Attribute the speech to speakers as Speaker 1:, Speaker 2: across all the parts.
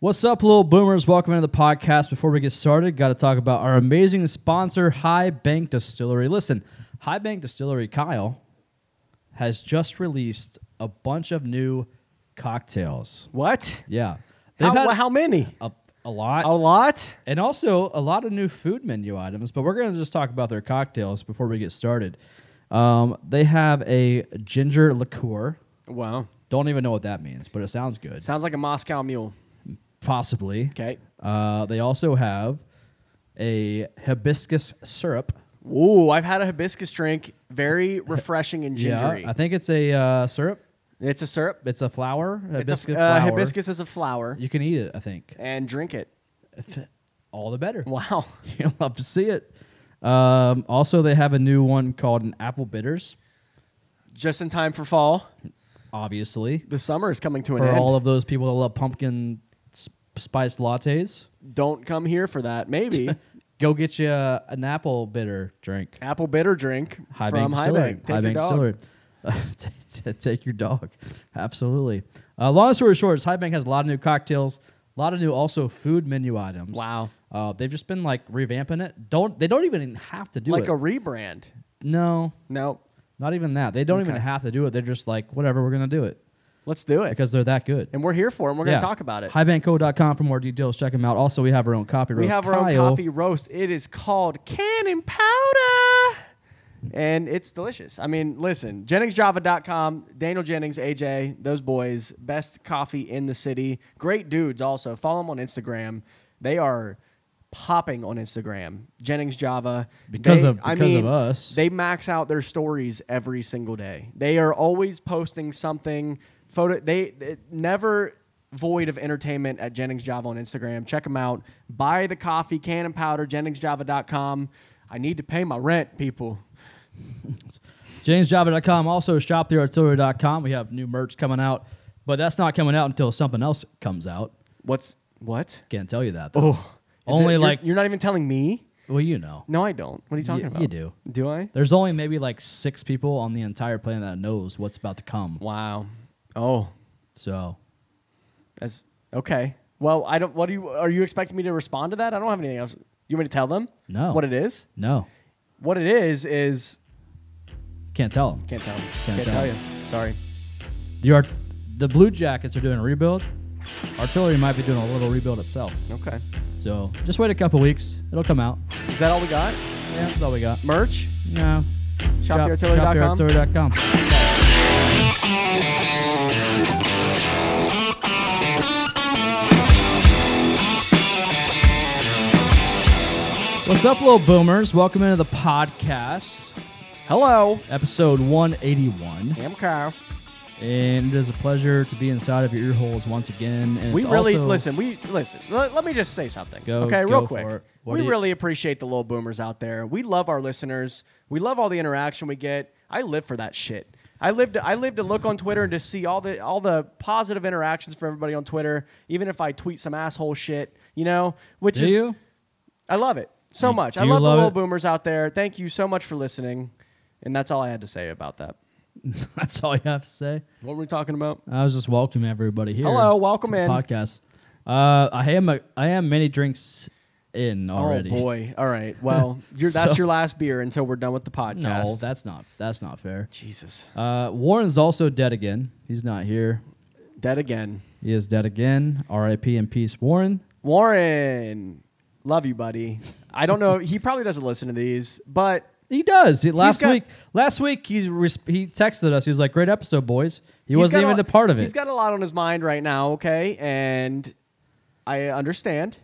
Speaker 1: What's up, little boomers? Welcome into the podcast. Before we get started, got to talk about our amazing sponsor, High Bank Distillery. Listen, High Bank Distillery, Kyle, has just released a bunch of new cocktails.
Speaker 2: What?
Speaker 1: Yeah. They've
Speaker 2: How,
Speaker 1: had
Speaker 2: how many?
Speaker 1: a, a lot.
Speaker 2: A lot?
Speaker 1: And also a lot of new food menu items, but we're going to just talk about their cocktails before we get started. Um, they have a ginger liqueur.
Speaker 2: Wow.
Speaker 1: Don't even know what that means, but it sounds good.
Speaker 2: Sounds like a Moscow mule.
Speaker 1: Possibly.
Speaker 2: Okay.
Speaker 1: Uh, they also have a hibiscus syrup.
Speaker 2: Ooh, I've had a hibiscus drink. Very refreshing and gingery.
Speaker 1: Yeah, I think it's a uh, syrup.
Speaker 2: it's a syrup.
Speaker 1: It's a flower.
Speaker 2: It's a-
Speaker 1: Hibiscus
Speaker 2: uh,
Speaker 1: flower.
Speaker 2: hibiscus is a flower.
Speaker 1: You can eat it, I think.
Speaker 2: And drink it.
Speaker 1: It's all the better.
Speaker 2: Wow.
Speaker 1: You'll love to see it. Um, also, they have a new one called an apple bitters.
Speaker 2: Just in time for fall.
Speaker 1: Obviously,
Speaker 2: The summer is coming to an
Speaker 1: for
Speaker 2: end.
Speaker 1: all of those people that love pumpkin s- spiced lattes,
Speaker 2: Don't come here for that. Maybe
Speaker 1: go get you a, an apple bitter drink.
Speaker 2: apple bitter drink
Speaker 1: High
Speaker 2: from
Speaker 1: Bank
Speaker 2: High
Speaker 1: Distillery.
Speaker 2: Bank. Take
Speaker 1: High
Speaker 2: your
Speaker 1: Bank
Speaker 2: dog.
Speaker 1: Distillery. T- t- Take your dog. Absolutely. Uh, long story short, is High Bank has a lot of new cocktails, a lot of new also food menu items.
Speaker 2: Wow.
Speaker 1: Uh, they've just been like revamping it. Don't they don't even have to do
Speaker 2: Like
Speaker 1: it.
Speaker 2: a rebrand.
Speaker 1: no,
Speaker 2: No.
Speaker 1: not even that. They don't even
Speaker 2: Okay.
Speaker 1: have to do it. They're just like whatever, we're gonna do it
Speaker 2: Let's do it.
Speaker 1: because they're that good.
Speaker 2: and we're here for it. And we're
Speaker 1: Yeah.
Speaker 2: going to talk about it.
Speaker 1: Highbankco.com for more details. Check them out. Also, we have our own coffee roast.
Speaker 2: We have our own
Speaker 1: Kyle,
Speaker 2: coffee roast. It is called Cannon Powder. And it's delicious. I mean, listen, JenningsJava.com, Daniel Jennings, AJ, those boys, best coffee in the city. Great dudes also. Follow them on Instagram. They are popping on Instagram. Jennings Java.
Speaker 1: Because
Speaker 2: They-
Speaker 1: of-
Speaker 2: I
Speaker 1: because of
Speaker 2: mean,
Speaker 1: us.
Speaker 2: They max out their stories every single day. They are always posting something. Photo. They it, never void of entertainment at Jennings Java on Instagram. Check them out. Buy the coffee, can and powder, JenningsJava.com. I need to pay my rent, people.
Speaker 1: JamesJava.com. Also, shoptheartillery.com. We have new merch coming out, but that's not coming out until something else comes out.
Speaker 2: What's what?
Speaker 1: Can't tell you that. Though.
Speaker 2: Oh, is
Speaker 1: Only
Speaker 2: you're-
Speaker 1: like-
Speaker 2: you're, not even telling me.
Speaker 1: Well, you know,
Speaker 2: No, I don't. What are you talking
Speaker 1: Y-
Speaker 2: about?
Speaker 1: you do.
Speaker 2: Do I?
Speaker 1: there's only maybe like six people on the entire planet that knows what's about to come.
Speaker 2: Wow. Oh,
Speaker 1: So
Speaker 2: that's okay. Well, I don't. What do you? Are you expecting me to respond to that? I don't have anything else. You want me to tell them?
Speaker 1: No.
Speaker 2: What it is?
Speaker 1: no,
Speaker 2: What it is is
Speaker 1: can't tell them.
Speaker 2: can't tell. Them.
Speaker 1: Can't
Speaker 2: Can't,
Speaker 1: tell
Speaker 2: tell, you. Sorry.
Speaker 1: The art, the Blue Jackets are doing a rebuild. Artillery might be doing a little rebuild itself.
Speaker 2: Okay.
Speaker 1: So just wait a couple weeks. It'll come out.
Speaker 2: Is that all we got?
Speaker 1: Yeah, that's all we got.
Speaker 2: Merch.
Speaker 1: No. Shop-
Speaker 2: ShopTheArtillery.com?
Speaker 1: ShopTheArtillery.com. What's up, little boomers? Welcome into the podcast,
Speaker 2: Hello.
Speaker 1: episode 181.
Speaker 2: I'm Kyle.
Speaker 1: And it is a pleasure to be inside of your ear holes once again. And
Speaker 2: We
Speaker 1: it's
Speaker 2: really
Speaker 1: also-
Speaker 2: listen. We listen. Let, let me just say something.
Speaker 1: Go-
Speaker 2: okay,
Speaker 1: go
Speaker 2: real
Speaker 1: for
Speaker 2: quick.
Speaker 1: it. What
Speaker 2: We
Speaker 1: do you-
Speaker 2: really appreciate the little boomers out there. We love our listeners. We love all the interaction we get. I live for that shit. I live to I live to look on Twitter and to see all the all the positive interactions from everybody on Twitter. Even if I tweet some asshole shit, you know, which
Speaker 1: Do
Speaker 2: is
Speaker 1: you?
Speaker 2: I love it so
Speaker 1: You-
Speaker 2: much.
Speaker 1: do
Speaker 2: I
Speaker 1: you
Speaker 2: love,
Speaker 1: love
Speaker 2: the
Speaker 1: it?
Speaker 2: little boomers out there. Thank you so much for listening. And that's all I had to say about that.
Speaker 1: That's all you have to say.
Speaker 2: What were we talking about?
Speaker 1: I was just welcoming everybody here.
Speaker 2: Hello, welcome
Speaker 1: to the
Speaker 2: in.
Speaker 1: podcast. Uh, I am a, I am many drinks in already.
Speaker 2: Oh boy! All right. Well, you're, that's
Speaker 1: So-
Speaker 2: your last beer until we're done with the podcast.
Speaker 1: No, that's not that's not fair.
Speaker 2: Jesus.
Speaker 1: Uh, Warren's also dead again. He's not here.
Speaker 2: Dead again.
Speaker 1: He is dead again. R.I.P. and peace, Warren.
Speaker 2: Warren, love you, buddy. I don't know. He probably doesn't listen to these, but
Speaker 1: He does. He, last
Speaker 2: got-
Speaker 1: week, last week he's res- he texted us. He was like, "Great episode, boys." He
Speaker 2: he's
Speaker 1: wasn't
Speaker 2: got
Speaker 1: even
Speaker 2: a-
Speaker 1: a part of
Speaker 2: He's
Speaker 1: it.
Speaker 2: got a lot on his mind right now, okay? And I understand.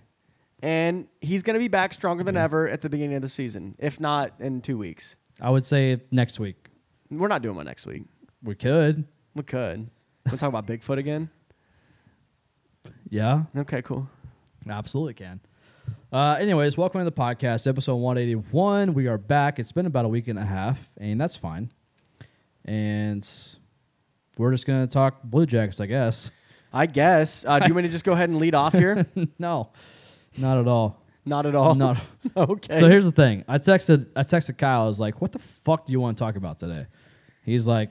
Speaker 2: And he's going to be back stronger than ever at the beginning of the season, if not in two weeks.
Speaker 1: I would say next week
Speaker 2: We're not doing one next week.
Speaker 1: we could.
Speaker 2: We could. We'll talk about Bigfoot again.
Speaker 1: Yeah,
Speaker 2: Okay, cool.
Speaker 1: Absolutely can. Uh, anyways, welcome to the podcast, episode 181. We are back. It's been about a week and a half, and that's fine. And we're just going to talk Blue Jackets, I guess.
Speaker 2: I guess. Uh, do you want me to just go ahead and lead off here?
Speaker 1: no, not at all.
Speaker 2: not at all.
Speaker 1: Not.
Speaker 2: Oh, okay.
Speaker 1: So here's the thing. I texted I texted Kyle. I was like, "What the fuck do you want to talk about today?" He's like,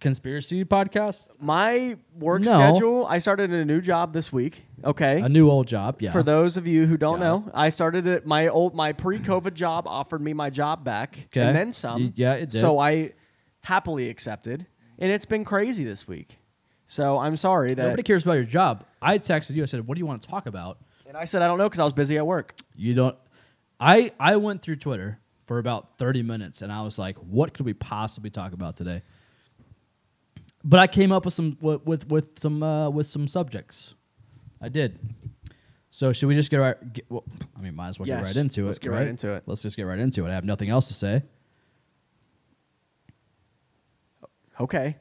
Speaker 1: conspiracy podcast?
Speaker 2: My work
Speaker 1: No.
Speaker 2: schedule, I started a new job this week. Okay.
Speaker 1: A new old job, yeah.
Speaker 2: For those of you who don't know, I started at my old my pre-COVID job offered me my job back
Speaker 1: Okay.
Speaker 2: and then some.
Speaker 1: Y- yeah, it did.
Speaker 2: So I happily accepted, and it's been crazy this week. So I'm sorry that,
Speaker 1: Nobody cares about your job. I texted you. I said, "What do you want to talk about?"
Speaker 2: and I said I don't know because I was busy at work.
Speaker 1: You don't. I I went through Twitter for about thirty minutes, and I was like, "What could we possibly talk about today?" But I came up with some with with, with some uh, with some subjects. I did. So should we just get right? Get, well, I mean, might as well
Speaker 2: Yes.
Speaker 1: get right into
Speaker 2: Let's
Speaker 1: it.
Speaker 2: get right into it.
Speaker 1: Let's just get right into it. I have nothing else to say.
Speaker 2: Okay.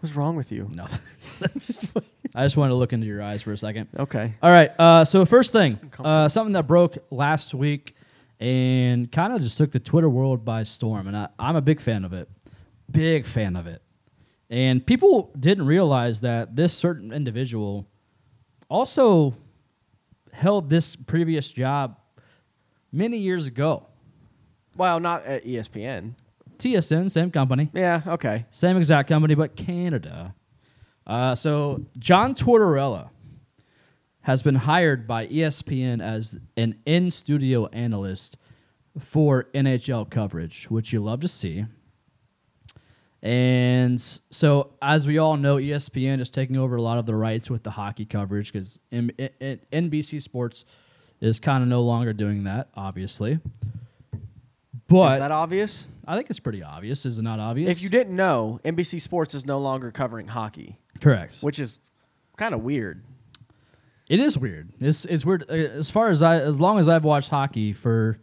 Speaker 2: What's wrong with you?
Speaker 1: Nothing. I just wanted to look into your eyes for a second.
Speaker 2: Okay.
Speaker 1: All right. Uh, so first thing,
Speaker 2: Uncomfortable.
Speaker 1: uh, something that broke last week and kind of just took the Twitter world by storm, and I, I'm a big fan of it, big fan of it. And people didn't realize that this certain individual also held this previous job many years ago.
Speaker 2: Well, not at E ESPN.
Speaker 1: TSN, same company.
Speaker 2: Yeah. Okay.
Speaker 1: Same exact company, but Canada. Uh, so John Tortorella has been hired by E ESPN as an in-studio analyst for NHL coverage, which you love to see. And so, as we all know, E ESPN is taking over a lot of the rights with the hockey coverage because NBC Sports is kind of no longer doing that, obviously.
Speaker 2: Is
Speaker 1: But
Speaker 2: that obvious?
Speaker 1: I think it's pretty obvious. Is it not obvious?
Speaker 2: If you didn't know, NBC Sports is no longer covering hockey,
Speaker 1: correct,
Speaker 2: which is kind of weird.
Speaker 1: It is weird. It's it's weird. Uh, As far as I, as long as I've watched hockey for,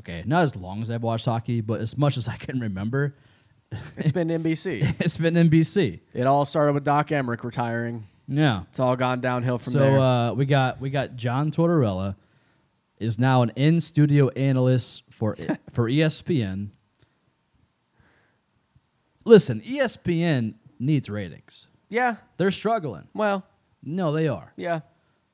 Speaker 1: okay, not as long as I've watched hockey, but as much as I can remember,
Speaker 2: It's been NBC.
Speaker 1: it's been NBC.
Speaker 2: It all started with Doc Emmerich retiring.
Speaker 1: Yeah.
Speaker 2: It's all gone downhill from
Speaker 1: So
Speaker 2: there.
Speaker 1: uh, we got we got John Tortorella is now an in studio analyst for for E ESPN. Listen, E ESPN needs ratings.
Speaker 2: yeah.
Speaker 1: They're struggling.
Speaker 2: Well,
Speaker 1: No, they are.
Speaker 2: yeah.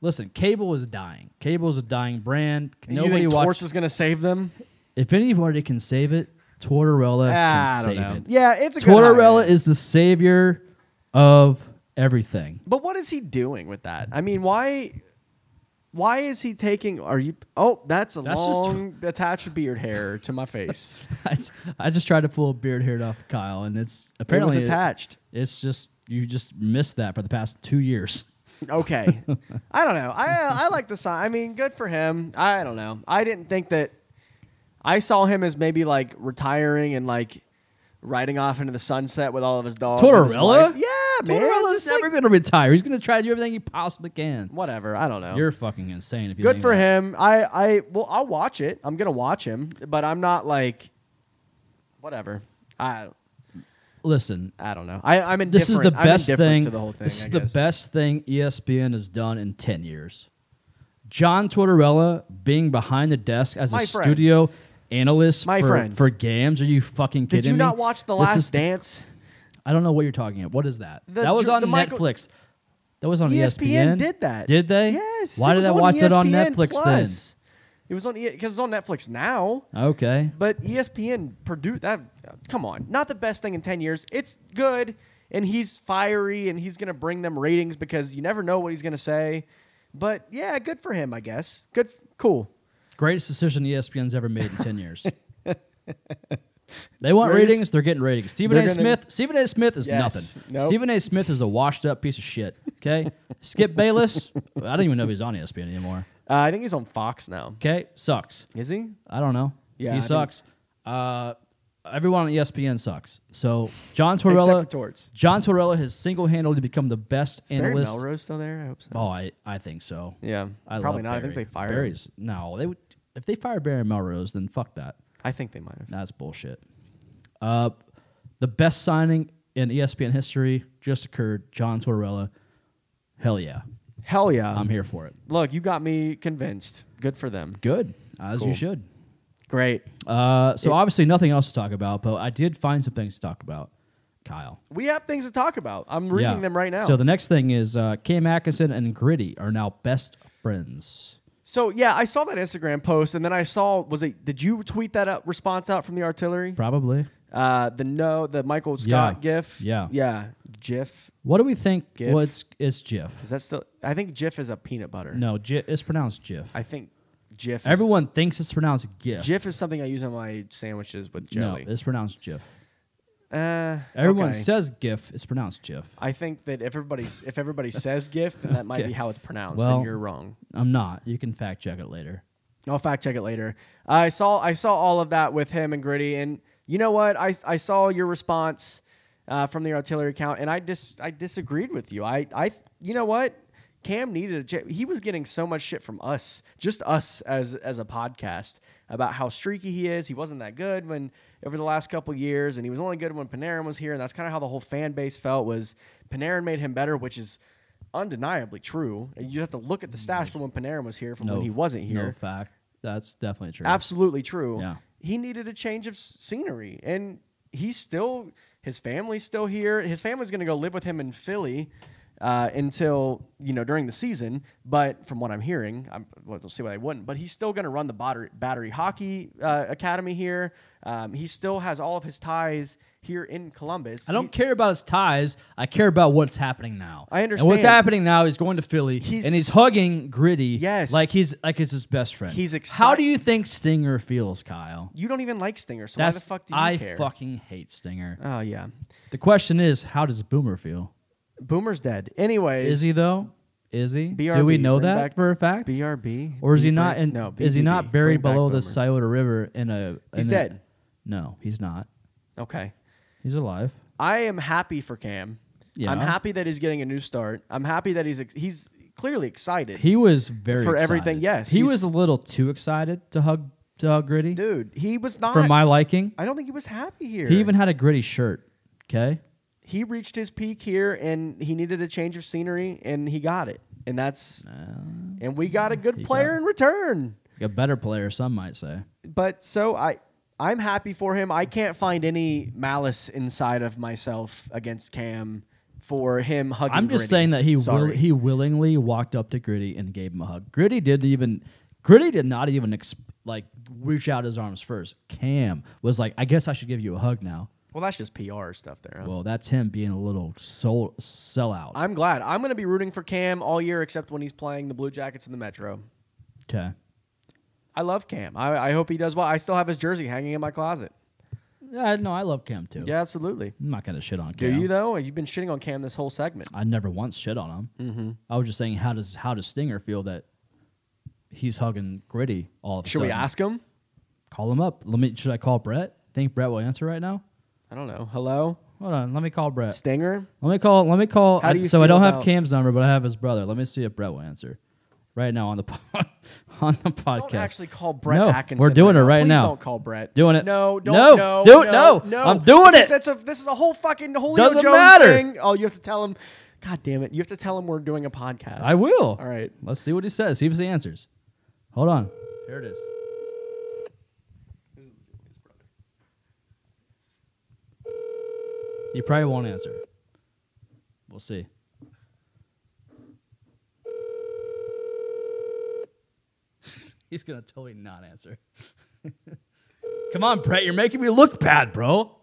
Speaker 1: Listen, cable is dying. Cable is a dying brand.
Speaker 2: And
Speaker 1: Nobody
Speaker 2: you think
Speaker 1: watches.
Speaker 2: Torts is going to save them?
Speaker 1: If anybody can save it, Tortorella
Speaker 2: Ah,
Speaker 1: can
Speaker 2: I don't
Speaker 1: save
Speaker 2: know.
Speaker 1: it.
Speaker 2: Yeah, it's a good
Speaker 1: Tortorella
Speaker 2: hire.
Speaker 1: is the savior of everything.
Speaker 2: But what is he doing with that? I mean, why why is he taking are you Oh, that's a
Speaker 1: That's just-
Speaker 2: long attached beard hair to my face.
Speaker 1: I, I just tried to pull a beard hair off Kyle, and it's
Speaker 2: it was
Speaker 1: apparently
Speaker 2: attached.
Speaker 1: it's just you just missed that for the past two years.
Speaker 2: Okay. I don't know. I I like the sign. I mean, good for him. I don't know. I didn't think that I saw him as maybe like retiring and like riding off into the sunset with all of his dogs. and his
Speaker 1: Tortorella?
Speaker 2: wife. Yeah, man.
Speaker 1: Tortorella's
Speaker 2: Just, like,
Speaker 1: never going to retire. He's going to try to do everything he possibly can.
Speaker 2: whatever. I don't know.
Speaker 1: You're fucking insane. If you
Speaker 2: good
Speaker 1: think
Speaker 2: for
Speaker 1: that.
Speaker 2: him. I I well, I'll watch it. I'm gonna watch him, but I'm not like whatever. I
Speaker 1: Listen,
Speaker 2: I don't know. I I'm indifferent.
Speaker 1: this is the
Speaker 2: I'm
Speaker 1: best
Speaker 2: indifferent
Speaker 1: thing.
Speaker 2: to the whole thing.
Speaker 1: this is
Speaker 2: I
Speaker 1: the
Speaker 2: guess.
Speaker 1: best thing E ESPN has done in ten years. John Tortorella being behind the desk as
Speaker 2: My
Speaker 1: a
Speaker 2: friend.
Speaker 1: studio analyst
Speaker 2: My
Speaker 1: for,
Speaker 2: friend.
Speaker 1: for games. Are you fucking kidding
Speaker 2: Did you
Speaker 1: me?
Speaker 2: not watch the
Speaker 1: This
Speaker 2: Last
Speaker 1: is-
Speaker 2: Dance?
Speaker 1: I don't know what you're talking about. What is that?
Speaker 2: The
Speaker 1: that was
Speaker 2: Dr-
Speaker 1: on
Speaker 2: the Michael- E
Speaker 1: Netflix. that was on E
Speaker 2: ESPN,
Speaker 1: ESPN.
Speaker 2: did that.
Speaker 1: Did they?
Speaker 2: Yes.
Speaker 1: Why
Speaker 2: it
Speaker 1: did
Speaker 2: was
Speaker 1: I
Speaker 2: on E
Speaker 1: watch that on
Speaker 2: ESPN
Speaker 1: Netflix
Speaker 2: Plus. It was on because it's on Netflix now.
Speaker 1: then? Okay.
Speaker 2: But E ESPN produced that. Come on, not the best thing in ten years. It's good, and he's fiery, and he's gonna bring them ratings because you never know what he's gonna say. But yeah, good for him, I guess. Good, cool.
Speaker 1: Greatest decision E ESPN's ever made in ten years. They want
Speaker 2: Greatest-
Speaker 1: ratings. They're getting ratings. Stephen
Speaker 2: They're
Speaker 1: A.
Speaker 2: gonna-
Speaker 1: Smith. Stephen A. Smith is
Speaker 2: Yes.
Speaker 1: nothing.
Speaker 2: Nope.
Speaker 1: Stephen A. Smith is a washed-up piece of shit. Okay. Skip Bayless. I don't even know if he's on E ESPN anymore.
Speaker 2: Uh, I think he's on Fox now.
Speaker 1: Okay. Sucks.
Speaker 2: Is he?
Speaker 1: I don't know.
Speaker 2: Yeah, I
Speaker 1: he
Speaker 2: think-
Speaker 1: sucks. Uh, everyone on E ESPN sucks. So John
Speaker 2: Except for
Speaker 1: Torella.
Speaker 2: Torts.
Speaker 1: John Torella has single-handedly become the best
Speaker 2: Barry
Speaker 1: analyst.
Speaker 2: Melrose still there? I hope so.
Speaker 1: Oh, I, I think so.
Speaker 2: Yeah,
Speaker 1: I
Speaker 2: probably
Speaker 1: love
Speaker 2: not. I think
Speaker 1: Barry.
Speaker 2: they fired. him.
Speaker 1: Barry's no. They would if they fire Barry Melrose, then fuck that.
Speaker 2: I think they might have.
Speaker 1: That's bullshit. Uh, the best signing in E ESPN history just occurred. John Tortorella. Hell yeah,
Speaker 2: Hell yeah!
Speaker 1: I'm here for it.
Speaker 2: Look, you got me convinced. Good for them.
Speaker 1: Good as
Speaker 2: Cool.
Speaker 1: you should.
Speaker 2: Great.
Speaker 1: Uh, so obviously nothing else to talk about, but I did find some things to talk about. Kyle,
Speaker 2: We have things to talk about. I'm reading
Speaker 1: Yeah.
Speaker 2: them right now.
Speaker 1: So the next thing is uh, Cam Atkinson and Gritty are now best friends.
Speaker 2: So yeah, I saw that Instagram post, and then I saw was it? Did you tweet that up, response out from the artillery?
Speaker 1: Probably.
Speaker 2: Uh, the no, the Michael Scott GIF.
Speaker 1: Yeah.
Speaker 2: Yeah. GIF.
Speaker 1: What do we think?
Speaker 2: Gif.
Speaker 1: Well, it's it's GIF.
Speaker 2: Is that still? I think GIF is a peanut butter.
Speaker 1: No, GIF, it's pronounced GIF.
Speaker 2: I think GIF. Is,
Speaker 1: Everyone thinks it's pronounced GIF.
Speaker 2: GIF is something I use on my sandwiches with jelly.
Speaker 1: No, it's pronounced GIF.
Speaker 2: uh,
Speaker 1: Everyone
Speaker 2: okay.
Speaker 1: says GIF. It's pronounced GIF.
Speaker 2: I think that if everybody's if everybody says GIF, then that might
Speaker 1: Okay.
Speaker 2: be how it's pronounced.
Speaker 1: Well-
Speaker 2: and you're wrong.
Speaker 1: I'm not. You can fact check it later.
Speaker 2: I'll fact check it later. I saw I saw all of that with him and Gritty, and you know what? I, I saw your response uh, from the artillery account, and I dis I disagreed with you. I I you know what? Cam needed a ch- he was getting so much shit from us, just us as as a podcast about how streaky he is. He wasn't that good when over the last couple years, and he was only good when Panarin was here, and that's kind of how the whole fan base felt was Panarin made him better, which is undeniably true. You just have to look at the stats from when Panarin was here from
Speaker 1: No,
Speaker 2: when he wasn't here.
Speaker 1: No fact. That's definitely true.
Speaker 2: Absolutely true.
Speaker 1: Yeah.
Speaker 2: He needed a change of s- scenery, and he's still his family's still here. His family's going to go live with him in Philly uh, until you know during the season. But from what I'm hearing, I'm, well, we'll see why they wouldn't. But he's still going to run the battery, battery hockey uh, academy here. Um, he still has all of his ties here in Columbus.
Speaker 1: I don't
Speaker 2: He-
Speaker 1: care about his ties. I care about what's happening now.
Speaker 2: I
Speaker 1: And what's
Speaker 2: understand.
Speaker 1: happening now is going to Philly,
Speaker 2: He's-
Speaker 1: and he's hugging Gritty.
Speaker 2: Yes.
Speaker 1: like he's like he's his best friend.
Speaker 2: He's
Speaker 1: How
Speaker 2: excite-
Speaker 1: do you think Stinger feels, Kyle?
Speaker 2: you don't even like Stinger, so why
Speaker 1: That's
Speaker 2: the fuck do you
Speaker 1: I
Speaker 2: care?
Speaker 1: fucking hate Stinger.
Speaker 2: Oh yeah,
Speaker 1: The question is, how does Boomer feel?
Speaker 2: Boomer's dead. Anyways,
Speaker 1: Is he though? Is he?
Speaker 2: BRB,
Speaker 1: do we know
Speaker 2: bring
Speaker 1: that
Speaker 2: back
Speaker 1: for a fact?
Speaker 2: BRB,
Speaker 1: or is he
Speaker 2: Bring-
Speaker 1: not? In,
Speaker 2: no,
Speaker 1: is he
Speaker 2: BBB,
Speaker 1: not buried
Speaker 2: bring back
Speaker 1: below the
Speaker 2: Boomer.
Speaker 1: Scioto River in a? In
Speaker 2: He's
Speaker 1: a-
Speaker 2: dead.
Speaker 1: No, he's not.
Speaker 2: Okay.
Speaker 1: He's alive.
Speaker 2: I am happy for Cam.
Speaker 1: Yeah.
Speaker 2: I'm happy that he's getting a new start. I'm happy that he's ex- he's clearly excited.
Speaker 1: He was very
Speaker 2: For
Speaker 1: excited.
Speaker 2: everything, yes.
Speaker 1: He
Speaker 2: He's-
Speaker 1: was a little too excited to hug to hug Gritty
Speaker 2: Dude, he was not
Speaker 1: for my liking.
Speaker 2: I don't think he was happy here.
Speaker 1: He even had a Gritty shirt. Okay,
Speaker 2: he reached his peak here and he needed a change of scenery and he got it. And that's
Speaker 1: Uh,
Speaker 2: and we got a good player in return.
Speaker 1: a better player, some might say.
Speaker 2: But so I I'm happy for him. I can't find any malice inside of myself against Cam for him hugging
Speaker 1: I'm just
Speaker 2: Gritty.
Speaker 1: saying that he will,
Speaker 2: Sorry.
Speaker 1: he willingly walked up to Gritty and gave him a hug. Gritty did even Gritty did not even ex- like reach out his arms first. Cam was like, "I guess I should give you a hug now."
Speaker 2: Well, that's just PR stuff there. huh?
Speaker 1: Well, that's him being a little soul sellout.
Speaker 2: I'm glad. I'm going to be rooting for Cam all year except when he's playing the Blue Jackets in the Metro.
Speaker 1: okay.
Speaker 2: I love Cam. I, I hope he does well. I still have his jersey hanging in my closet.
Speaker 1: Yeah, no, I love Cam too.
Speaker 2: Yeah, absolutely.
Speaker 1: I'm not gonna shit on
Speaker 2: Do
Speaker 1: Cam.
Speaker 2: you though? You've been shitting on Cam this whole segment.
Speaker 1: I never once shit on him. Mm-hmm. I was just saying, how does how does Stinger feel that he's hugging Gritty all of a
Speaker 2: Should
Speaker 1: sudden?
Speaker 2: we ask him?
Speaker 1: Call him up. Let me. Should I call Brett? Think Brett will answer right now?
Speaker 2: I don't know. Hello,
Speaker 1: Hold on. Let me call Brett.
Speaker 2: Stinger.
Speaker 1: Let me call. Let me call.
Speaker 2: How do
Speaker 1: I-
Speaker 2: you
Speaker 1: so I
Speaker 2: feel
Speaker 1: don't have
Speaker 2: about-
Speaker 1: Cam's number, but I have his brother. Let me see if Brett will answer right now on the po- on the podcast.
Speaker 2: Don't actually call Brett
Speaker 1: No,
Speaker 2: Atkinson.
Speaker 1: we're doing it right
Speaker 2: Please
Speaker 1: now.
Speaker 2: Don't call Brett.
Speaker 1: Doing it.
Speaker 2: No. Don't.
Speaker 1: No,
Speaker 2: No.
Speaker 1: do it,
Speaker 2: No.
Speaker 1: no. I'm doing
Speaker 2: This-
Speaker 1: it.
Speaker 2: That's a. This is a whole fucking Julio
Speaker 1: Doesn't
Speaker 2: Jones
Speaker 1: matter.
Speaker 2: thing. Oh, you have to tell him. God damn it! You have to tell him we're doing a podcast.
Speaker 1: I will.
Speaker 2: All right.
Speaker 1: Let's see what he says. See if he answers. Hold on. Here it is. He probably won't answer. We'll see. He's gonna totally not answer. Come on, Brett, you're making me look bad, bro.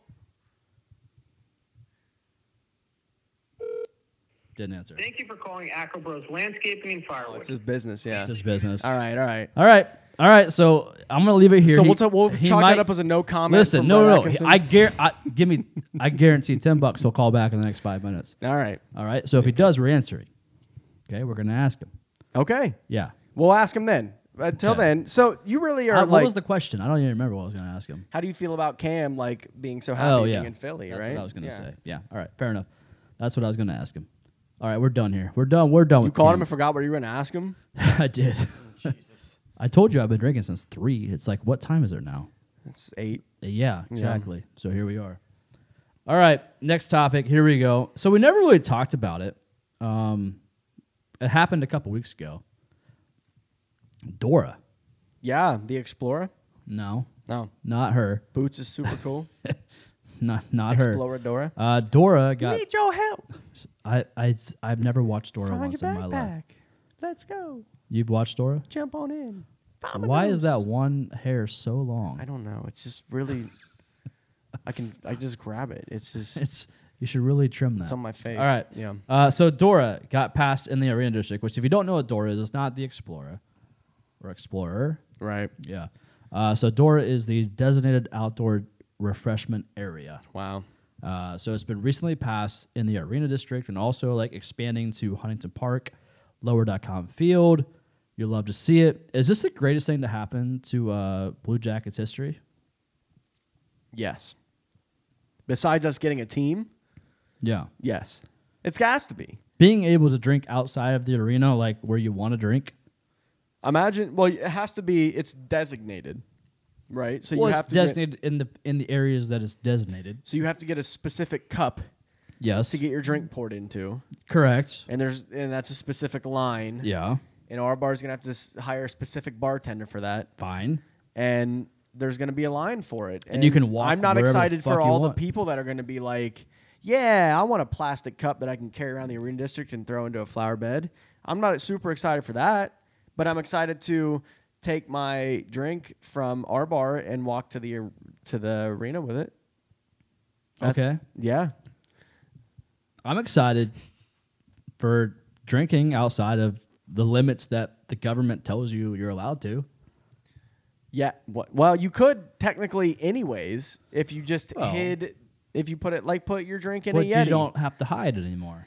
Speaker 1: Didn't answer.
Speaker 3: Thank you for calling Acrobros Landscaping and Firewood.
Speaker 2: It's his business. Yeah.
Speaker 1: It's his business.
Speaker 2: All right. All right.
Speaker 1: All right. All right. So I'm gonna leave it here.
Speaker 2: So
Speaker 1: He-
Speaker 2: we'll, t- we'll
Speaker 1: he
Speaker 2: chalk
Speaker 1: might-
Speaker 2: that up as a no comment.
Speaker 1: Listen,
Speaker 2: from
Speaker 1: no,
Speaker 2: Brett
Speaker 1: no, no.
Speaker 2: Atkinson.
Speaker 1: I, guar- I give me. I guarantee ten bucks. He'll call back in the next five minutes.
Speaker 2: All right.
Speaker 1: All right. So if he does, we're answering. Okay, we're gonna ask him.
Speaker 2: Okay.
Speaker 1: Yeah.
Speaker 2: We'll ask him then. Until
Speaker 1: Okay.
Speaker 2: then, so you really are
Speaker 1: Uh,
Speaker 2: like.
Speaker 1: what was the question? I don't even remember what I was gonna ask him.
Speaker 2: how do you feel about Cam like being so happy
Speaker 1: Oh
Speaker 2: being
Speaker 1: yeah,
Speaker 2: in Philly?
Speaker 1: That's
Speaker 2: right.
Speaker 1: What I was gonna
Speaker 2: Yeah.
Speaker 1: say. Yeah. All right. Fair enough. That's what I was gonna ask him. All right, we're done here. We're done. We're done
Speaker 2: You
Speaker 1: with.
Speaker 2: called
Speaker 1: Cam.
Speaker 2: him and forgot what you were gonna ask him.
Speaker 1: I did. I told you I've been drinking since three. It's like, what time is it now?
Speaker 2: It's eight.
Speaker 1: Yeah, exactly. So here we are. All right, next topic. Here we go. So we never really talked about it. Um, it happened a couple weeks ago. Dora.
Speaker 2: Yeah, the Explorer.
Speaker 1: No,
Speaker 2: No,
Speaker 1: not her.
Speaker 2: Boots is super cool.
Speaker 1: Not not her.
Speaker 2: Explorer Dora.
Speaker 1: Uh, Dora got.
Speaker 2: Need your help.
Speaker 1: I I I've never watched Dora
Speaker 2: Find
Speaker 1: once
Speaker 2: your
Speaker 1: in my life.
Speaker 2: backpack. Let's go.
Speaker 1: You've watched Dora?
Speaker 2: Jump on in.
Speaker 1: Why is that
Speaker 2: Vamonos.
Speaker 1: one hair so
Speaker 2: I
Speaker 1: long?
Speaker 2: don't know. It's just really. I can I just grab it. It's just it's
Speaker 1: It's you should really trim that.
Speaker 2: on my face.
Speaker 1: All right.
Speaker 2: Yeah.
Speaker 1: Uh, so Dora got passed in the arena district, which if you don't know what Dora is, it's not the Explorer or Explorer.
Speaker 2: Right.
Speaker 1: Yeah. Uh, so Dora is the designated outdoor refreshment area.
Speaker 2: Wow.
Speaker 1: Uh, so it's been recently passed in the arena district and also like expanding to Huntington Park, lower.com field. You'll love to see it. Is this the greatest thing to happen to uh, Blue Jackets history?
Speaker 2: Yes. Besides us getting a team,
Speaker 1: Yeah.
Speaker 2: yes, it's has to be.
Speaker 1: Being able to drink outside of the arena, like where you want to drink.
Speaker 2: Imagine. Well, it has to be. It's designated, right? So
Speaker 1: well,
Speaker 2: you
Speaker 1: it's
Speaker 2: have to get-
Speaker 1: designated in the in the areas that it's designated.
Speaker 2: so you have to get a specific cup
Speaker 1: Yes.
Speaker 2: to get your drink poured into,
Speaker 1: Correct.
Speaker 2: and there's and that's a specific line.
Speaker 1: Yeah.
Speaker 2: And our bar's gonna have to s- hire a specific bartender for that.
Speaker 1: Fine.
Speaker 2: and there's going to be a line for it. And,
Speaker 1: you can walk
Speaker 2: I'm not
Speaker 1: wherever the
Speaker 2: excited
Speaker 1: fuck
Speaker 2: for
Speaker 1: you
Speaker 2: all
Speaker 1: want.
Speaker 2: the people that are going to be like, "Yeah, I want a plastic cup that I can carry around the arena district and throw into a flower bed." I'm not super excited for that, but I'm excited to take my drink from our bar and walk to the to the arena with it.
Speaker 1: Okay.
Speaker 2: Yeah.
Speaker 1: I'm excited for drinking outside of the limits that the government tells you you're allowed to.
Speaker 2: Yeah. wh- Well, you could technically, anyways, if you just
Speaker 1: Well.
Speaker 2: hid, if you put it like put your drink in
Speaker 1: But
Speaker 2: a Yeti.
Speaker 1: you don't have to hide it anymore.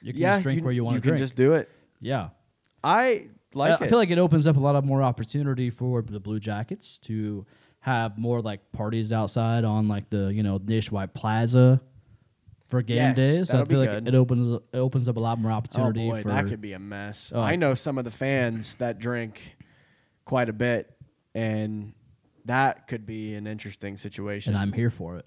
Speaker 1: You can
Speaker 2: yeah,
Speaker 1: just drink where you want to
Speaker 2: can
Speaker 1: drink.
Speaker 2: just do it.
Speaker 1: yeah.
Speaker 2: I like.
Speaker 1: I, I
Speaker 2: it.
Speaker 1: feel like it opens up a lot of more opportunity for the Blue Jackets to have more like parties outside on like the you know nationwide plaza for game
Speaker 2: Yes,
Speaker 1: days. So I
Speaker 2: that'll be
Speaker 1: feel like
Speaker 2: good.
Speaker 1: it opens it opens up a lot more
Speaker 2: Oh
Speaker 1: opportunity
Speaker 2: boy,
Speaker 1: for
Speaker 2: that could be a mess.
Speaker 1: Oh.
Speaker 2: I know some of the fans that drink quite a bit, and that could be an interesting situation.
Speaker 1: and I'm here for it.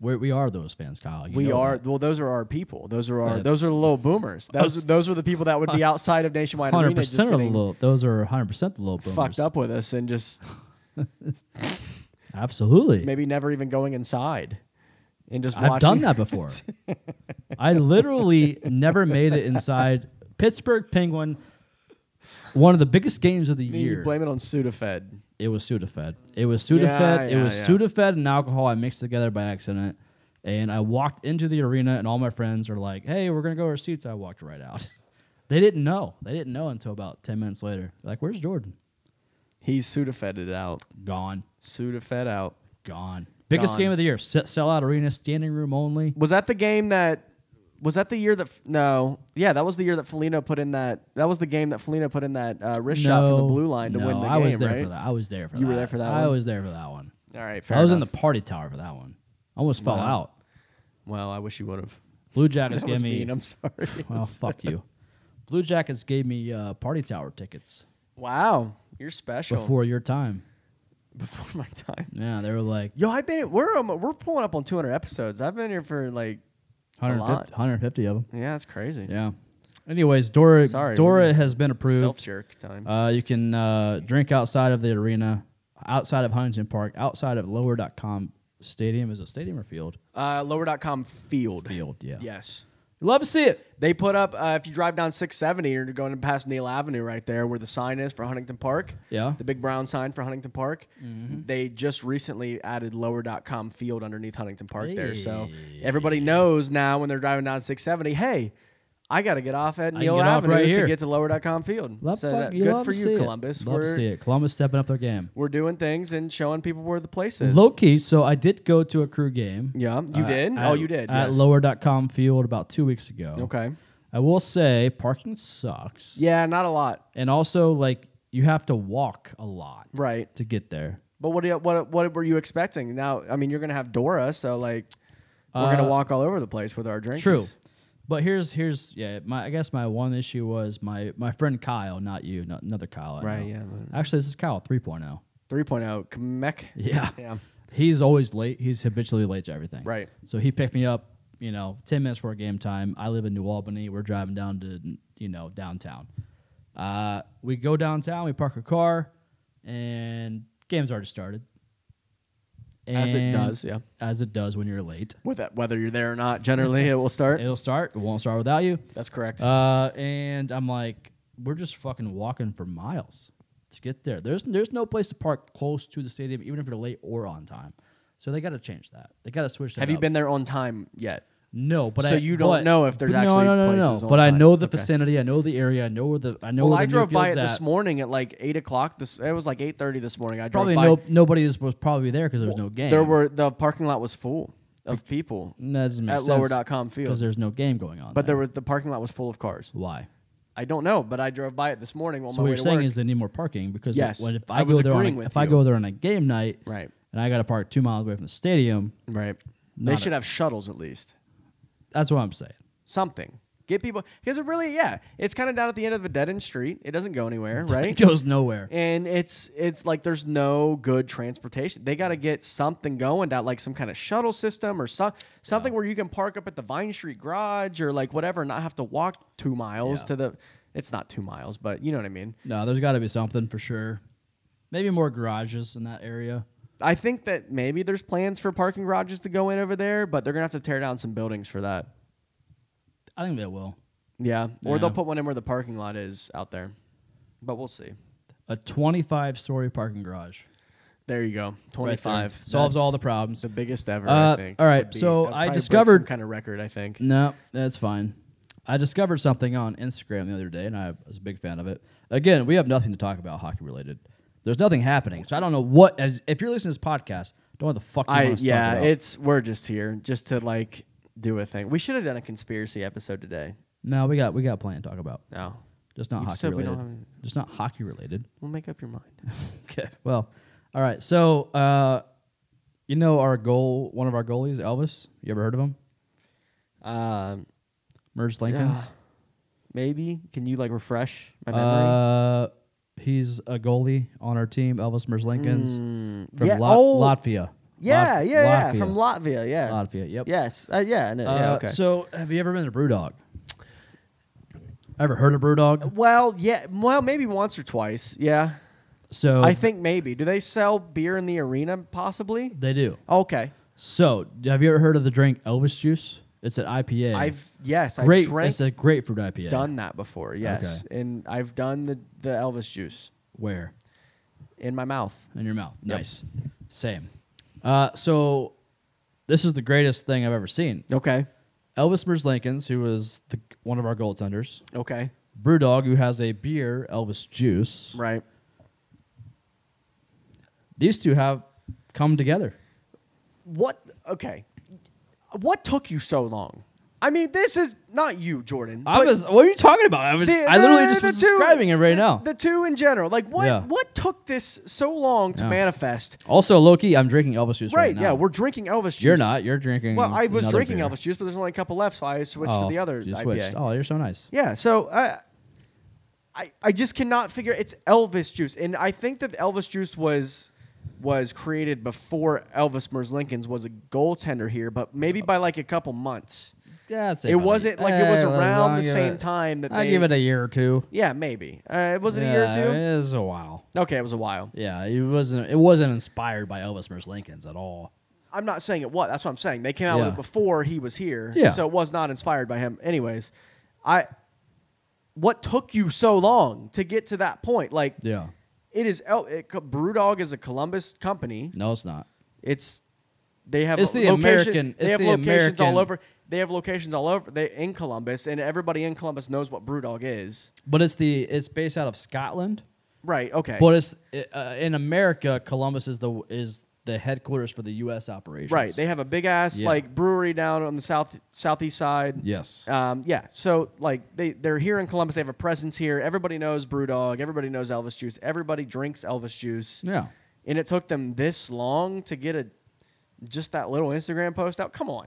Speaker 1: We're, we are those fans, Kyle. You
Speaker 2: we
Speaker 1: know
Speaker 2: are
Speaker 1: that.
Speaker 2: well. Those are our people. Those are our.
Speaker 1: Yeah.
Speaker 2: Those are the little boomers. Those those are the people that would be outside of Nationwide Arena
Speaker 1: hundred
Speaker 2: just
Speaker 1: percent of the
Speaker 2: getting
Speaker 1: little. Those are hundred percent the little boomers.
Speaker 2: fucked up with us and just
Speaker 1: Absolutely.
Speaker 2: maybe never even going inside and just
Speaker 1: I've
Speaker 2: watching.
Speaker 1: done that before. I literally never made it inside Pittsburgh Penguin. One of the biggest games of the
Speaker 2: You
Speaker 1: year.
Speaker 2: blame it on Sudafed.
Speaker 1: It was Sudafed. It was Sudafed.
Speaker 2: Yeah,
Speaker 1: it
Speaker 2: yeah,
Speaker 1: was
Speaker 2: yeah.
Speaker 1: Sudafed and alcohol I mixed together by accident. And I walked into the arena, and all my friends are like, "Hey, we're gonna go to our seats." I walked right out. they didn't know. They didn't know until about ten minutes later. Like, where's Jordan?
Speaker 2: He's Sudafeded out.
Speaker 1: Gone.
Speaker 2: Sudafed out.
Speaker 1: Gone. Biggest
Speaker 2: Gone.
Speaker 1: game of the year. Se- sellout arena, standing room only.
Speaker 2: Was that the game that? Was that the year that? No, yeah, that was the year that Felino put in that. That was the game that Felino put in that uh, wrist shot from the blue line to
Speaker 1: no,
Speaker 2: win the
Speaker 1: I
Speaker 2: game,
Speaker 1: was there
Speaker 2: right?
Speaker 1: for that. I was there for that.
Speaker 2: You were there for that
Speaker 1: I
Speaker 2: one?
Speaker 1: was there for that one.
Speaker 2: All right,
Speaker 1: I was in the party tower for that one. I almost fell
Speaker 2: Wow.
Speaker 1: out.
Speaker 2: Well, I wish you would have.
Speaker 1: Blue Jackets
Speaker 2: That
Speaker 1: gave
Speaker 2: was
Speaker 1: me.
Speaker 2: mean. I'm sorry.
Speaker 1: Well, fuck you. Blue Jackets gave me uh, party tower tickets
Speaker 2: wow, you're special.
Speaker 1: before your time.
Speaker 2: Before my time.
Speaker 1: Yeah, they were like
Speaker 2: Yo, I've been. We're um, we're pulling up on 200 episodes. I've been here for like.
Speaker 1: 150, 150 of them.
Speaker 2: Yeah, that's crazy.
Speaker 1: Yeah. Anyways, Dora
Speaker 2: Sorry, we
Speaker 1: Dora
Speaker 2: just
Speaker 1: has been
Speaker 2: Self
Speaker 1: approved.
Speaker 2: jerk time.
Speaker 1: Uh, you can uh, drink outside of the arena, outside of Huntington Park, outside of lower.com stadium. Is it stadium or field?
Speaker 2: Uh, lower.com field.
Speaker 1: Field, yeah.
Speaker 2: Yes.
Speaker 1: Love to see it.
Speaker 2: They put up uh, if you drive down 670 or going past Neil Avenue right there where the sign is for Huntington Park.
Speaker 1: Yeah. Mm-hmm.
Speaker 2: The big brown sign for Huntington Park. They just recently added lower.com field underneath Huntington Park there. So everybody knows now when they're driving down 670, hey, I got to get off at
Speaker 1: I can
Speaker 2: Neil
Speaker 1: get off
Speaker 2: Avenue
Speaker 1: right
Speaker 2: to
Speaker 1: here.
Speaker 2: get to lower.com field.
Speaker 1: Love,
Speaker 2: so
Speaker 1: fuck-
Speaker 2: that-
Speaker 1: you
Speaker 2: good
Speaker 1: love
Speaker 2: for
Speaker 1: to
Speaker 2: you,
Speaker 1: see it.
Speaker 2: Columbus.
Speaker 1: Love to see
Speaker 2: We're,
Speaker 1: it. Columbus stepping up their game.
Speaker 2: we're doing things and showing people where the place is.
Speaker 1: Low key, so I did go to a crew game. uh,
Speaker 2: yeah, you did?
Speaker 1: At,
Speaker 2: oh, you did.
Speaker 1: At
Speaker 2: yes.
Speaker 1: lower.com field about two weeks ago.
Speaker 2: Okay.
Speaker 1: I will say parking sucks.
Speaker 2: Yeah, not a lot.
Speaker 1: And also, like, you have to walk a lot
Speaker 2: Right.
Speaker 1: to get there.
Speaker 2: But what do you- what what were you expecting? Now, I mean, you're gonna have Dora, so like we're
Speaker 1: Uh,
Speaker 2: gonna walk all over the place with our drinks.
Speaker 1: True. But here's here's yeah, my I guess my one issue was my my friend Kyle, not you, not another Kyle. I
Speaker 2: Right,
Speaker 1: know.
Speaker 2: yeah, but-
Speaker 1: Actually, this is Kyle 3.0.
Speaker 2: 3.0 Kamek.
Speaker 1: Yeah.
Speaker 2: Yeah.
Speaker 1: He's always late. He's habitually late to everything.
Speaker 2: Right.
Speaker 1: So he picked me up, you know, 10 minutes before game time. I live in New Albany. We're driving down to, you know, downtown. Uh, we go downtown, we park a car, and game's already started.
Speaker 2: As it
Speaker 1: And-
Speaker 2: does, yeah.
Speaker 1: As it does when you're late.
Speaker 2: With that, whether you're there or not, generally it will start.
Speaker 1: It'll start. It won't start without you.
Speaker 2: That's correct.
Speaker 1: Uh, and I'm like, we're just fucking walking for miles to get there. There's there's no place to park close to the stadium, even if you're late or on time. So they got to change that. They got to switch that.
Speaker 2: Have you
Speaker 1: up.
Speaker 2: been there on time yet?
Speaker 1: No, but
Speaker 2: So
Speaker 1: I,
Speaker 2: you don't
Speaker 1: but-
Speaker 2: know if there's
Speaker 1: but
Speaker 2: actually
Speaker 1: no, no, no, no,
Speaker 2: places
Speaker 1: no.
Speaker 2: on
Speaker 1: But I
Speaker 2: time.
Speaker 1: know the
Speaker 2: Okay.
Speaker 1: vicinity. I know the area. I know where the I know
Speaker 2: Well,
Speaker 1: where the
Speaker 2: I
Speaker 1: new
Speaker 2: drove by it
Speaker 1: field's at.
Speaker 2: this morning at like eight o'clock. This it was like eight thirty this morning. I drove
Speaker 1: Probably
Speaker 2: by.
Speaker 1: no nobody was, was probably there because there was no game.
Speaker 2: There were the parking lot was full of people
Speaker 1: No, that doesn't make
Speaker 2: at
Speaker 1: sense
Speaker 2: lower.com
Speaker 1: because
Speaker 2: field,
Speaker 1: there's no game going on.
Speaker 2: but there
Speaker 1: there.
Speaker 2: was the parking lot was full of cars.
Speaker 1: why?
Speaker 2: I don't know, but I drove by it this morning on
Speaker 1: So
Speaker 2: my
Speaker 1: what
Speaker 2: way
Speaker 1: you're
Speaker 2: to
Speaker 1: saying
Speaker 2: work.
Speaker 1: is they need more parking because if-
Speaker 2: Yes,
Speaker 1: what if
Speaker 2: I
Speaker 1: I,
Speaker 2: was
Speaker 1: go there on
Speaker 2: agreeing
Speaker 1: a,
Speaker 2: with
Speaker 1: if I
Speaker 2: you.
Speaker 1: go there on a game night,
Speaker 2: Right.
Speaker 1: and I got to park two miles away from the stadium,
Speaker 2: right. They
Speaker 1: Not
Speaker 2: should
Speaker 1: a-
Speaker 2: have shuttles at least.
Speaker 1: that's what I'm saying.
Speaker 2: Something. Get people because it really yeah, it's kind of down at the end of a dead end street. It doesn't go anywhere, right?
Speaker 1: It goes nowhere.
Speaker 2: and it's it's like there's no good transportation. They got to get something going down, like some kind of shuttle system or so, something where you can park up at the Vine Street garage or like whatever, and not have to walk two miles
Speaker 1: Yeah.
Speaker 2: to the. It's not two miles, but you know what I mean.
Speaker 1: No, there's got to be something for sure. Maybe more garages in that area.
Speaker 2: I think that maybe there's plans for parking garages to go in over there, but they're gonna have to tear down some buildings for that.
Speaker 1: I think they will.
Speaker 2: Yeah, or they'll
Speaker 1: Yeah.
Speaker 2: put one in where the parking lot is out there, but we'll see.
Speaker 1: A 25 story parking garage.
Speaker 2: There you go,
Speaker 1: Right there.
Speaker 2: twenty-five
Speaker 1: solves all the
Speaker 2: That's
Speaker 1: problems.
Speaker 2: the biggest ever.
Speaker 1: Uh,
Speaker 2: I think.
Speaker 1: all right,
Speaker 2: would be-
Speaker 1: so
Speaker 2: that'd
Speaker 1: I
Speaker 2: probably break some
Speaker 1: discovered-
Speaker 2: kind of record. I think.
Speaker 1: No, that's fine. I discovered something on Instagram the other day, and I was a big fan of it. Again, we have nothing to talk about hockey related. There's nothing happening, so I don't know what. As if you're listening to this podcast, don't know what the fuck you
Speaker 2: I
Speaker 1: want to
Speaker 2: yeah,
Speaker 1: talk about.
Speaker 2: it's we're just here just to like do a thing. We should have done a conspiracy episode today.
Speaker 1: no, we got we got plenty to talk about.
Speaker 2: No,
Speaker 1: Just not
Speaker 2: You
Speaker 1: hockey
Speaker 2: said we don't
Speaker 1: related. Just not hockey related.
Speaker 2: we'll make up your mind.
Speaker 1: Okay. Well, all right. So, uh, you know our goal, one of our goalies, Elvis. You ever heard of him?
Speaker 2: Um,
Speaker 1: Merge Lincolns.
Speaker 2: yeah. maybe can you like refresh my memory?
Speaker 1: Uh, he's a goalie on our team, Elvis Merge Lincolns
Speaker 2: Mm,
Speaker 1: from
Speaker 2: yeah,
Speaker 1: Lot-
Speaker 2: oh,
Speaker 1: Latvia.
Speaker 2: yeah,
Speaker 1: Lat-
Speaker 2: yeah, yeah,
Speaker 1: Latvia.
Speaker 2: from Latvia, yeah,
Speaker 1: Latvia. Yep.
Speaker 2: yes, uh, yeah, no, yeah,
Speaker 1: Uh,
Speaker 2: okay.
Speaker 1: So, have you ever been to BrewDog? Ever heard of BrewDog?
Speaker 2: well, yeah, well, maybe once or twice, yeah.
Speaker 1: So
Speaker 2: I think maybe. Do they sell beer in the arena? Possibly.
Speaker 1: they do.
Speaker 2: Okay.
Speaker 1: So, have you ever heard of the drink Elvis Juice? It's an IPA.
Speaker 2: I've yes,
Speaker 1: great.
Speaker 2: I've drank,
Speaker 1: it's a grapefruit IPA.
Speaker 2: done that before. Yes, and I've done the the Elvis juice.
Speaker 1: Where?
Speaker 2: in my mouth.
Speaker 1: in your mouth. Nice. Same. Uh, so this is the greatest thing I've ever seen.
Speaker 2: Okay.
Speaker 1: Elvis Merz Lincolns, who was the, one of our goaltenders,
Speaker 2: Okay.
Speaker 1: Brewdog, who has a beer, Elvis Juice.
Speaker 2: Right.
Speaker 1: These two have come together.
Speaker 2: What? Okay. What took you so long? I mean, this is not you, Jordan.
Speaker 1: I
Speaker 2: but
Speaker 1: was. What are you talking about? I, was,
Speaker 2: the-
Speaker 1: I literally
Speaker 2: the-
Speaker 1: just
Speaker 2: the
Speaker 1: was
Speaker 2: two-
Speaker 1: describing it right now.
Speaker 2: The two in general, like what?
Speaker 1: Yeah.
Speaker 2: What took this so long to
Speaker 1: Yeah.
Speaker 2: manifest?
Speaker 1: also, Loki, I'm drinking Elvis Juice right,
Speaker 2: Right.
Speaker 1: now.
Speaker 2: yeah, we're drinking Elvis juice.
Speaker 1: You're not. You're drinking.
Speaker 2: Well, I was
Speaker 1: another
Speaker 2: drinking
Speaker 1: beer.
Speaker 2: Elvis juice, but there's only a couple left, so I switched
Speaker 1: Oh,
Speaker 2: to the other
Speaker 1: you
Speaker 2: IPA.
Speaker 1: switched. Oh, you're so nice.
Speaker 2: Yeah, so uh, I I just cannot figure it's Elvis juice, and I think that Elvis juice was was created before Elvis Merz Lincoln's was a goaltender here, but maybe by like a couple months.
Speaker 1: Yeah,
Speaker 2: It wasn't like it was around the same time that
Speaker 1: I
Speaker 2: they-
Speaker 1: give it a year or two.
Speaker 2: Yeah, maybe uh, it was it a year or two.
Speaker 1: It was a while.
Speaker 2: Okay, it was a while.
Speaker 1: Yeah, it wasn't. It wasn't inspired by Elvis Merz Lincoln's at all.
Speaker 2: I'm not saying it was. That's what I'm saying. They came out with
Speaker 1: Yeah.
Speaker 2: it before he was here,
Speaker 1: Yeah.
Speaker 2: so it was not inspired by him. Anyways, I what took you so long to get to that point? Like
Speaker 1: Yeah.
Speaker 2: it is El- it, BrewDog is a Columbus company.
Speaker 1: No, it's not.
Speaker 2: It's they have
Speaker 1: It's
Speaker 2: a-
Speaker 1: the
Speaker 2: location-
Speaker 1: American-
Speaker 2: They
Speaker 1: it's
Speaker 2: have
Speaker 1: the
Speaker 2: locations
Speaker 1: American-
Speaker 2: all over. They have locations all over. They in Columbus, and everybody in Columbus knows what BrewDog is.
Speaker 1: But it's the it's based out of Scotland.
Speaker 2: Right. Okay.
Speaker 1: But it's uh, in America. Columbus is the is the headquarters for the U.S. operations.
Speaker 2: right. They have a big ass
Speaker 1: Yeah.
Speaker 2: like brewery down on the south southeast side.
Speaker 1: yes.
Speaker 2: Um, yeah. So like they they're here in Columbus. They have a presence here. Everybody knows BrewDog. Everybody knows Elvis Juice. Everybody drinks Elvis Juice.
Speaker 1: yeah.
Speaker 2: And it took them this long to get a just that little Instagram post out. Come on.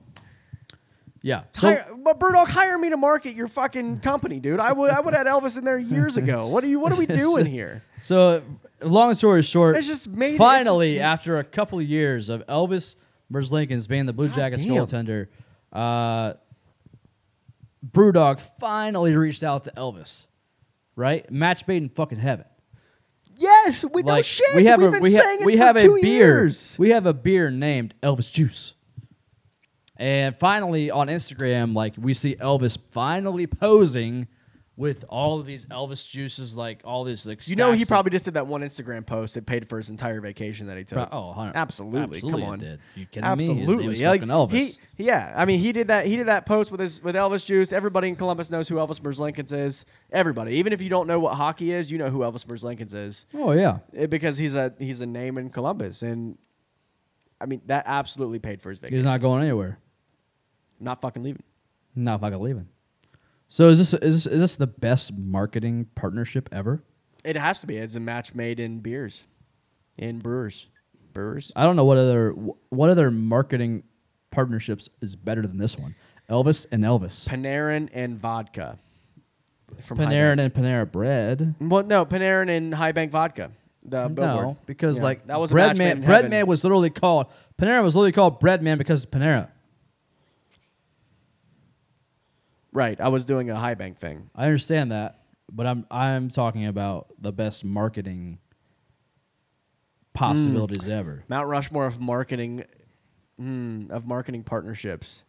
Speaker 1: Yeah.
Speaker 2: hire, but Burdock, hire me to market your fucking company, dude. I would I would have had Elvis in there years ago. What are you What are we doing here?
Speaker 1: So, long story short,
Speaker 2: It's just made- it's
Speaker 1: finally,
Speaker 2: just-
Speaker 1: after a couple of years of Elvis Merz Lincoln's being the Blue Jackets
Speaker 2: damn.
Speaker 1: goaltender, uh, Brewdog finally reached out to Elvis, right? Match made in fucking heaven.
Speaker 2: Yes, we know
Speaker 1: Like,
Speaker 2: shit.
Speaker 1: we have
Speaker 2: We've
Speaker 1: a
Speaker 2: been
Speaker 1: we, ha-
Speaker 2: saying it
Speaker 1: we
Speaker 2: for
Speaker 1: have a
Speaker 2: two
Speaker 1: beer.
Speaker 2: years.
Speaker 1: We have a beer named Elvis Juice. And finally on Instagram, like we see Elvis finally posing with all of these Elvis juices, like all this like.
Speaker 2: You know, he
Speaker 1: stacks of-
Speaker 2: probably just did that one Instagram post that paid for his entire vacation that he took.
Speaker 1: Pro- oh, 100
Speaker 2: absolutely.
Speaker 1: absolutely
Speaker 2: Come
Speaker 1: it
Speaker 2: on.
Speaker 1: did. You kidding me? His name
Speaker 2: Absolutely.
Speaker 1: was
Speaker 2: Yeah, like,
Speaker 1: fucking Elvis.
Speaker 2: He, yeah, I mean, he did that. He did that post with his with Elvis Juice. Everybody in Columbus knows who Elvis Merzlikins is. Everybody, even if you don't know what hockey is, you know who Elvis Merzlikins is
Speaker 1: oh yeah.
Speaker 2: Eh, because he's a he's a name in Columbus, and I mean that absolutely paid for his vacation.
Speaker 1: He's not going anywhere.
Speaker 2: I'm not fucking leaving.
Speaker 1: Not fucking leaving. So is this is this, is this the best marketing partnership ever?
Speaker 2: It has to be. It's a match made in beers, in brewers, brewers.
Speaker 1: I don't know what other wh- what other marketing partnerships is better than this one. Elvis and Elvis,
Speaker 2: Panarin and vodka. From High
Speaker 1: Panarin and Panera Bread.
Speaker 2: Bank. Well, no, Panarin and High Bank Vodka. The
Speaker 1: No,
Speaker 2: billboard.
Speaker 1: because
Speaker 2: Yeah,
Speaker 1: like
Speaker 2: that was a
Speaker 1: Bread
Speaker 2: match made
Speaker 1: Man.
Speaker 2: in
Speaker 1: Bread
Speaker 2: heaven.
Speaker 1: Man was literally called Panera was literally called Bread Man because it's Panera.
Speaker 2: Right. I was doing a high bank thing.
Speaker 1: I understand that, but I'm I'm talking about the best marketing possibilities
Speaker 2: Mm.
Speaker 1: ever.
Speaker 2: Mount Rushmore of marketing, mm, of marketing partnerships.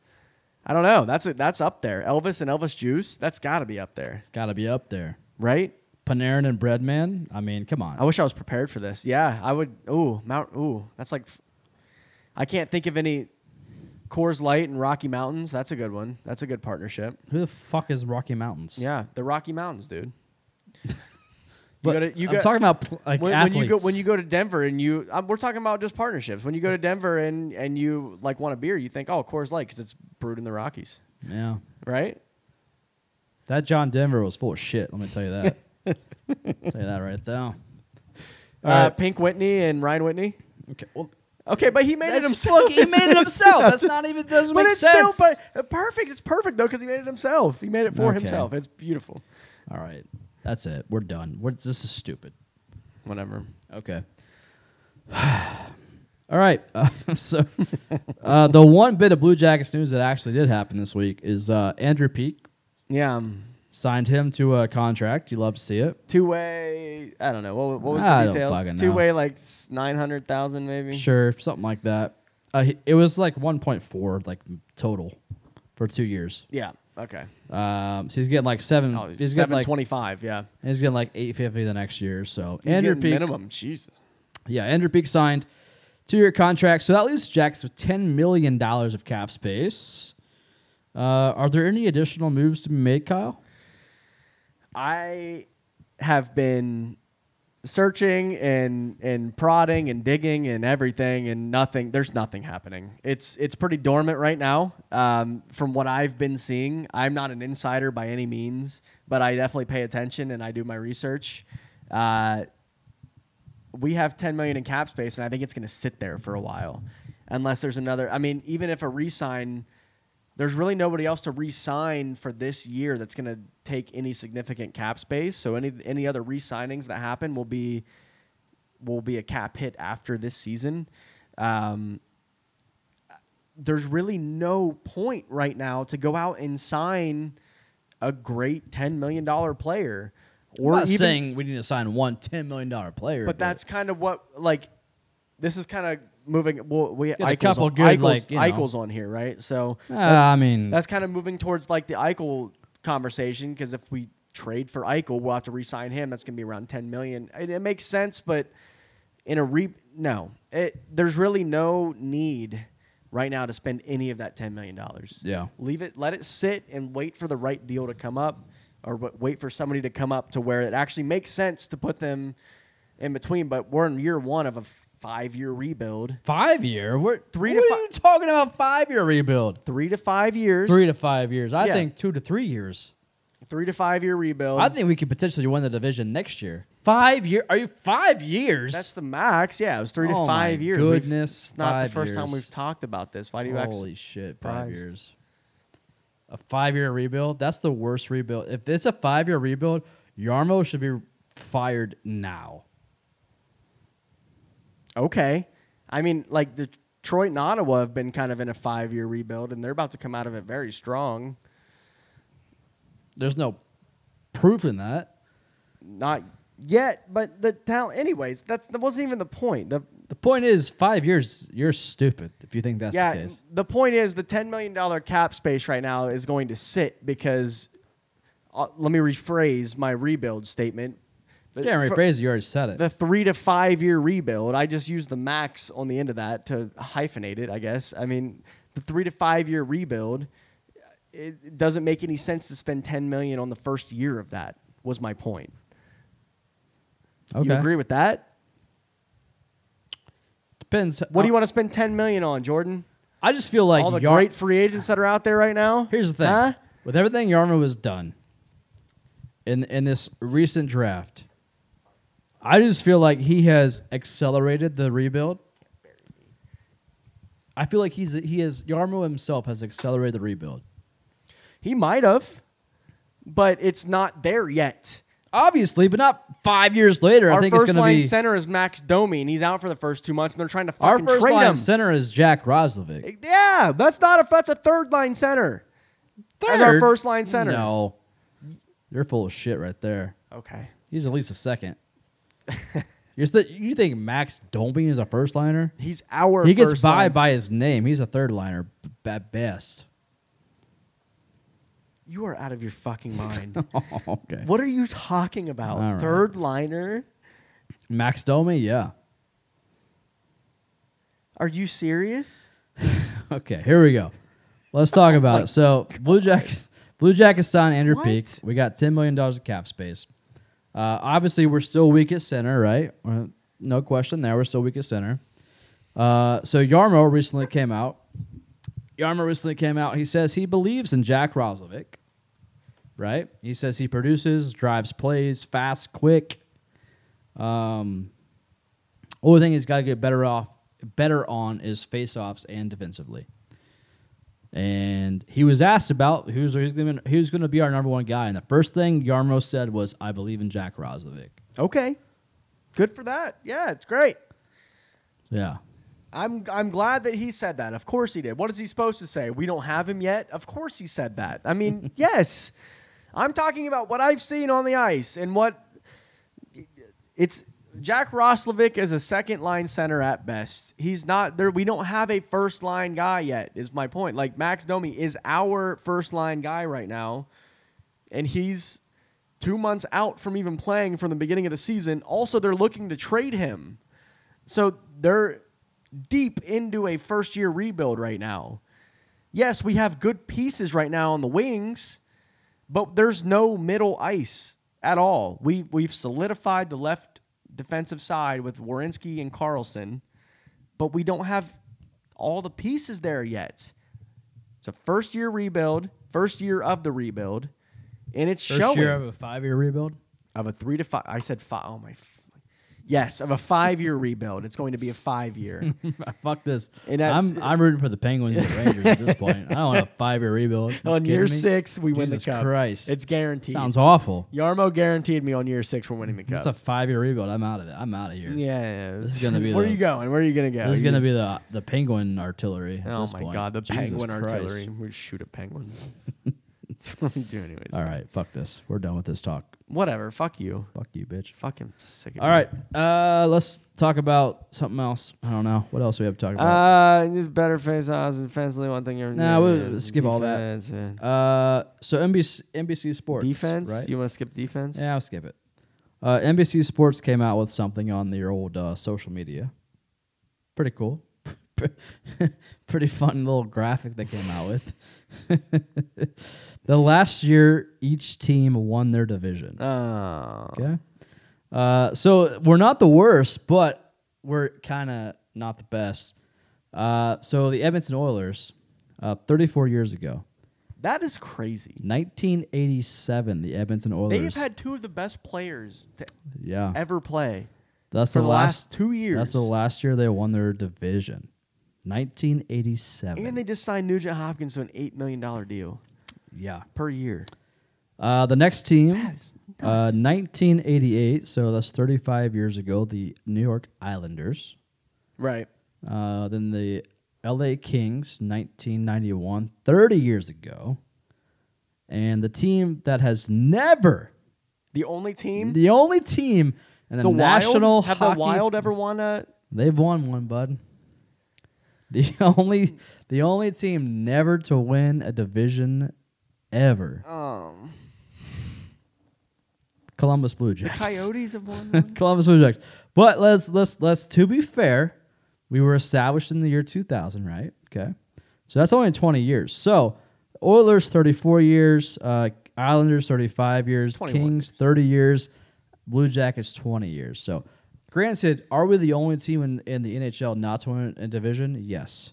Speaker 2: I don't know. That's that's up there. Elvis and Elvis Juice. That's got to be up there,
Speaker 1: It's got to be up there.
Speaker 2: right?
Speaker 1: Panarin and Bread Man. I mean, come on.
Speaker 2: I wish I was prepared for this. Yeah, I would. Ooh, Mount. Ooh, that's like. f- I can't think of any. Coors Light and Rocky Mountains. That's a good one. That's a good partnership.
Speaker 1: Who the fuck is Rocky Mountains?
Speaker 2: Yeah, the Rocky Mountains, dude.
Speaker 1: But
Speaker 2: gotta- you
Speaker 1: I'm
Speaker 2: got-
Speaker 1: talking about pl- like
Speaker 2: when, when
Speaker 1: athletes.
Speaker 2: you go when you go to Denver and you um, we're talking about just partnerships. When you go to Denver and and you like want a beer, you think oh Coors Light because it's brewed in the Rockies,
Speaker 1: yeah,
Speaker 2: right?
Speaker 1: that John Denver was full of shit. Let me tell you that. tell you that right now. All
Speaker 2: uh,
Speaker 1: right.
Speaker 2: Pink Whitney and Ryan Whitney.
Speaker 1: Okay, well,
Speaker 2: Okay, but he made it
Speaker 1: That's
Speaker 2: himself.
Speaker 1: fucking- he made it himself. That's not even- doesn't
Speaker 2: but
Speaker 1: make
Speaker 2: it's
Speaker 1: sense.
Speaker 2: Still, but uh, perfect. It's perfect though because he made it himself. He made it for
Speaker 1: Okay.
Speaker 2: himself. It's beautiful.
Speaker 1: all right, that's it. We're done. We're, this is stupid.
Speaker 2: Whatever.
Speaker 1: Okay. All right. Uh, so, uh, the one bit of Blue Jackets news that actually did happen this week is uh, Andrew Peak
Speaker 2: Yeah. Um,
Speaker 1: signed him to a contract. You love to see it.
Speaker 2: Two way. I don't know what, what was
Speaker 1: I
Speaker 2: the
Speaker 1: don't
Speaker 2: details.
Speaker 1: fucking know.
Speaker 2: Two way like nine hundred thousand maybe.
Speaker 1: Sure, something like that. Uh, he- it was like 1.4 like total for two years.
Speaker 2: Yeah. Okay.
Speaker 1: Um, so he's getting like seven.
Speaker 2: Oh,
Speaker 1: he's getting
Speaker 2: seven
Speaker 1: like
Speaker 2: twenty five. Yeah.
Speaker 1: he's getting like 850 the next year. So
Speaker 2: He's
Speaker 1: Andrew
Speaker 2: getting
Speaker 1: Peak,
Speaker 2: minimum. Jesus.
Speaker 1: yeah, Andrew Peak signed two-year contract. So that leaves Jax with 10 million dollars of cap space. Uh, are there any additional moves to be made, Kyle?
Speaker 2: I have been searching and and prodding and digging and everything and nothing there's nothing happening it's it's pretty dormant right now um, from what i've been seeing i'm not an insider by any means but i definitely pay attention and i do my research uh, we have 10 million in cap space and i think it's going to sit there for a while unless there's another i mean even if a re-sign there's really nobody else to re-sign for this year that's going to take any significant cap space so any any other re-signings that happen will be will be a cap hit after this season um, there's really no point right now to go out and sign a great $10 million player or
Speaker 1: We're
Speaker 2: even
Speaker 1: saying we need to sign one $10 million player.
Speaker 2: but that's kind of what like this is kind of moving. Well, we
Speaker 1: a
Speaker 2: Eichel's
Speaker 1: couple
Speaker 2: on,
Speaker 1: good,
Speaker 2: Eichel's,
Speaker 1: like, you know.
Speaker 2: Eichel's on here, right? So
Speaker 1: Uh, I mean,
Speaker 2: that's kind of moving towards like the Eichel conversation because if we trade for Eichel, we'll have to re-sign him. That's going to be around ten million. It, it makes sense, but in a re no, it, there's really no need right now to spend any of that ten million dollars.
Speaker 1: Yeah.
Speaker 2: leave it, let it sit, and wait for the right deal to come up, or wa- wait for somebody to come up to where it actually makes sense to put them in between. But we're in year one of a five-year rebuild.
Speaker 1: five year. We're,
Speaker 2: Three to
Speaker 1: what
Speaker 2: fi-
Speaker 1: are you talking about? Five year rebuild.
Speaker 2: Three to five years.
Speaker 1: Three to five years. I
Speaker 2: Yeah.
Speaker 1: think two to three years.
Speaker 2: three to five year rebuild.
Speaker 1: I think we could potentially win the division next year. Oh. Five year? Are you five years?
Speaker 2: That's the max. Yeah, it was three
Speaker 1: Oh
Speaker 2: to
Speaker 1: my
Speaker 2: five years. We've-
Speaker 1: goodness,
Speaker 2: it's not the
Speaker 1: five
Speaker 2: first time
Speaker 1: years.
Speaker 2: we've talked about this. Why do you
Speaker 1: Holy
Speaker 2: actually?
Speaker 1: shit! Five
Speaker 2: surprised?
Speaker 1: years. A five year rebuild. That's the worst rebuild. If it's a five year rebuild, Yarmo should be fired now.
Speaker 2: Okay, I mean, like Detroit and Ottawa have been kind of in a five year rebuild, and they're about to come out of it very strong.
Speaker 1: There's no proof in that.
Speaker 2: Not yet, but the talent. Anyways, that's that wasn't even the point. The
Speaker 1: The point is, five years. You're stupid if you think that's
Speaker 2: yeah,
Speaker 1: the case.
Speaker 2: the point is the ten million dollar cap space right now is going to sit because uh, let me rephrase my rebuild statement. The-
Speaker 1: Can't
Speaker 2: fr-
Speaker 1: rephrase it. You already said it.
Speaker 2: the three to five year rebuild. I just used the max on the end of that to hyphenate it, I guess. I mean, the three to five year rebuild, it doesn't make any sense to spend 10 million on the first year of that, was my point.
Speaker 1: okay.
Speaker 2: You agree with that?
Speaker 1: Depends.
Speaker 2: What do you want to spend 10 million on, Jordan?
Speaker 1: I just feel Oh. like
Speaker 2: All the
Speaker 1: Yar-
Speaker 2: great free agents that are out there right now?
Speaker 1: Here's the thing.
Speaker 2: Huh?
Speaker 1: With everything Yarmo has done in in this recent draft, I just feel like he has accelerated the rebuild. I feel like he's he is Yarmo himself has accelerated the rebuild.
Speaker 2: He might have, but it's not there yet.
Speaker 1: Obviously, but not five years later. I
Speaker 2: Our
Speaker 1: think
Speaker 2: first
Speaker 1: it's going
Speaker 2: line
Speaker 1: to be
Speaker 2: center is Max Domi, and he's out for the first two months, and they're trying to
Speaker 1: our
Speaker 2: fucking
Speaker 1: first
Speaker 2: trade
Speaker 1: line
Speaker 2: him.
Speaker 1: center is Jack Roslovic.
Speaker 2: Yeah, that's not a that's a third line center. As our
Speaker 1: Third?
Speaker 2: first line center.
Speaker 1: No, you're full of shit right there.
Speaker 2: Okay.
Speaker 1: He's at least a second. You're th- you think Max Domi is a first liner?
Speaker 2: He's our
Speaker 1: He gets
Speaker 2: first
Speaker 1: by
Speaker 2: line
Speaker 1: by his name. He's a third liner b- at best.
Speaker 2: center. You are out of your fucking mind.
Speaker 1: okay.
Speaker 2: what are you talking about?
Speaker 1: All right.
Speaker 2: Third liner?
Speaker 1: Max Domi, yeah.
Speaker 2: Are you serious?
Speaker 1: Okay, here we go. Let's talk about it. So Blue Jackets, Blue Jackets signed Andrew
Speaker 2: Oh What?
Speaker 1: Peak. We got ten million dollars of cap space. Uh, obviously, we're still weak at center, right? Uh, No question there. We're still weak at center. Uh, so Yarmo recently came out. Yarmo recently came out. He says he believes in Jack Roslovic, right? He says he produces, drives plays, fast, quick. Um, only thing he's got to get better off, better on is faceoffs and defensively. And he was asked about who's who's going to who's going to be our number one guy, and the first thing Yarmo said was, "I believe in Jack Roslovic."
Speaker 2: Okay. Good for that. Yeah, it's great.
Speaker 1: Yeah,
Speaker 2: I'm I'm glad that he said that. Of course he did. What is he supposed to say? We don't have him yet. Of course he said that. I mean, yes. I'm talking about what I've seen on the ice and what it's Jack Roslovic is a second line center at best. He's not there. We don't have a first line guy yet. Is my point. Like Max Domi is our first line guy right now, and he's two months out from even playing from the beginning of the season. Also, they're looking to trade him. So they're deep into a first year rebuild right now. Yes, we have good pieces right now on the wings, but there's no middle ice at all. We we've solidified the left defensive side with Warinsky and Carlson, but we don't have all the pieces there yet. It's a first year rebuild, first year of the rebuild, and it's
Speaker 1: first
Speaker 2: showing
Speaker 1: year of a five-year rebuild.
Speaker 2: of a three to five. I said five. Oh my. F- yes, of a five year rebuild. It's going to be a five year.
Speaker 1: Fuck this.
Speaker 2: And that's-
Speaker 1: I'm I'm rooting for the Penguins and the Rangers at this point. I don't want a five-year rebuild. You
Speaker 2: on
Speaker 1: kidding
Speaker 2: year
Speaker 1: me?
Speaker 2: six, we win
Speaker 1: Jesus
Speaker 2: the cup.
Speaker 1: Christ.
Speaker 2: It's guaranteed.
Speaker 1: sounds awful.
Speaker 2: Yarmo guaranteed me on year six we're winning the
Speaker 1: It's
Speaker 2: cup.
Speaker 1: a five-year rebuild. I'm out of it. I'm out of here.
Speaker 2: yeah, yeah, yeah.
Speaker 1: This is gonna be
Speaker 2: Where
Speaker 1: the-
Speaker 2: are you going? Where are you gonna go?
Speaker 1: This is
Speaker 2: You-
Speaker 1: going to be the the Penguin artillery. at
Speaker 2: Oh
Speaker 1: this
Speaker 2: my
Speaker 1: point.
Speaker 2: god, the
Speaker 1: Jesus
Speaker 2: penguin
Speaker 1: Christ.
Speaker 2: artillery. We shoot at penguins. That's what we do anyways.
Speaker 1: All right, fuck this. We're done with this talk.
Speaker 2: Whatever. Fuck you.
Speaker 1: Fuck you, bitch.
Speaker 2: Fucking sick. Of
Speaker 1: All
Speaker 2: you.
Speaker 1: right, uh, let's talk about something else. I don't know what else we have to talk about.
Speaker 2: Uh, better face offs defensively. One thing you're
Speaker 1: Nah, we'll skip all that.
Speaker 2: defense, yeah.
Speaker 1: Uh, so NBC NBC Sports
Speaker 2: Defense?
Speaker 1: right?
Speaker 2: You want to skip defense?
Speaker 1: yeah, I'll skip it. Uh, NBC Sports came out with something on their old uh, social media. Pretty cool. Pretty fun little graphic they came out with. the last year, each team won their division.
Speaker 2: Oh.
Speaker 1: Okay. Uh, so we're not the worst, but we're kind of not the best. Uh, so the Edmonton Oilers, uh, 34 years ago,
Speaker 2: That is crazy.
Speaker 1: 1987, the Edmonton Oilers.
Speaker 2: They've had two of the best players to
Speaker 1: yeah,
Speaker 2: ever play.
Speaker 1: that's
Speaker 2: for
Speaker 1: the
Speaker 2: the
Speaker 1: last,
Speaker 2: last two years.
Speaker 1: That's the last year they won their division, 1987.
Speaker 2: And they just signed Nugent Hopkins to an $8 million deal
Speaker 1: yeah.
Speaker 2: per year.
Speaker 1: Uh, the next team,
Speaker 2: That is
Speaker 1: uh, 1988. So that's 35 years ago. The New York Islanders.
Speaker 2: Right.
Speaker 1: Uh, then the LA Kings, 1991, 30 years ago. And the team that has never,
Speaker 2: The only team?
Speaker 1: the only team in the,
Speaker 2: the
Speaker 1: National
Speaker 2: Wild? Have
Speaker 1: Hockey
Speaker 2: the Wild ever won a.
Speaker 1: They've won one, bud. The only the only team never to win a division ever.
Speaker 2: Um,
Speaker 1: Columbus Blue Jays.
Speaker 2: Coyotes have won. one.
Speaker 1: Columbus Blue Jays. But let's let's let's to be fair, we were established in the year 2000, right? Okay, so that's only 20 years. So Oilers 34 years, uh, Islanders 35 years,
Speaker 2: 21
Speaker 1: Kings 30 years, Blue Jackets 20 years. So granted, are we the only team in, in the NHL not to win a division? Yes,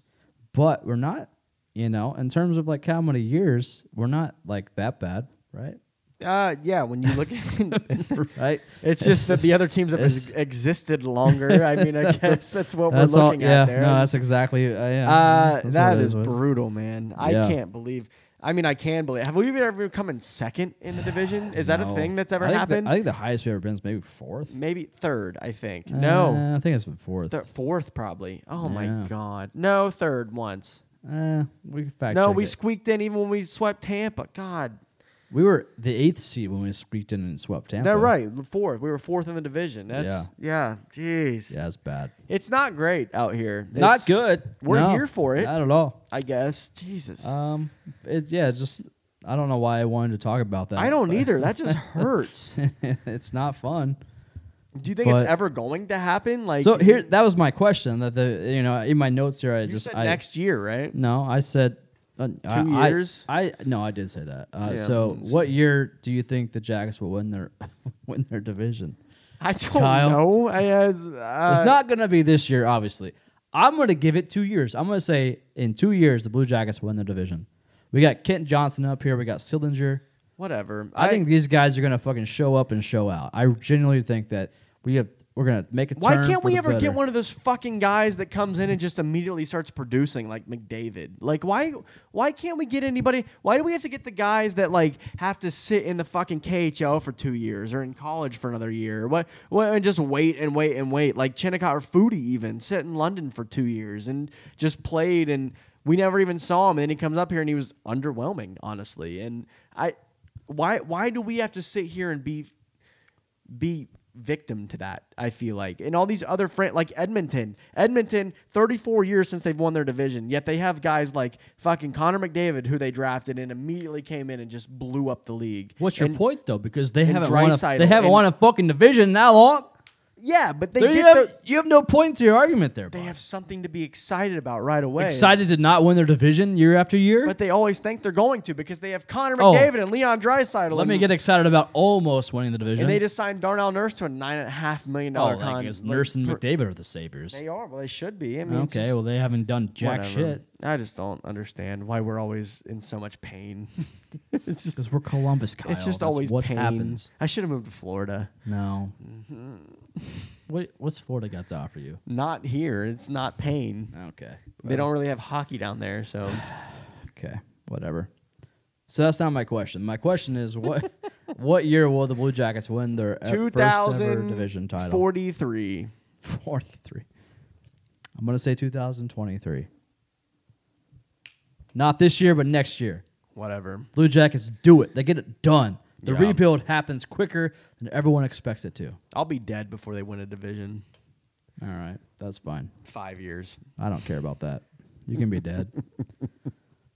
Speaker 1: but we're not. You know, in terms of like how many years, we're not like that bad, right?
Speaker 2: Uh, yeah, when you look at
Speaker 1: right.
Speaker 2: It's just that the other teams have
Speaker 1: it's-
Speaker 2: ex- existed longer. I mean, I guess that's what we're
Speaker 1: That's all.
Speaker 2: looking
Speaker 1: Yeah.
Speaker 2: at there.
Speaker 1: No, that's exactly. Uh, yeah.
Speaker 2: uh,
Speaker 1: that's what
Speaker 2: that
Speaker 1: it
Speaker 2: is
Speaker 1: what-
Speaker 2: brutal, man. I
Speaker 1: Yeah.
Speaker 2: can't believe. I mean, I can believe. Have we even ever come in second in the division? Is that
Speaker 1: No.
Speaker 2: a thing that's
Speaker 1: I
Speaker 2: ever
Speaker 1: think the-
Speaker 2: happened?
Speaker 1: I think the highest we've ever been is maybe fourth.
Speaker 2: Maybe third, I think. no,
Speaker 1: Uh, I think it's been fourth.
Speaker 2: Thir- fourth probably. Oh
Speaker 1: Yeah.
Speaker 2: my god, no, third once.
Speaker 1: Uh, we can fact
Speaker 2: no,
Speaker 1: check
Speaker 2: we
Speaker 1: it.
Speaker 2: squeaked in even when we swept Tampa. God,
Speaker 1: we were the eighth seed when we squeaked in and swept Tampa.
Speaker 2: that right, fourth. We were fourth in the division. That's yeah, jeez.
Speaker 1: Yeah, it's bad.
Speaker 2: It's not great out here.
Speaker 1: Not
Speaker 2: It's-
Speaker 1: good.
Speaker 2: We're
Speaker 1: No,
Speaker 2: here for it.
Speaker 1: Not at all.
Speaker 2: I guess. Jesus.
Speaker 1: Um, it, yeah, just I don't know why I wanted to talk about that.
Speaker 2: I don't
Speaker 1: but
Speaker 2: either. That just hurts.
Speaker 1: it's not fun.
Speaker 2: Do you think it's
Speaker 1: But-
Speaker 2: ever going to happen? Like
Speaker 1: So here, that was my question. That the you know in my notes here, I
Speaker 2: you
Speaker 1: just
Speaker 2: said
Speaker 1: I,
Speaker 2: next year, right?
Speaker 1: No, I said uh, two I,
Speaker 2: years?
Speaker 1: I, I no, I did say that. Uh,
Speaker 2: Yeah,
Speaker 1: so,
Speaker 2: that's-
Speaker 1: what year do you think the Jackets will win their win their division?
Speaker 2: I don't
Speaker 1: Kyle?
Speaker 2: know. I, uh,
Speaker 1: it's not going to be this year, obviously. I'm going to give it two years. I'm going to say in two years the Blue Jackets will win their division. We got Kent Johnson up here. We got Sillinger.
Speaker 2: whatever.
Speaker 1: I, think these guys are going to fucking show up and show out. I genuinely think that we have we're going to make a.
Speaker 2: Why
Speaker 1: turn
Speaker 2: can't
Speaker 1: for
Speaker 2: we
Speaker 1: the
Speaker 2: ever
Speaker 1: better.
Speaker 2: get one of those fucking guys that comes in and just immediately starts producing like McDavid? Like why why can't we get anybody why do we have to get the guys that like have to sit in the fucking KHL for 2 years or in college for another year? What what and just wait and wait and wait like Chinnicott or Foodie even sit in London for 2 years and just played and we never even saw him and then he comes up here and he was underwhelming honestly. And I why why do we have to sit here and be be victim to that. I feel like, and all these other friends, like Edmonton, Edmonton, 34 years since they've won their division, yet they have guys like fucking Connor McDavid, who they drafted and immediately came in and just blew up the league.
Speaker 1: What's your
Speaker 2: And-
Speaker 1: point though? Because they haven't won. A, they
Speaker 2: Dreisaitl
Speaker 1: haven't
Speaker 2: and-
Speaker 1: won a fucking division that long.
Speaker 2: Yeah, but they
Speaker 1: There
Speaker 2: get
Speaker 1: you, have,
Speaker 2: their-
Speaker 1: you have no point to your argument there.
Speaker 2: they
Speaker 1: bud.
Speaker 2: have something to be excited about right away.
Speaker 1: excited to not win their division year after year.
Speaker 2: But they always think they're going to because they have Connor
Speaker 1: Oh.
Speaker 2: McDavid and Leon Draisaitl.
Speaker 1: Let
Speaker 2: and,
Speaker 1: me get excited about almost winning the division.
Speaker 2: And they just signed Darnell Nurse to a nine and a half million
Speaker 1: oh,
Speaker 2: dollar
Speaker 1: like,
Speaker 2: contract.
Speaker 1: it's Nurse and McDavid are the saviors.
Speaker 2: They are. Well, they should be. I mean, it's
Speaker 1: Okay,
Speaker 2: just-
Speaker 1: well they haven't done jack
Speaker 2: Whatever.
Speaker 1: shit
Speaker 2: I just don't understand why we're always in so much pain. it's just,
Speaker 1: because we're Columbus, Kyle.
Speaker 2: it's just
Speaker 1: That's
Speaker 2: always
Speaker 1: what
Speaker 2: pain.
Speaker 1: happens.
Speaker 2: I should have moved to Florida.
Speaker 1: No.
Speaker 2: Mm-hmm.
Speaker 1: What what's Florida got to offer you?
Speaker 2: Not here. It's not pain.
Speaker 1: Okay.
Speaker 2: They don't really have hockey down there, so
Speaker 1: Okay. Whatever. So that's not my question. My question is what what year will the Blue Jackets win their uh,
Speaker 2: two
Speaker 1: first ever
Speaker 2: thousand
Speaker 1: division title?
Speaker 2: Forty-three.
Speaker 1: 43. I'm going to say 2023. Not this year, but next year.
Speaker 2: Whatever.
Speaker 1: Blue Jackets do it. They get it done. The
Speaker 2: Yeah.
Speaker 1: rebuild happens quicker than everyone expects it to. All
Speaker 2: I'll be dead before they win a division.
Speaker 1: right. That's fine.
Speaker 2: Five years.
Speaker 1: I don't care about that. You can be dead.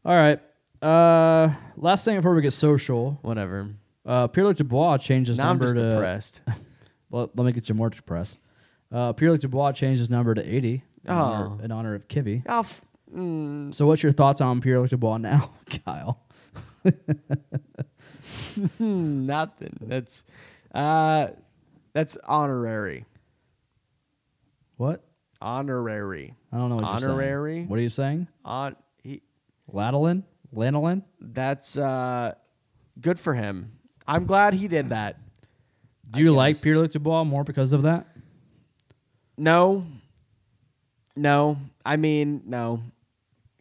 Speaker 1: All right. Uh, last thing before we get social,
Speaker 2: Whatever.
Speaker 1: uh, Pierre Luc Dubois changed his
Speaker 2: now I'm
Speaker 1: number
Speaker 2: just
Speaker 1: to.
Speaker 2: depressed.
Speaker 1: Well, let me get you more depressed. Uh, Pierre Luc Dubois changed his number to 80 in,
Speaker 2: Oh.
Speaker 1: honor, in honor of Kivy.
Speaker 2: I'll f- mm,
Speaker 1: So, what's your thoughts on Pierre Luc Dubois now, Kyle?
Speaker 2: nothing. That's uh, that's honorary.
Speaker 1: What?
Speaker 2: Honorary.
Speaker 1: I don't know what you're
Speaker 2: Honorary?
Speaker 1: saying. What are you saying?
Speaker 2: On he.
Speaker 1: Ladolin? Lanolin?
Speaker 2: That's uh, good for him. I'm glad he did that.
Speaker 1: Do you like Pierre Luc Dubois more because of that?
Speaker 2: No, no. I mean, no,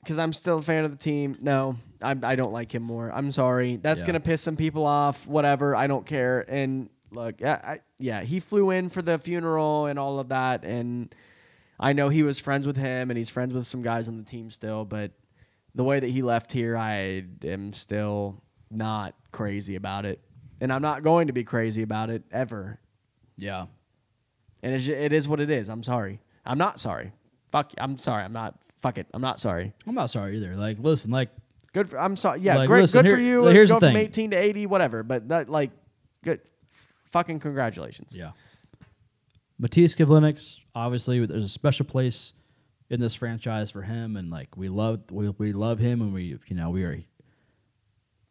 Speaker 2: because I'm still a fan of the team. No, I, I don't like him more. I'm sorry. That's
Speaker 1: Yeah.
Speaker 2: gonna piss some people off. Whatever. I don't care. And look, I, I, yeah, he flew in for the funeral and all of that, and I know he was friends with him, and he's friends with some guys on the team still. But the way that he left here, I am still not crazy about it, and I'm not going to be crazy about it ever
Speaker 1: Yeah.
Speaker 2: and it's, ju- it is what it is. I'm sorry. I'm not sorry. Fuck. I'm sorry. I'm not. Fuck it. I'm not sorry.
Speaker 1: I'm not sorry either. Like, listen, like,
Speaker 2: Good. For, I'm sorry. Yeah.
Speaker 1: Like,
Speaker 2: great.
Speaker 1: listen,
Speaker 2: good for
Speaker 1: here-
Speaker 2: you.
Speaker 1: here's
Speaker 2: go
Speaker 1: the
Speaker 2: from
Speaker 1: thing.
Speaker 2: 18 to 80, whatever. But that like, good. fucking congratulations.
Speaker 1: Yeah. Matisse Kivlinix, obviously, there's a special place in this franchise for him, and like we love we, we love him, and we you know we are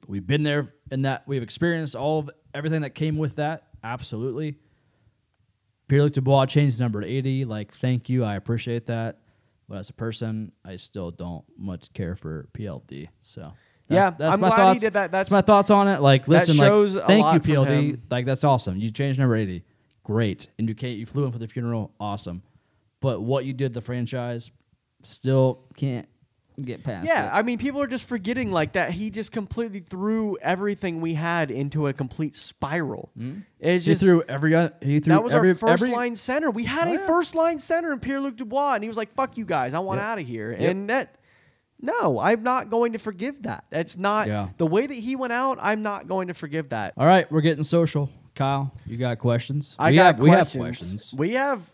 Speaker 1: we've been there in that we've experienced all of everything that came with that. Absolutely. Pierre Luc Dubois changed his number to 80. Like, thank you. I appreciate that. But as a person, I still don't much care for PLD. So
Speaker 2: Yeah, I'm glad he did that.
Speaker 1: That's
Speaker 2: That's-
Speaker 1: my thoughts on it. Like, listen,
Speaker 2: shows a
Speaker 1: like, thank
Speaker 2: lot
Speaker 1: you,
Speaker 2: from
Speaker 1: PLD.
Speaker 2: him.
Speaker 1: Like, that's awesome. You changed number 80. Great. And you can't, you flew in for the funeral. Awesome. But what you did, the franchise, still can't get past.
Speaker 2: Yeah,
Speaker 1: it.
Speaker 2: I mean, people are just forgetting like that. He just completely threw everything we had into a complete spiral. It's
Speaker 1: Mm-hmm. he
Speaker 2: just
Speaker 1: threw every, he threw
Speaker 2: that was
Speaker 1: every,
Speaker 2: our first
Speaker 1: every-
Speaker 2: line center. We had
Speaker 1: Oh,
Speaker 2: a
Speaker 1: yeah.
Speaker 2: first line center in Pierre Luc Dubois, and he was like, "Fuck you guys, I want
Speaker 1: Yep.
Speaker 2: out of here."
Speaker 1: Yep.
Speaker 2: And that, no, I'm not going to forgive that. That's not
Speaker 1: Yeah.
Speaker 2: the way that he went out. I'm not going to forgive that.
Speaker 1: All right, we're getting social. Kyle, you got questions?
Speaker 2: I
Speaker 1: we
Speaker 2: got
Speaker 1: have,
Speaker 2: questions.
Speaker 1: We have questions.
Speaker 2: We have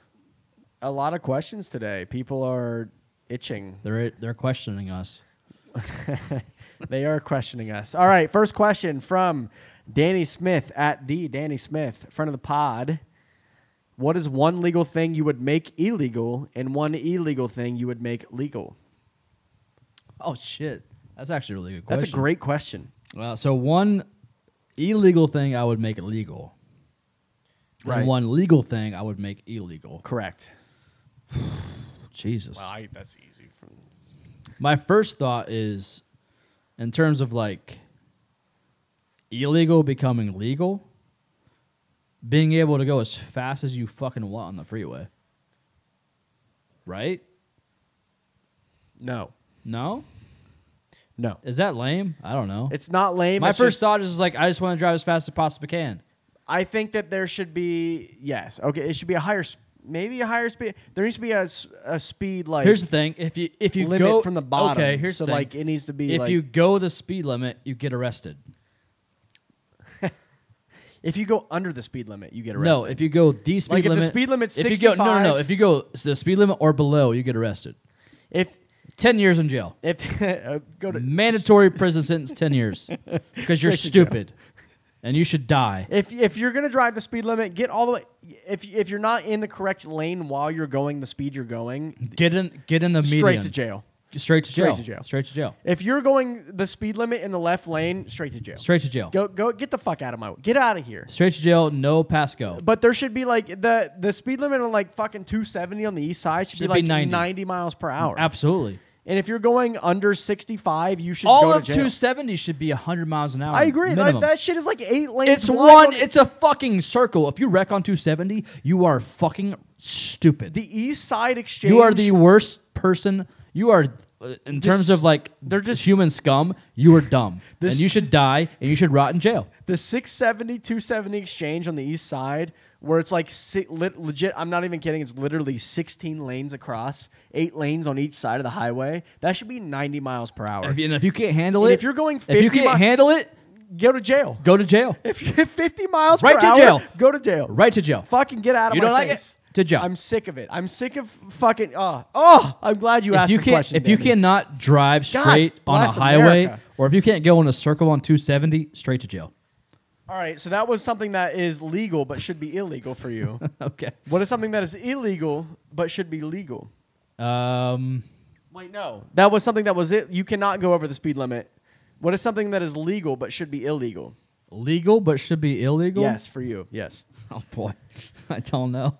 Speaker 2: a lot of questions today. People are itching.
Speaker 1: They're they're questioning us.
Speaker 2: they are questioning us. All right, first question from Danny Smith at the Danny Smith, front of the pod. What is one legal thing you would make illegal and one illegal thing you would make legal?
Speaker 1: Oh shit, that's actually a really good question.
Speaker 2: That's a great question.
Speaker 1: Uh, so one illegal thing I would make illegal,
Speaker 2: Right.
Speaker 1: and one legal thing I would make illegal.
Speaker 2: Correct.
Speaker 1: Jesus.
Speaker 2: I, that's easy. From,
Speaker 1: My first thought is, in terms of like illegal becoming legal, being able to go as fast as you fucking want on the freeway. Right?
Speaker 2: no,
Speaker 1: No?
Speaker 2: no.
Speaker 1: Is that lame? I don't know.
Speaker 2: It's not lame.
Speaker 1: My
Speaker 2: it's
Speaker 1: first
Speaker 2: just-
Speaker 1: thought is like I just want to drive as fast as possibly can.
Speaker 2: I think that there should be yes. Okay, it should be a higher, sp- maybe a higher speed. There needs to be a, s- a speed like
Speaker 1: Here's the thing: if you if you
Speaker 2: limit
Speaker 1: go
Speaker 2: from the bottom.
Speaker 1: okay, here's the
Speaker 2: so
Speaker 1: thing.
Speaker 2: like it needs to be
Speaker 1: if
Speaker 2: like,
Speaker 1: you go the speed limit, you get arrested.
Speaker 2: If you go under the speed limit, you get arrested.
Speaker 1: No, if you go the speed
Speaker 2: Like, if the
Speaker 1: limit,
Speaker 2: speed limit's
Speaker 1: if you go no no no,
Speaker 2: 65
Speaker 1: if you go the speed limit or below, you get arrested.
Speaker 2: if
Speaker 1: Ten years in jail,
Speaker 2: if uh, go to
Speaker 1: mandatory prison sentence. Ten years because you're
Speaker 2: Straight to jail.
Speaker 1: stupid, and you should die.
Speaker 2: if if you're gonna drive the speed limit, get all the way. If if you're not in the correct lane while you're going the speed you're going,
Speaker 1: Get in get in the
Speaker 2: straight
Speaker 1: median.
Speaker 2: to jail.
Speaker 1: Straight to
Speaker 2: Straight
Speaker 1: jail.
Speaker 2: to jail.
Speaker 1: Straight to jail.
Speaker 2: If you're going the speed limit in the left lane, straight to jail.
Speaker 1: Straight to jail.
Speaker 2: Go go get the fuck out of my way. Get out of here.
Speaker 1: Straight to jail. No pass go.
Speaker 2: But there should be like the the speed limit on like fucking 270 on the east side should,
Speaker 1: Should be
Speaker 2: be like
Speaker 1: 90.
Speaker 2: 90 miles per hour.
Speaker 1: Absolutely.
Speaker 2: and if you're going under 65, you should
Speaker 1: All
Speaker 2: go
Speaker 1: of
Speaker 2: to jail.
Speaker 1: 270 should be 100 miles an hour.
Speaker 2: I agree. Like,
Speaker 1: minimum.
Speaker 2: that shit is like eight lanes.
Speaker 1: it's
Speaker 2: wide
Speaker 1: one.
Speaker 2: on-
Speaker 1: It's a fucking circle. If you wreck on 270, you are fucking stupid.
Speaker 2: the East Side Exchange.
Speaker 1: you are the worst person. You are, uh, in terms of like,
Speaker 2: they're just-
Speaker 1: human scum. You are dumb,
Speaker 2: This-
Speaker 1: and you should die, and you should rot in jail.
Speaker 2: the 670 270 exchange on the East Side where it's like si- lit, legit. I'm not even kidding. It's literally 16 lanes across, eight lanes on each side of the highway. That should be 90 miles per hour.
Speaker 1: If you, and if you can't handle
Speaker 2: And
Speaker 1: it,
Speaker 2: if you're going
Speaker 1: if you
Speaker 2: 50
Speaker 1: can't
Speaker 2: mi-
Speaker 1: handle it,
Speaker 2: Go to jail.
Speaker 1: go to jail.
Speaker 2: If you're 50 miles
Speaker 1: Right
Speaker 2: per
Speaker 1: to
Speaker 2: hour,
Speaker 1: jail.
Speaker 2: go to jail.
Speaker 1: Right to jail.
Speaker 2: Fucking get out of
Speaker 1: You
Speaker 2: my
Speaker 1: don't like
Speaker 2: face.
Speaker 1: it? To jail.
Speaker 2: I'm sick of it. I'm sick of fucking. Oh, oh I'm glad you
Speaker 1: if
Speaker 2: asked
Speaker 1: you
Speaker 2: the
Speaker 1: can't,
Speaker 2: question.
Speaker 1: if you
Speaker 2: Danny.
Speaker 1: cannot drive
Speaker 2: God
Speaker 1: straight on a
Speaker 2: bless
Speaker 1: highway,
Speaker 2: America.
Speaker 1: or if you can't go in a circle on 270, straight to jail.
Speaker 2: All right, so that was something that is legal but should be illegal for you.
Speaker 1: Okay.
Speaker 2: what is something that is illegal but should be legal?
Speaker 1: Um.
Speaker 2: Wait, no. That was something that was it. You cannot go over the speed limit. What is something that is legal but should be illegal?
Speaker 1: legal but should be illegal?
Speaker 2: Yes, for you. Yes.
Speaker 1: Oh boy, I don't know.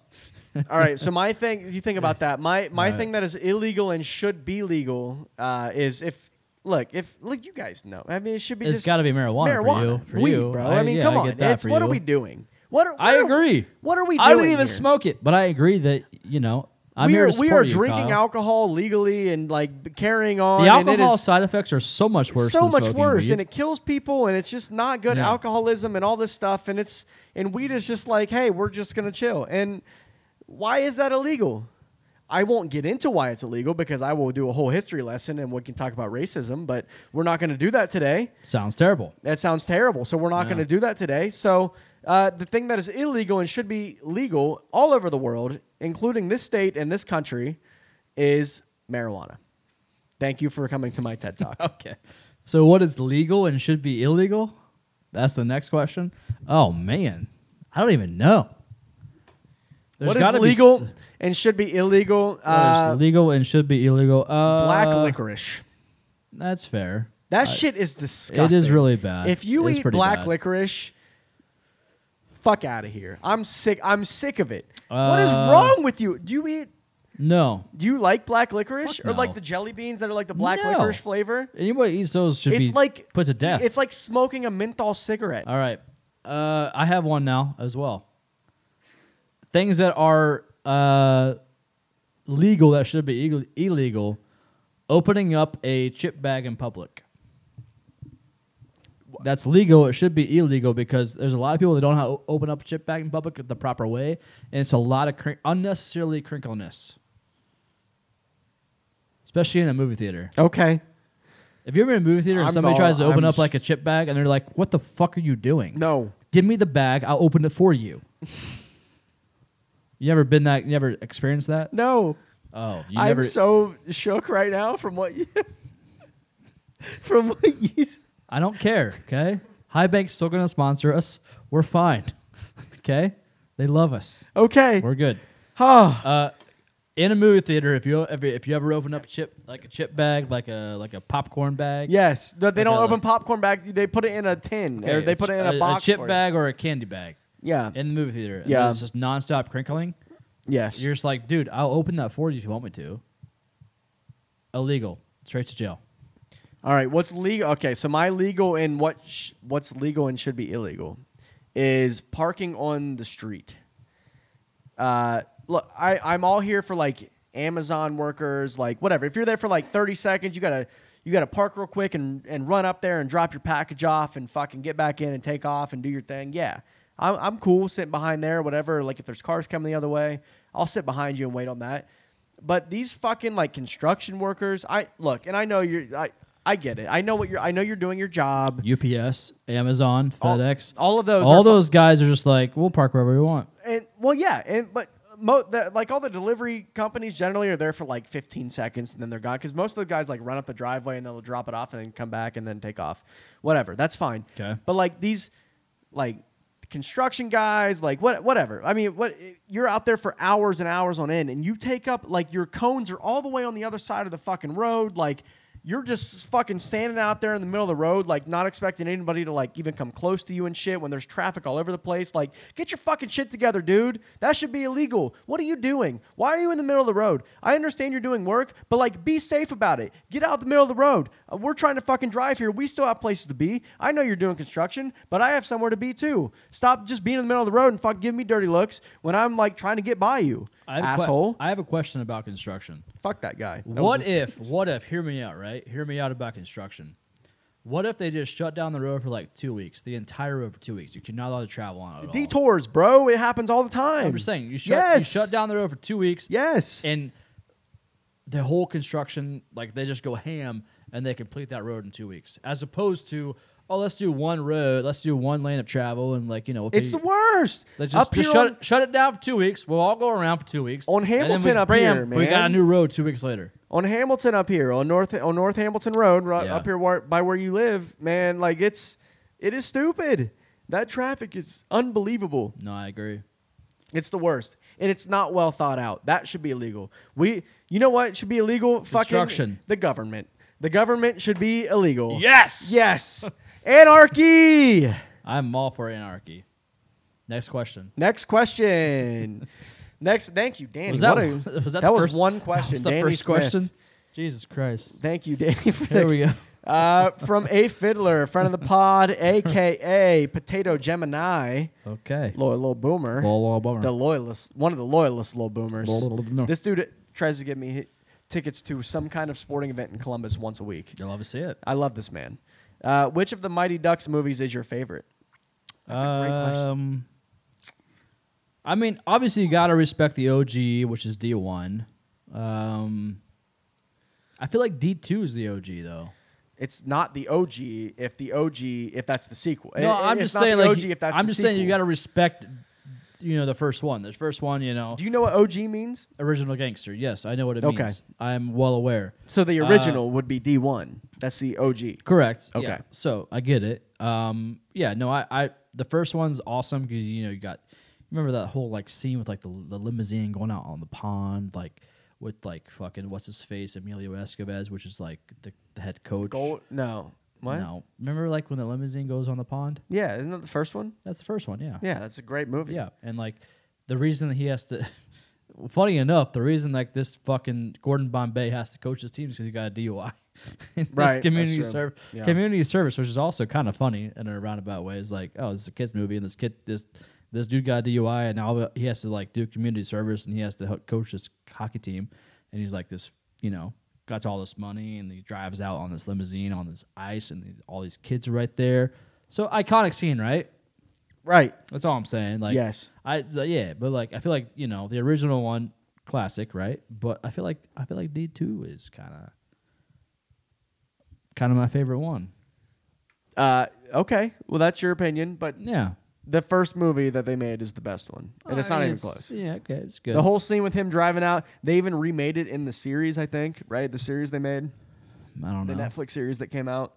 Speaker 2: All right. So my thing, you think about that. My my
Speaker 1: Right.
Speaker 2: thing that is illegal and should be legal uh, is if look if look you guys know. I mean, it should be.
Speaker 1: It's
Speaker 2: just
Speaker 1: gotta be marijuana for
Speaker 2: Marijuana,
Speaker 1: you- for
Speaker 2: weed,
Speaker 1: you.
Speaker 2: bro.
Speaker 1: I-
Speaker 2: I, mean,
Speaker 1: yeah,
Speaker 2: come
Speaker 1: I
Speaker 2: on.
Speaker 1: get that
Speaker 2: It's
Speaker 1: for
Speaker 2: what are
Speaker 1: you.
Speaker 2: we doing? What are, what
Speaker 1: I
Speaker 2: are-
Speaker 1: agree.
Speaker 2: What are we?
Speaker 1: I
Speaker 2: doing
Speaker 1: don't even
Speaker 2: here?
Speaker 1: smoke it, but I agree that you know I'm
Speaker 2: we
Speaker 1: here
Speaker 2: are,
Speaker 1: to
Speaker 2: we
Speaker 1: support
Speaker 2: are
Speaker 1: you,
Speaker 2: drinking
Speaker 1: Kyle.
Speaker 2: alcohol legally and like carrying on.
Speaker 1: The
Speaker 2: and it
Speaker 1: alcohol
Speaker 2: is
Speaker 1: side effects are so much worse.
Speaker 2: so
Speaker 1: than
Speaker 2: much
Speaker 1: smoking
Speaker 2: worse
Speaker 1: weed.
Speaker 2: and it kills people and it's just not good
Speaker 1: Yeah.
Speaker 2: alcoholism and all this stuff and it's and weed is just like hey we're just gonna chill and why is that illegal i won't get into why it's illegal because i will do a whole history lesson and we can talk about racism but we're not gonna do that today
Speaker 1: Sounds terrible.
Speaker 2: that sounds terrible so we're not gonna do that today so uh, the thing that is illegal and should be legal all over the world including this state and this country is marijuana thank you for coming to my ted talk
Speaker 1: Okay. So what is legal and should be illegal? That's the next question. Oh man, I don't even know. There's
Speaker 2: what
Speaker 1: gotta
Speaker 2: is
Speaker 1: be
Speaker 2: legal
Speaker 1: s-
Speaker 2: and should be illegal?
Speaker 1: well,
Speaker 2: Uh,
Speaker 1: there's legal and should be illegal. Uh,
Speaker 2: black licorice.
Speaker 1: That's fair.
Speaker 2: That shit is disgusting.
Speaker 1: It is really bad.
Speaker 2: If you
Speaker 1: It's
Speaker 2: eat
Speaker 1: pretty
Speaker 2: black
Speaker 1: bad.
Speaker 2: licorice, fuck out of here. I'm sick. I'm sick of it. what is
Speaker 1: Uh,
Speaker 2: wrong with you? Do you eat?
Speaker 1: no,
Speaker 2: Do you like black licorice
Speaker 1: Fuck
Speaker 2: or like
Speaker 1: no.
Speaker 2: the jelly beans that are like the black
Speaker 1: No.
Speaker 2: licorice flavor?
Speaker 1: anybody who eats those should
Speaker 2: It's
Speaker 1: be
Speaker 2: like
Speaker 1: put to death.
Speaker 2: It's like smoking a menthol cigarette.
Speaker 1: All right. Uh, I have one now as well. Things that are uh, legal that should be egal- illegal. Opening up a chip bag in public. That's legal. It should be illegal because there's a lot of people that don't know how to open up a chip bag in public the proper way, and it's a lot of crink- unnecessarily crinkleness, especially in a movie theater.
Speaker 2: Okay.
Speaker 1: If you're in a movie theater and
Speaker 2: I'm
Speaker 1: somebody
Speaker 2: all-
Speaker 1: tries to open
Speaker 2: I'm
Speaker 1: up
Speaker 2: s-
Speaker 1: like a chip bag and they're like, "What the fuck are you doing?"
Speaker 2: No.
Speaker 1: Give me the bag. I'll open it for you. you ever been that? You ever experienced that?
Speaker 2: No.
Speaker 1: Oh, you
Speaker 2: I'm
Speaker 1: never.
Speaker 2: so shook right now from what you from what you s-
Speaker 1: I don't care. Okay, High Bank's still gonna sponsor us. We're fine. okay, they love us.
Speaker 2: Okay.
Speaker 1: We're good.
Speaker 2: Oh,
Speaker 1: Uh, in a movie theater, if you if, if you ever open up chip like a chip bag, like a like a popcorn bag,
Speaker 2: yes. No, they
Speaker 1: Okay,
Speaker 2: don't
Speaker 1: like-
Speaker 2: open popcorn bags. They put it in a tin.
Speaker 1: okay,
Speaker 2: or they put it in a, box.
Speaker 1: chip
Speaker 2: for you.
Speaker 1: bag or a candy bag
Speaker 2: Yeah.
Speaker 1: in the movie theater. and
Speaker 2: Yeah.
Speaker 1: there's just nonstop crinkling.
Speaker 2: yes.
Speaker 1: You're just like, dude, I'll open that for you if you want me to. Illegal, straight to jail.
Speaker 2: All right. What's legal? Okay. So my legal and what sh- what's legal and should be illegal is parking on the street. Uh, look, I I'm all here for like Amazon workers, like whatever. If you're there for like 30 seconds, you gotta you gotta park real quick and and run up there and drop your package off and fucking get back in and take off and do your thing. Yeah. I'm, I'm cool sitting behind there, whatever. Like if there's cars coming the other way, I'll sit behind you and wait on that. But these fucking like construction workers, I look, and I know you're, I, I get it. I know what you're, I know you're doing your job.
Speaker 1: UPS, Amazon,
Speaker 2: All-
Speaker 1: FedEx, all,
Speaker 2: all of those, are fu-
Speaker 1: those guys are just like, we'll park wherever we want.
Speaker 2: and well, yeah, and but mo- the, like all the delivery companies generally are there for like 15 seconds and then they're gone because most of the guys like run up the driveway and they'll drop it off and then come back and then take off, whatever. That's fine.
Speaker 1: 'Kay.
Speaker 2: But like these, like construction guys, like what, whatever. I mean, what you're out there for hours and hours on end and you take up like your cones are all the way on the other side of the fucking road, like. You're just fucking standing out there in the middle of the road, like not expecting anybody to like even come close to you and shit when there's traffic all over the place. Like, get your fucking shit together, dude. That should be illegal. What are you doing? Why are you in the middle of the road? I understand you're doing work, but like be safe about it. Get out the middle of the road. Uh, We're trying to fucking drive here. We still have places to be. I know you're doing construction, but I have somewhere to be too. Stop just being in the middle of the road and fuck giving me dirty looks when I'm like trying to get by you.
Speaker 1: have a que-
Speaker 2: Asshole.
Speaker 1: I have a question about construction.
Speaker 2: fuck that guy. That was
Speaker 1: what
Speaker 2: just-
Speaker 1: if, what if, hear me out, right? Hear me out about construction. What if they just shut down the road for like two weeks, the entire road for two weeks? You cannot allowed to travel on it at all.
Speaker 2: Detours, bro. It happens all the time.
Speaker 1: I'm just saying, you shut,
Speaker 2: yes.
Speaker 1: you shut down the road for two weeks.
Speaker 2: Yes.
Speaker 1: and the whole construction like they just go ham and they complete that road in two weeks as opposed to oh let's do one road let's do one lane of travel and like you know if
Speaker 2: it's
Speaker 1: they-
Speaker 2: the worst.
Speaker 1: let's just,
Speaker 2: up
Speaker 1: just
Speaker 2: here
Speaker 1: shut,
Speaker 2: on-
Speaker 1: it, shut it down for two weeks we'll all go around for two weeks and
Speaker 2: On
Speaker 1: then
Speaker 2: Hamilton
Speaker 1: we,
Speaker 2: up
Speaker 1: bam,
Speaker 2: here,
Speaker 1: we got a
Speaker 2: man.
Speaker 1: new road two weeks later
Speaker 2: on Hamilton up here on North on North Hamilton Road ri-
Speaker 1: Yeah.
Speaker 2: up here where, by where you live, man. Like it's it is stupid. That traffic is unbelievable.
Speaker 1: no i agree
Speaker 2: It's the worst, and it's not well thought out. That should be illegal. We, you know what should be illegal? Fucking
Speaker 1: Construction.
Speaker 2: the government. The government should be illegal.
Speaker 1: Yes!
Speaker 2: Yes. Anarchy.
Speaker 1: i'm all for anarchy next question
Speaker 2: Next question. Next, thank you, Danny.
Speaker 1: was that,
Speaker 2: What a-
Speaker 1: was that, the
Speaker 2: was
Speaker 1: first-
Speaker 2: one
Speaker 1: that
Speaker 2: question.
Speaker 1: was the
Speaker 2: Danny
Speaker 1: first
Speaker 2: Smith.
Speaker 1: question jesus christ
Speaker 2: Thank you, Danny. For
Speaker 1: there we go
Speaker 2: uh, from a fiddler, friend of the pod, aka Potato Gemini,
Speaker 1: okay
Speaker 2: loyal little boomer,
Speaker 1: Lol, lol, bummer.
Speaker 2: the loyalist, one of the loyalist little boomers.
Speaker 1: Lol, lol, no.
Speaker 2: This dude tries to get me hi- tickets to some kind of sporting event in Columbus once a week.
Speaker 1: you'll love to see it
Speaker 2: I love this man. Uh, which of the Mighty Ducks movies is your favorite? That's a great question.
Speaker 1: Um, I mean, obviously, you gotta respect the OG, which is D one. Um, I feel like D two is the OG though.
Speaker 2: It's not the OG if the OG if that's the sequel.
Speaker 1: No,
Speaker 2: It-
Speaker 1: I'm
Speaker 2: it's
Speaker 1: just
Speaker 2: not
Speaker 1: saying,
Speaker 2: the
Speaker 1: like,
Speaker 2: OG if that's
Speaker 1: I'm
Speaker 2: the
Speaker 1: just saying you
Speaker 2: sequel.
Speaker 1: gotta respect, you know, the first one. The first one, you know,
Speaker 2: Do you know what OG means?
Speaker 1: original gangster. Yes, I know what it
Speaker 2: Okay.
Speaker 1: means. I'm well aware.
Speaker 2: So the
Speaker 1: Uh,
Speaker 2: original would be D one. That's the OG.
Speaker 1: Correct.
Speaker 2: Okay.
Speaker 1: Yeah. So I get it. Um, yeah. No, I, I the first one's awesome because you know you got remember that whole like scene with like the, the limousine going out on the pond like with like fucking what's his face Emilio Escobar which is like the, the head coach.
Speaker 2: Gold? No. What?
Speaker 1: No, remember like when the limousine goes on the pond?
Speaker 2: Yeah, isn't that the first one?
Speaker 1: That's the first one. Yeah.
Speaker 2: Yeah, that's a great movie.
Speaker 1: Yeah, and like the reason that he has to, funny enough, the reason like this fucking Gordon Bombay has to coach his team is because he got a DUI. And
Speaker 2: Right,
Speaker 1: This
Speaker 2: that's
Speaker 1: community
Speaker 2: true.
Speaker 1: service,
Speaker 2: Yeah.
Speaker 1: community service, which is also kind of funny in a roundabout way, is like, oh, this is a kids movie, and this kid, this this dude got a DUI, and now he has to like do community service, and he has to help coach this hockey team, and he's like this, you know, got all this money, and he drives out on this limousine on this ice, and all these kids are right there. So iconic scene, right?
Speaker 2: Right.
Speaker 1: That's all I'm saying. Like
Speaker 2: Yes.
Speaker 1: I so, yeah, but like I feel like you know the original one classic, right? But I feel like I feel like D two is kind of kind of my favorite one.
Speaker 2: Uh, okay. Well, that's your opinion, but
Speaker 1: Yeah,
Speaker 2: the first movie that they made is the best one, and it's
Speaker 1: I
Speaker 2: not
Speaker 1: mean,
Speaker 2: even close.
Speaker 1: Yeah, okay, Oh, it's good.
Speaker 2: The whole scene with him driving out, they even remade it in the series, I think, right? The series they made,
Speaker 1: I don't
Speaker 2: the
Speaker 1: know.
Speaker 2: Netflix series that came out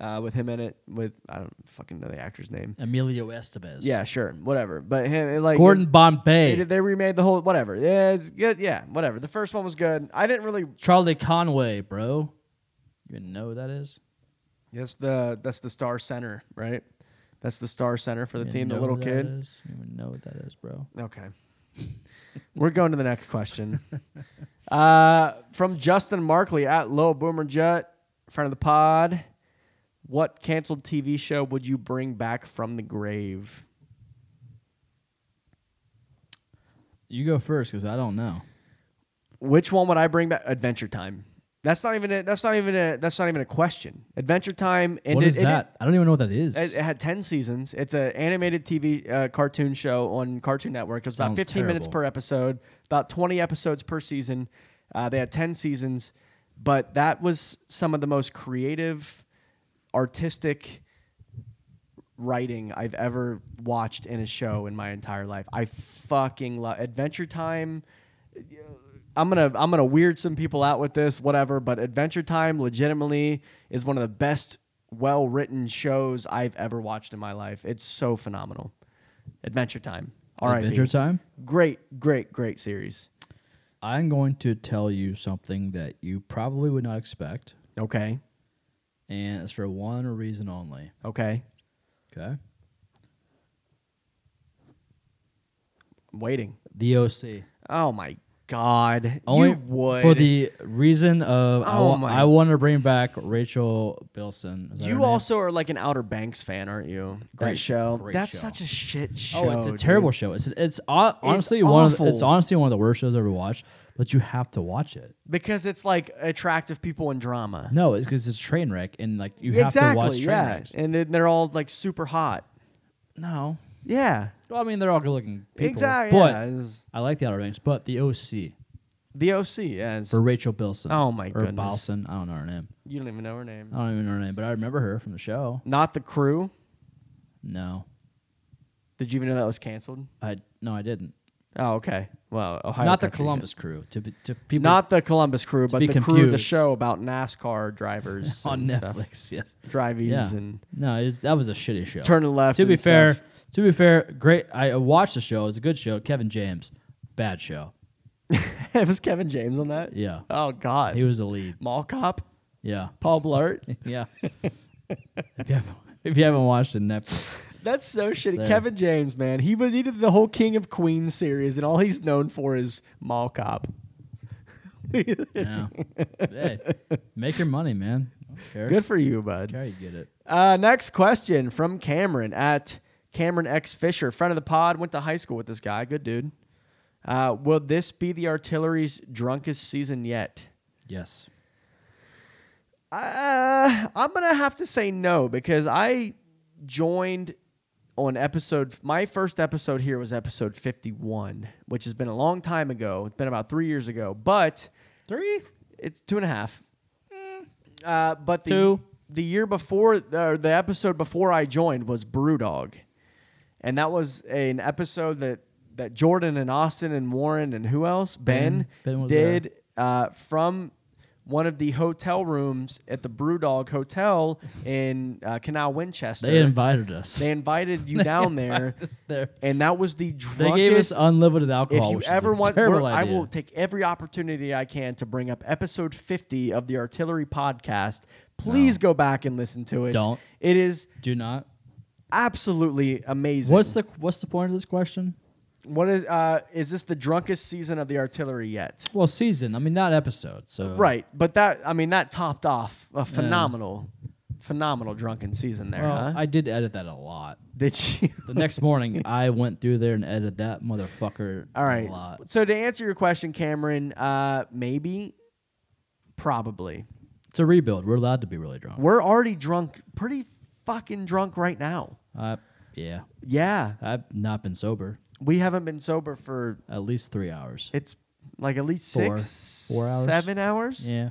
Speaker 2: uh, with him in it, with, I don't fucking know the actor's name.
Speaker 1: Emilio Estevez.
Speaker 2: Yeah, sure, whatever. But him, it, like,
Speaker 1: Gordon
Speaker 2: They,
Speaker 1: Bombay,
Speaker 2: did- they remade the whole, whatever. Yeah, it's good. Yeah, whatever. The first one was good. I didn't really.
Speaker 1: Charlie Conway, bro. You didn't know who that is?
Speaker 2: That's the that's the star center, right? That's the star center for the
Speaker 1: You
Speaker 2: team, the
Speaker 1: know
Speaker 2: little
Speaker 1: who that
Speaker 2: kid.
Speaker 1: is? You even know what that is, bro.
Speaker 2: Okay. We're going to the next question. Uh, from Justin Markley at Low Boomer Jut, friend of the pod. What canceled TV show would you bring back from the grave?
Speaker 1: You go first because I don't know.
Speaker 2: Which one would I bring back? Adventure Time. That's not even a, that's not even a, that's not even a question. Adventure Time ended,
Speaker 1: what is
Speaker 2: it-
Speaker 1: that? I don't even know what that is.
Speaker 2: It, it had 10 seasons. It's an animated TV uh, cartoon show on Cartoon Network. It's about
Speaker 1: Sounds
Speaker 2: 15 minutes
Speaker 1: terrible.
Speaker 2: per episode, about 20 episodes per season. Uh, they had 10 seasons, but that was some of the most creative, artistic writing I've ever watched in a show in my entire life. I fucking love Adventure Time. I'm gonna I'm gonna weird some people out with this, whatever. But Adventure Time legitimately is one of the best well written shows I've ever watched in my life. It's so phenomenal. Adventure Time. All right.
Speaker 1: Adventure Time.
Speaker 2: Great, great, great series.
Speaker 1: I'm going to tell you something that you probably would not expect,
Speaker 2: Okay.
Speaker 1: and it's for one reason only.
Speaker 2: Okay.
Speaker 1: Okay,
Speaker 2: I'm waiting.
Speaker 1: the OC.
Speaker 2: Oh my god.
Speaker 1: Only
Speaker 2: you would
Speaker 1: for the reason of I
Speaker 2: Oh
Speaker 1: wa-
Speaker 2: my-
Speaker 1: I want to bring back Rachel Bilson. Is that her
Speaker 2: you
Speaker 1: name?
Speaker 2: also are like an Outer Banks fan, aren't you? Great
Speaker 1: Great-
Speaker 2: show.
Speaker 1: great
Speaker 2: That's
Speaker 1: show.
Speaker 2: such a shit show.
Speaker 1: Oh, it's a
Speaker 2: dude.
Speaker 1: terrible show. It's it's o- honestly one. Of the, it's
Speaker 2: awful.
Speaker 1: honestly one of the worst shows I've ever watched. But you have to watch it.
Speaker 2: because it's like attractive people and drama.
Speaker 1: No, it's because it's train wreck, and like you have to
Speaker 2: exactly.
Speaker 1: watch train
Speaker 2: yeah.
Speaker 1: wrecks.
Speaker 2: And then they're all like super hot.
Speaker 1: No,
Speaker 2: Yeah.
Speaker 1: well, I mean they're all good-looking people.
Speaker 2: Exactly.
Speaker 1: But
Speaker 2: yeah, it's
Speaker 1: I like the Outer Banks, but the OC.
Speaker 2: the OC. Yeah, it's-
Speaker 1: for Rachel Bilson.
Speaker 2: Oh, my
Speaker 1: or
Speaker 2: goodness.
Speaker 1: Bilson. I don't know her name.
Speaker 2: you don't even know her name.
Speaker 1: I don't even know her name, but I remember her from the show.
Speaker 2: Not the crew.
Speaker 1: No,
Speaker 2: Did you even know that was canceled?
Speaker 1: I no, I didn't.
Speaker 2: Oh, okay. Well, Ohio.
Speaker 1: Not the
Speaker 2: Country
Speaker 1: Columbus crew. To be- to people
Speaker 2: did. Not the Columbus crew, but
Speaker 1: be
Speaker 2: the crew, the
Speaker 1: confused.
Speaker 2: show about NASCAR drivers
Speaker 1: on
Speaker 2: and stuff.
Speaker 1: Netflix. Yes.
Speaker 2: driveys
Speaker 1: Yeah.
Speaker 2: and
Speaker 1: No, it's, that was a shitty show.
Speaker 2: turning left.
Speaker 1: to be
Speaker 2: and
Speaker 1: fair,
Speaker 2: stuff.
Speaker 1: to be fair, great. I uh, watched the show. It was a good show. Kevin James, bad show.
Speaker 2: it was Kevin James on that.
Speaker 1: Yeah,
Speaker 2: Oh God,
Speaker 1: he was the lead.
Speaker 2: mall cop,
Speaker 1: Yeah,
Speaker 2: Paul Blart.
Speaker 1: yeah. if you haven't, if you haven't watched it, Netflix.
Speaker 2: That's so shitty.
Speaker 1: there.
Speaker 2: Kevin James, man, he was he did the whole King of Queens series, and all he's known for is mall cop.
Speaker 1: Yeah. hey, make your money, man. I don't care.
Speaker 2: Good for you, bud.
Speaker 1: Care you get it.
Speaker 2: Uh, next question from Cameron at Cameron X Fisher, friend of the pod, went to high school with this guy. Good dude. Uh, will this be the artillery's drunkest season yet?
Speaker 1: Yes.
Speaker 2: Uh, I'm gonna have to say no because I joined on episode. My first episode here was episode 51, which has been a long time ago. It's been about three years ago, but
Speaker 1: Three. Mm.
Speaker 2: it's two and a half. Uh, but the,
Speaker 1: Two.
Speaker 2: the year before, or the episode before I joined was Brewdog. And that was an episode that, that Jordan and Austin and Warren and who else? Ben,
Speaker 1: Ben was
Speaker 2: did uh, from one of the hotel rooms at the Brewdog Hotel in uh, Canal Winchester.
Speaker 1: They invited us.
Speaker 2: They invited you down there,
Speaker 1: It's there.
Speaker 2: and that was the
Speaker 1: They
Speaker 2: drunkest.
Speaker 1: gave us unlimited
Speaker 2: if
Speaker 1: alcohol.
Speaker 2: you
Speaker 1: which is a
Speaker 2: ever want,
Speaker 1: terrible
Speaker 2: we're- I
Speaker 1: idea.
Speaker 2: will take every opportunity I can to bring up episode 50 of the Artillery Podcast. Please go back and listen to it.
Speaker 1: Don't.
Speaker 2: It is
Speaker 1: Do not.
Speaker 2: absolutely amazing.
Speaker 1: What's the What's the point of this question?
Speaker 2: what is uh is this the drunkest season of the artillery yet?
Speaker 1: Well, season. I mean, not episode. So
Speaker 2: Right, but that I mean that topped off a phenomenal, phenomenal drunken season there.
Speaker 1: Well,
Speaker 2: huh?
Speaker 1: I did edit that a lot.
Speaker 2: Did you?
Speaker 1: The next morning, I went through there and edited that motherfucker.
Speaker 2: All
Speaker 1: A
Speaker 2: right.
Speaker 1: lot.
Speaker 2: So to answer your question, Cameron, uh, maybe, probably.
Speaker 1: It's a rebuild. We're allowed to be really drunk.
Speaker 2: We're already drunk, pretty fucking drunk right now.
Speaker 1: Uh, yeah,
Speaker 2: Yeah,
Speaker 1: I've not been sober
Speaker 2: we haven't been sober for
Speaker 1: at least three hours.
Speaker 2: it's like at least
Speaker 1: Four.
Speaker 2: six,
Speaker 1: Four hours?
Speaker 2: seven hours,
Speaker 1: Yeah,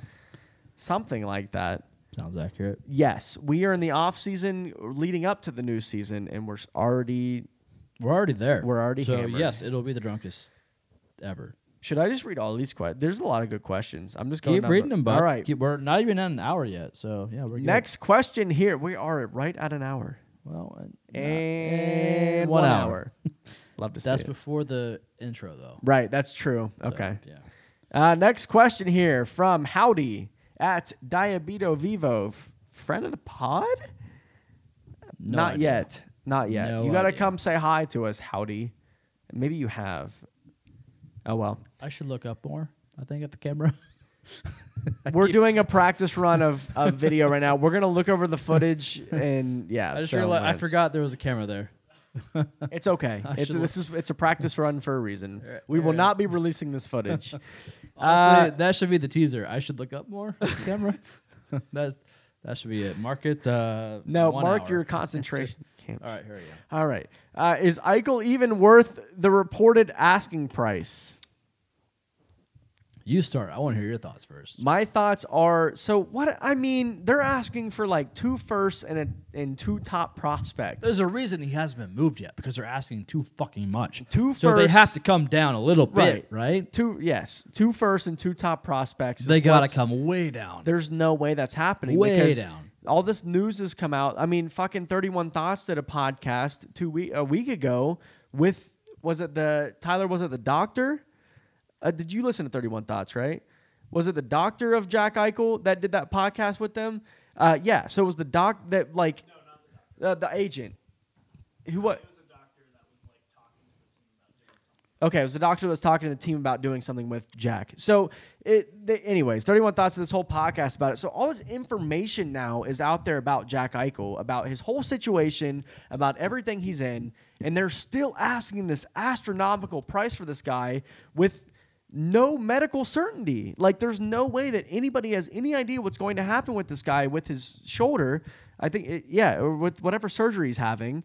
Speaker 2: something like that.
Speaker 1: sounds accurate.
Speaker 2: Yes, we are in the off season leading up to the new season, and we're s- already.
Speaker 1: We're already there.
Speaker 2: We're already
Speaker 1: So
Speaker 2: hammered.
Speaker 1: yes, it'll be the drunkest ever.
Speaker 2: Should I just read all these questions? There's a lot of good questions. I'm just going
Speaker 1: Keep
Speaker 2: down
Speaker 1: reading
Speaker 2: the-
Speaker 1: them, bud.
Speaker 2: All right.
Speaker 1: Keep- we're not even at an hour yet, so yeah, we're good.
Speaker 2: Next question here. We are right at an hour.
Speaker 1: Well, uh, nah.
Speaker 2: And
Speaker 1: one
Speaker 2: one,
Speaker 1: hour.
Speaker 2: hour. Love to see
Speaker 1: that's
Speaker 2: it.
Speaker 1: before the intro, though.
Speaker 2: right, that's true. Okay.
Speaker 1: Yeah.
Speaker 2: Uh, next question here from Howdy at Diabito Vivo, f- friend of the pod?
Speaker 1: No
Speaker 2: Not
Speaker 1: idea.
Speaker 2: yet. Not yet.
Speaker 1: No
Speaker 2: you got to
Speaker 1: idea.
Speaker 2: come say hi to us, Howdy. Maybe you have. Oh, well.
Speaker 1: I should look up more. I think at the camera.
Speaker 2: We're doing a practice run of a video right now. We're going to look over the footage and yeah.
Speaker 1: I just
Speaker 2: so
Speaker 1: realized
Speaker 2: when
Speaker 1: I
Speaker 2: it's-
Speaker 1: forgot there was a camera there.
Speaker 2: It's okay. It's
Speaker 1: should
Speaker 2: this is it's a practice run for a reason. We will not be releasing this footage.
Speaker 1: Honestly,
Speaker 2: Uh,
Speaker 1: that should be the teaser. I should look up more at the camera. that that should be it. Mark it. Uh,
Speaker 2: no,
Speaker 1: one
Speaker 2: mark
Speaker 1: hour.
Speaker 2: your concentration. Can't-
Speaker 1: All right, here we go.
Speaker 2: All right. Uh, is Eichel even worth the reported asking price?
Speaker 1: You start. I want to hear your thoughts first.
Speaker 2: My thoughts are so. What I mean, they're asking for like two firsts and a, and two top prospects.
Speaker 1: There's a reason he hasn't been moved yet because they're asking too fucking much.
Speaker 2: Two
Speaker 1: so they
Speaker 2: firsts-
Speaker 1: have to come down a little bit,
Speaker 2: Right.
Speaker 1: right?
Speaker 2: two yes, two firsts and two top prospects. is
Speaker 1: They gotta
Speaker 2: what's-
Speaker 1: come way down.
Speaker 2: There's no way that's happening.
Speaker 1: Way
Speaker 2: because
Speaker 1: down.
Speaker 2: All this news has come out. I mean, fucking Thirty One Thoughts did a podcast two week a week ago with was it the Tyler? Was it the doctor? Uh, did you listen to Thirty One Thoughts? Right? Was it the doctor of Jack Eichel that did that podcast with them? Uh, yeah. So it was the doc that like uh, the agent who what? Okay, it was the doctor that was talking to the team about doing something with Jack. So, it, they, anyways, 31 Thoughts of this whole podcast about it. So, all this information now is out there about Jack Eichel, about his whole situation, about everything he's in. And they're still asking this astronomical price for this guy with no medical certainty. Like, there's no way that anybody has any idea what's going to happen with this guy with his shoulder. I think, it, yeah, or with whatever surgery he's having.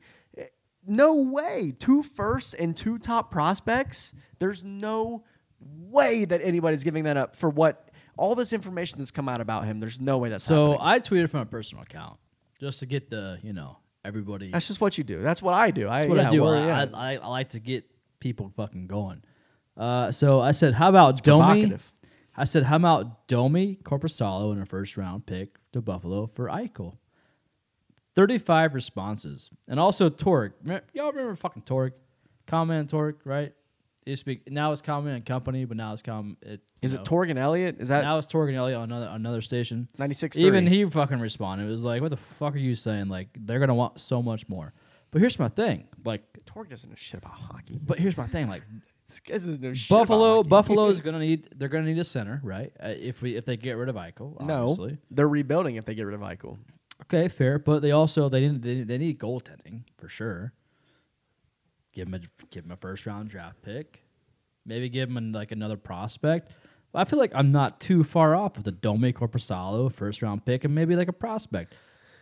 Speaker 2: No way. Two firsts and two top prospects. There's no way that anybody's giving that up for what all this information that's come out about him. There's no way that's
Speaker 1: so
Speaker 2: happening.
Speaker 1: I tweeted from a personal account just to get the you know everybody.
Speaker 2: that's just what you do. That's what I do. I,
Speaker 1: That's what
Speaker 2: yeah,
Speaker 1: I do.
Speaker 2: well,
Speaker 1: I,
Speaker 2: yeah.
Speaker 1: I, I, I like to get people fucking going. Uh, so I said, how about Domi?
Speaker 2: provocative.
Speaker 1: I said, how about Domi Corposalo in a first round pick to Buffalo for Eichel? 35 responses. And also Torque. Me- Y'all remember fucking Torque? Comment and Torque, right? It used to be, now it's Comment and Company, but now it's Com. It,
Speaker 2: Is
Speaker 1: you
Speaker 2: it
Speaker 1: know.
Speaker 2: Torgan Elliott? Is that
Speaker 1: Now it's Torque and Elliott on another, another station.
Speaker 2: 96.3.
Speaker 1: Even he fucking responded. It was like, what the fuck are you saying? Like, they're going to want so much more. But here's my thing. Like,
Speaker 2: Torg doesn't know shit about hockey.
Speaker 1: but here's my thing, like
Speaker 2: This guy doesn't know shit about
Speaker 1: Buffalo,
Speaker 2: hockey.
Speaker 1: Buffalo is gonna need they're gonna need a center, right? Uh, if we if they get rid of Eichel,
Speaker 2: no.
Speaker 1: obviously.
Speaker 2: They're rebuilding if they get rid of Eichel.
Speaker 1: Okay, fair, but they also they need they, they need goaltending for sure. Give him a give him a first round draft pick, maybe give him like another prospect. Well, I feel like I'm not too far off with a Domi Corposalo first round pick and maybe like a prospect.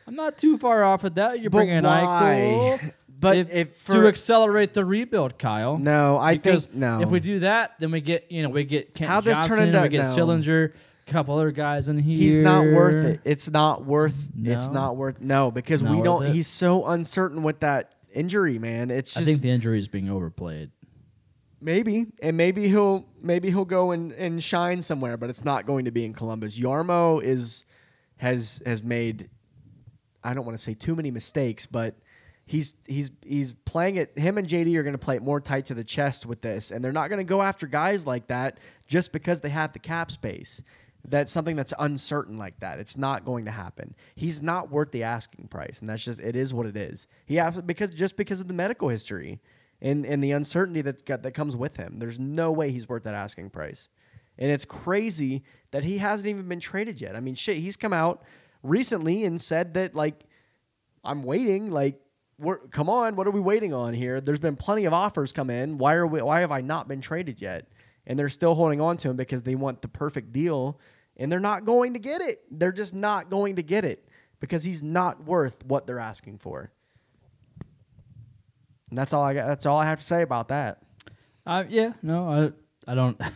Speaker 1: I'm not too far off with that. You're
Speaker 2: But
Speaker 1: bringing in
Speaker 2: why?
Speaker 1: Eichel,
Speaker 2: But if
Speaker 1: to
Speaker 2: for-
Speaker 1: accelerate the rebuild, Kyle.
Speaker 2: No, I
Speaker 1: because
Speaker 2: think no.
Speaker 1: if we do that, then we get you know we get Kent
Speaker 2: How'd this turn
Speaker 1: Johnson,
Speaker 2: into-
Speaker 1: we get
Speaker 2: no.
Speaker 1: Sillinger, a couple other guys in here.
Speaker 2: He's not worth it. It's not worth. It's
Speaker 1: No.
Speaker 2: not worth. No, because
Speaker 1: Not
Speaker 2: we
Speaker 1: worth
Speaker 2: don't.
Speaker 1: it.
Speaker 2: He's so uncertain with that injury, man. It's just.
Speaker 1: I think the injury is being overplayed.
Speaker 2: Maybe and maybe he'll maybe he'll go and, and shine somewhere, but it's not going to be in Columbus. Yarmo is has has made I don't want to say too many mistakes, but he's he's he's playing it. Him and JD are going to play it more tight to the chest with this, and they're not going to go after guys like that just because they have the cap space. That's something that's uncertain like that. It's not going to happen. He's not worth the asking price, and that's just it is what it is. He has because just because of the medical history and and the uncertainty that got, that comes with him. There's no way he's worth that asking price. And it's crazy that he hasn't even been traded yet. I mean, shit, he's come out recently and said that like I'm waiting. Like, we're, come on, what are we waiting on here? There's been plenty of offers come in. Why are we? Why have I not been traded yet? And they're still holding on to him because they want the perfect deal, and they're not going to get it. They're just not going to get it because he's not worth what they're asking for. And that's all I got. That's all I have to say about that.
Speaker 1: Uh, yeah, no, I, I don't.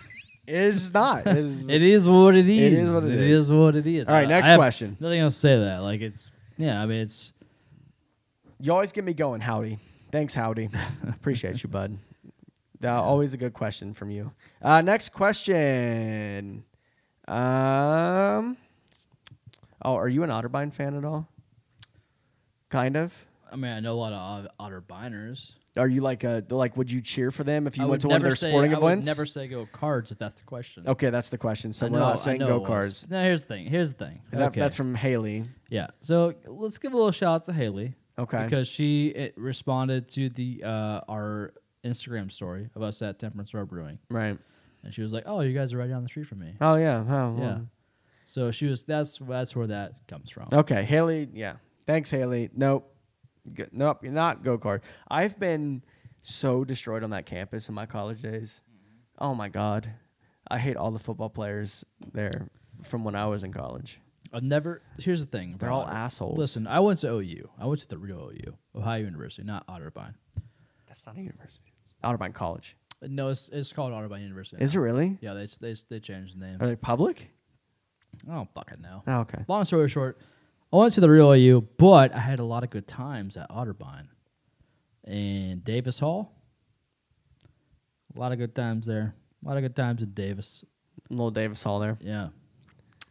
Speaker 2: It is not. It is,
Speaker 1: it is what it is.
Speaker 2: It is what it
Speaker 1: it
Speaker 2: is.
Speaker 1: is. what it is.
Speaker 2: All right,
Speaker 1: I-
Speaker 2: next
Speaker 1: I have
Speaker 2: question.
Speaker 1: Nothing else to say to that. Like it's yeah. I mean it's
Speaker 2: you always get me going, Howdy. Thanks, Howdy. Appreciate you, bud. Uh, always a good question from you. Uh, next question. Um, oh, are you an Otterbein fan at all? Kind of.
Speaker 1: I mean I know a lot of Ot- otter biners.
Speaker 2: Are you like a like? Would you cheer for them if you
Speaker 1: I
Speaker 2: went
Speaker 1: would
Speaker 2: to one of
Speaker 1: never
Speaker 2: their
Speaker 1: say-
Speaker 2: sporting
Speaker 1: I would
Speaker 2: events?
Speaker 1: never say go cards if that's the question.
Speaker 2: Okay, that's the question. So
Speaker 1: I
Speaker 2: we're
Speaker 1: know-
Speaker 2: not
Speaker 1: I
Speaker 2: saying
Speaker 1: know
Speaker 2: go
Speaker 1: it was.
Speaker 2: cards.
Speaker 1: No, here's the thing. Here's the thing.
Speaker 2: That,
Speaker 1: Okay.
Speaker 2: That's from Haley.
Speaker 1: Yeah. So let's give a little shout out to Haley.
Speaker 2: Okay.
Speaker 1: Because she eh, responded to the uh, our Instagram story of us at Temperance Row Brewing,
Speaker 2: Right.
Speaker 1: and she was like, "Oh, you guys are right down the street from me."
Speaker 2: Oh yeah. Oh,
Speaker 1: Yeah.
Speaker 2: well.
Speaker 1: So she was. That's that's where that comes from.
Speaker 2: Okay, Haley. Yeah, thanks, Haley. Nope, G- nope. You're not go kart. I've been so destroyed on that campus in my college days.
Speaker 1: Mm-hmm.
Speaker 2: Oh my god, I hate all the football players there from when I was in college.
Speaker 1: I've never. Here's the thing.
Speaker 2: They're
Speaker 1: about
Speaker 2: all
Speaker 1: Otter-
Speaker 2: assholes.
Speaker 1: Listen, I went to OU. I went to the real OU, Ohio University, not Otterbein.
Speaker 2: That's not a university. Otterbein College.
Speaker 1: No, it's, it's called Otterbein University.
Speaker 2: Is it really?
Speaker 1: Yeah, they they, they changed the names.
Speaker 2: Are they public?
Speaker 1: I don't fucking know.
Speaker 2: Oh, okay.
Speaker 1: Long story short, I went to the real OU, but I had a lot of good times at Otterbein and Davis Hall. A lot of good times there. A lot of good times at Davis.
Speaker 2: Little Davis Hall there.
Speaker 1: Yeah.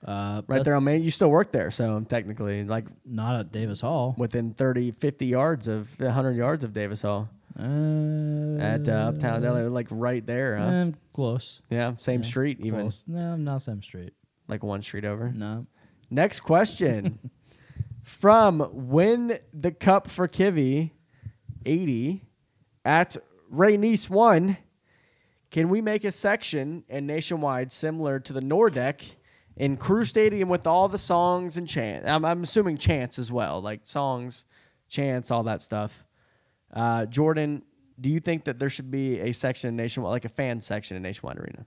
Speaker 1: Uh,
Speaker 2: Right
Speaker 1: that's
Speaker 2: there on Main. You still work there, so technically, like
Speaker 1: Not at Davis Hall.
Speaker 2: within 30, 50 yards of 100 yards of Davis Hall
Speaker 1: Uh,
Speaker 2: at uh, Uptown. They're like right there, huh?
Speaker 1: um, close.
Speaker 2: yeah, same street, even Hmm.
Speaker 1: Close. No, not Sam Street.
Speaker 2: like one street over.
Speaker 1: No.
Speaker 2: Next question from Win the Cup for Kivy, 80 at Rainice 1. Can we make a section and nationwide similar to the Nordeck in Crew Stadium with all the songs and chant? I'm, I'm assuming chants as well, like songs, chants, all that stuff. Uh, Jordan, do you think that there should be a section in nationwide, like a fan section in Nationwide Arena?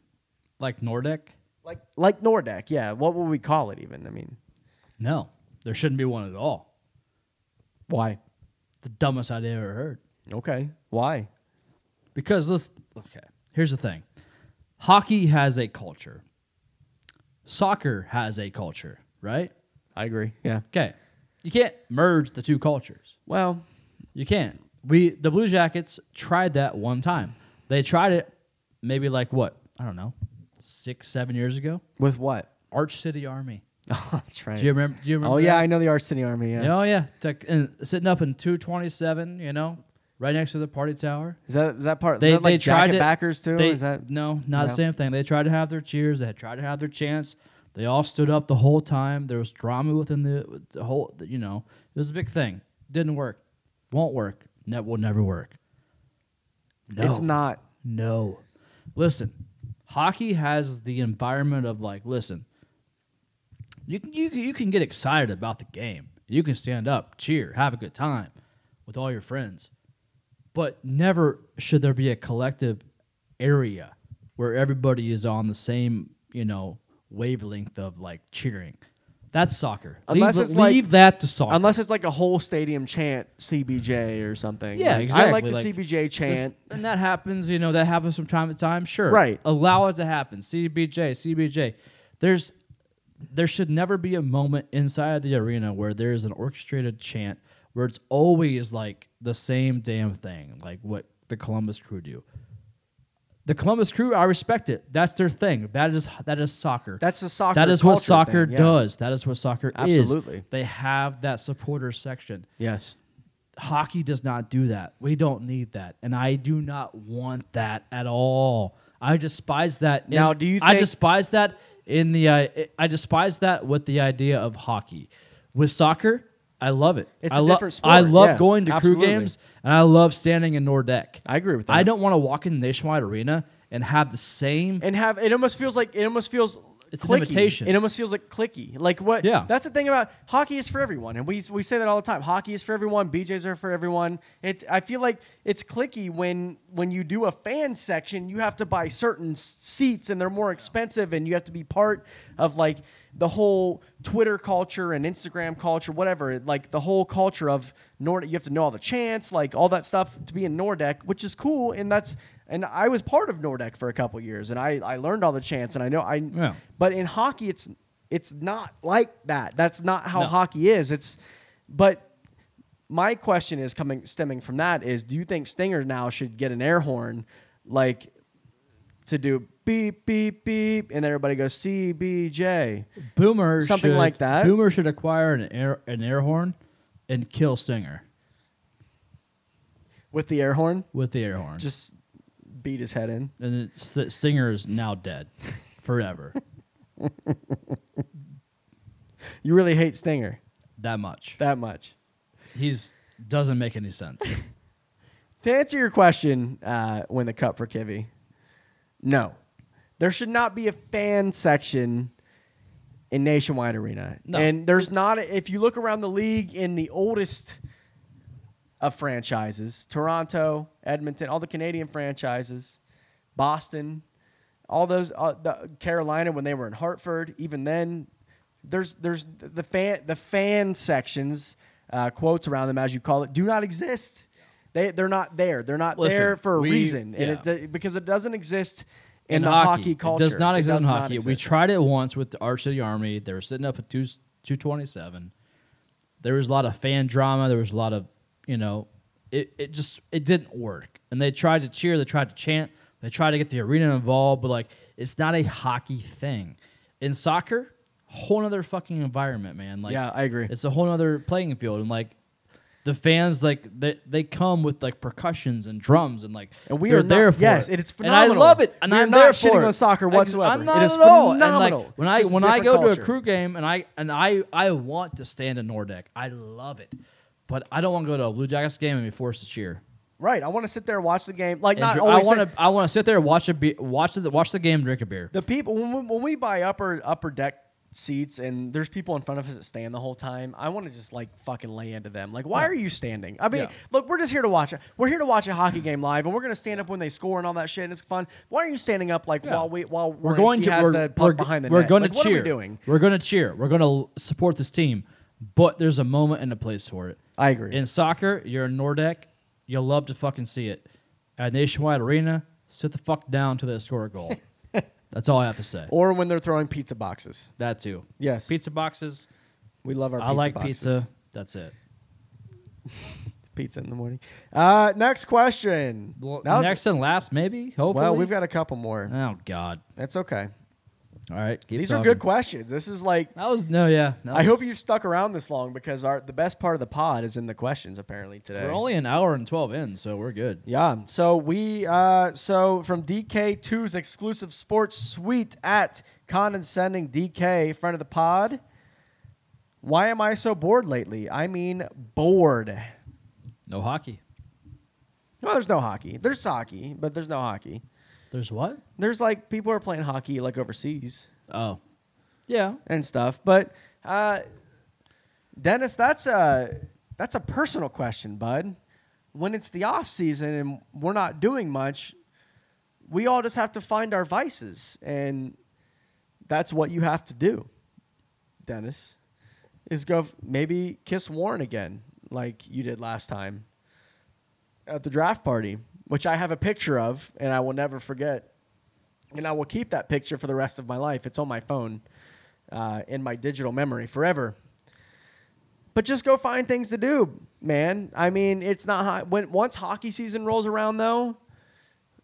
Speaker 1: Like Nordic?
Speaker 2: Like, like Nordeck, yeah. What would we call it even? I mean,
Speaker 1: No. There shouldn't be one at all.
Speaker 2: why?
Speaker 1: The dumbest idea I ever heard.
Speaker 2: Okay. Why?
Speaker 1: Because let's okay. Here's the thing. Hockey has a culture. Soccer has a culture, right?
Speaker 2: I agree. Yeah.
Speaker 1: Okay. You can't merge the two cultures.
Speaker 2: Well,
Speaker 1: You can't. We the Blue Jackets tried that one time. They tried it maybe like what? I don't know. 6 7 years ago.
Speaker 2: with what?
Speaker 1: Arch City Army.
Speaker 2: Oh, that's right.
Speaker 1: Do you remember do you remember
Speaker 2: oh yeah,
Speaker 1: that?
Speaker 2: I know the Arch City Army. Yeah.
Speaker 1: Oh yeah, Took- and sitting up in 227, you know, right next to the party tower.
Speaker 2: Is that is that part?
Speaker 1: They
Speaker 2: is that like
Speaker 1: they tried
Speaker 2: jacket
Speaker 1: to,
Speaker 2: backers too.
Speaker 1: They,
Speaker 2: is that
Speaker 1: no, not the
Speaker 2: no?
Speaker 1: same thing. They tried to have their cheers. They had tried to have their chance. They all stood up the whole time. There was drama within the, the whole. You know, it was a big thing. Didn't work. Won't work. Net will never work. No,
Speaker 2: It's not.
Speaker 1: No, listen. Hockey has the environment of like, listen. You can you, can- you can get excited about the game. You can stand up, cheer, have a good time with all your friends but never should there be a collective area where everybody is on the same you know wavelength of like cheering that's soccer
Speaker 2: Unless
Speaker 1: leave,
Speaker 2: it's like-
Speaker 1: leave that to soccer
Speaker 2: Unless it's like a whole stadium chant CBJ or something.
Speaker 1: Yeah,
Speaker 2: Like, I
Speaker 1: exactly,
Speaker 2: like the
Speaker 1: like,
Speaker 2: CBJ
Speaker 1: This-
Speaker 2: chant.
Speaker 1: and that happens you know that happens from time to time sure
Speaker 2: Right.
Speaker 1: allow it to happen cbj cbj there's there should never be a moment inside the arena where there's an orchestrated chant where it's always like the same damn thing like what the columbus crew do The Columbus Crew, I respect it. That's their thing. That is that is soccer.
Speaker 2: That's the soccer
Speaker 1: That is what
Speaker 2: culture
Speaker 1: soccer
Speaker 2: thing, yeah.
Speaker 1: does. That is what soccer is.
Speaker 2: Absolutely.
Speaker 1: They have that supporter section.
Speaker 2: Yes.
Speaker 1: Hockey does not do that. We don't need that, and I do not want that at all. I despise that. in-
Speaker 2: Now, do you
Speaker 1: I
Speaker 2: think-
Speaker 1: despise that in the. I, I despise that with the idea of hockey. With soccer, I love it.
Speaker 2: It's
Speaker 1: I
Speaker 2: a
Speaker 1: lo-
Speaker 2: different
Speaker 1: I
Speaker 2: sport,
Speaker 1: love
Speaker 2: yeah,
Speaker 1: going to
Speaker 2: absolutely.
Speaker 1: crew games, and I love standing in Nordeck.
Speaker 2: I agree with
Speaker 1: I
Speaker 2: that.
Speaker 1: don't want to walk in the Nationwide Arena and have the same.
Speaker 2: and have it almost feels like it almost feels
Speaker 1: It's an
Speaker 2: clicky.
Speaker 1: imitation.
Speaker 2: It almost feels like clicky. Like what?
Speaker 1: Yeah.
Speaker 2: That's the thing about hockey is for everyone, and we we say that all the time. Hockey is for everyone. BJ's are for everyone. It's I feel like it's clicky when when you do a fan section, you have to buy certain s- seats, and they're more expensive, and you have to be part of like the whole Twitter culture and Instagram culture, whatever. Like the whole culture of Nord. You have to know all the chants, like all that stuff, to be in Nordeck, which is cool, and that's and I was part of Nordeck for a couple years, and I, I learned all the chants, and I know I.
Speaker 1: Yeah.
Speaker 2: But in hockey, it's it's not like that. That's not how
Speaker 1: No.
Speaker 2: hockey is. It's, but my question is coming stemming from that is, do you think Stinger now should get an air horn, like, to do beep beep beep, and everybody goes CBJ?
Speaker 1: Boomer
Speaker 2: Something
Speaker 1: should-
Speaker 2: like that.
Speaker 1: Boomer should acquire an air an air horn and kill Stinger
Speaker 2: with the air horn,
Speaker 1: with the air horn.
Speaker 2: just beat his head in.
Speaker 1: and then St- Stinger is now dead forever.
Speaker 2: You really hate Stinger
Speaker 1: that much.
Speaker 2: that much.
Speaker 1: He's doesn't make any sense.
Speaker 2: To answer your question, uh, win the cup for Kivy. No, there should not be a fan section in Nationwide Arena,
Speaker 1: No.
Speaker 2: and there's not. A, if you look around the league in the oldest of franchises, Toronto, Edmonton, all the Canadian franchises, Boston, all those uh, the Carolina when they were in Hartford, even then there's there's the fan the fan sections uh, quotes around them as you call it do not exist. They they're not there. They're not
Speaker 1: Listen,
Speaker 2: there for a
Speaker 1: we-
Speaker 2: reason and
Speaker 1: yeah.
Speaker 2: it, because it doesn't exist in, the hockey, culture.
Speaker 1: It does not exist
Speaker 2: does
Speaker 1: in
Speaker 2: not
Speaker 1: hockey. We
Speaker 2: exist.
Speaker 1: tried it once with the Arch City Army. They were sitting up at two two twenty seven. There was a lot of fan drama. There was a lot of you know, it, it just it didn't work. And they tried to cheer. They tried to chant. They tried to get the arena involved, but like it's not a hockey thing. In soccer, whole other fucking environment, man. Like
Speaker 2: Yeah, I agree.
Speaker 1: It's a whole other playing field, and like. The fans like they, they come with like percussions and drums and like
Speaker 2: And we
Speaker 1: they're
Speaker 2: are not-
Speaker 1: there for
Speaker 2: yes,
Speaker 1: it.
Speaker 2: it is
Speaker 1: And I
Speaker 2: phenomenal.
Speaker 1: love it, and
Speaker 2: We are
Speaker 1: I'm
Speaker 2: not
Speaker 1: there
Speaker 2: shitting
Speaker 1: for it.
Speaker 2: on soccer
Speaker 1: Ex-
Speaker 2: whatsoever.
Speaker 1: I'm not
Speaker 2: It is
Speaker 1: at all. And
Speaker 2: phenomenal.
Speaker 1: like, when I
Speaker 2: Just a
Speaker 1: when I go
Speaker 2: different
Speaker 1: to
Speaker 2: culture.
Speaker 1: a crew game and I and I I want to stand in Nordic, I love it, but I don't want to go to a Blue Jackets game and be forced to cheer.
Speaker 2: right. I want to sit there and watch the game. Like
Speaker 1: And
Speaker 2: not
Speaker 1: dr- I
Speaker 2: always sit-
Speaker 1: want to I want to sit there and watch a be- watch the watch the game, drink a beer.
Speaker 2: The people when we, when we buy upper upper deck seats and there's people in front of us that stand the whole time, I want to just like fucking lay into them. Like, why are you standing? I mean,
Speaker 1: Yeah.
Speaker 2: look, we're just here to watch. it. We're here to watch a hockey game live, and we're gonna stand up when they score and all that shit. And it's fun. Why are you standing up like
Speaker 1: Yeah.
Speaker 2: while we while
Speaker 1: We're going to
Speaker 2: has
Speaker 1: we're,
Speaker 2: the puck
Speaker 1: we're,
Speaker 2: behind the
Speaker 1: we're
Speaker 2: net?
Speaker 1: going
Speaker 2: Like,
Speaker 1: to
Speaker 2: what
Speaker 1: cheer.
Speaker 2: are we doing?
Speaker 1: We're going to cheer. We're going to support this team, but there's a moment and a place for it.
Speaker 2: I agree.
Speaker 1: In soccer, you're in Nordic, you'll love to fucking see it. At Nationwide Arena, sit the fuck down till they score a goal. That's all I have to say.
Speaker 2: Or when they're throwing pizza boxes.
Speaker 1: That too.
Speaker 2: Yes.
Speaker 1: Pizza boxes.
Speaker 2: We love our.
Speaker 1: I like
Speaker 2: boxes.
Speaker 1: pizza. That's it.
Speaker 2: Pizza in the morning. Uh, next question. That was-
Speaker 1: Next and last, maybe. Hopefully.
Speaker 2: Well, we've got a couple more.
Speaker 1: Oh God.
Speaker 2: That's okay.
Speaker 1: All right. keep
Speaker 2: These are
Speaker 1: talking.
Speaker 2: good questions. This is like
Speaker 1: That was no, yeah. that
Speaker 2: I
Speaker 1: was-
Speaker 2: hope you've stuck around this long because our the best part of the pod is in the questions apparently today.
Speaker 1: we're only an hour and twelve in, so we're good.
Speaker 2: yeah. So we uh, so from DK2's exclusive sports suite at condescending DK, friend of the pod. Why am I so bored lately? I mean bored.
Speaker 1: No hockey.
Speaker 2: Well, there's no hockey. There's hockey, but there's no hockey.
Speaker 1: There's what?
Speaker 2: There's like people are playing hockey like overseas.
Speaker 1: Oh, yeah.
Speaker 2: and stuff. But uh, Dennis, that's a that's a personal question, bud. When it's the off season and we're not doing much, we all just have to find our vices, and that's what you have to do, Dennis. Is go f- maybe kiss Warren again like you did last time at the draft party, which I have a picture of and I will never forget and I will keep that picture for the rest of my life. It's on my phone, uh, in my digital memory forever. But just go find things to do, man. I mean, it's not hot. when once hockey season rolls around though.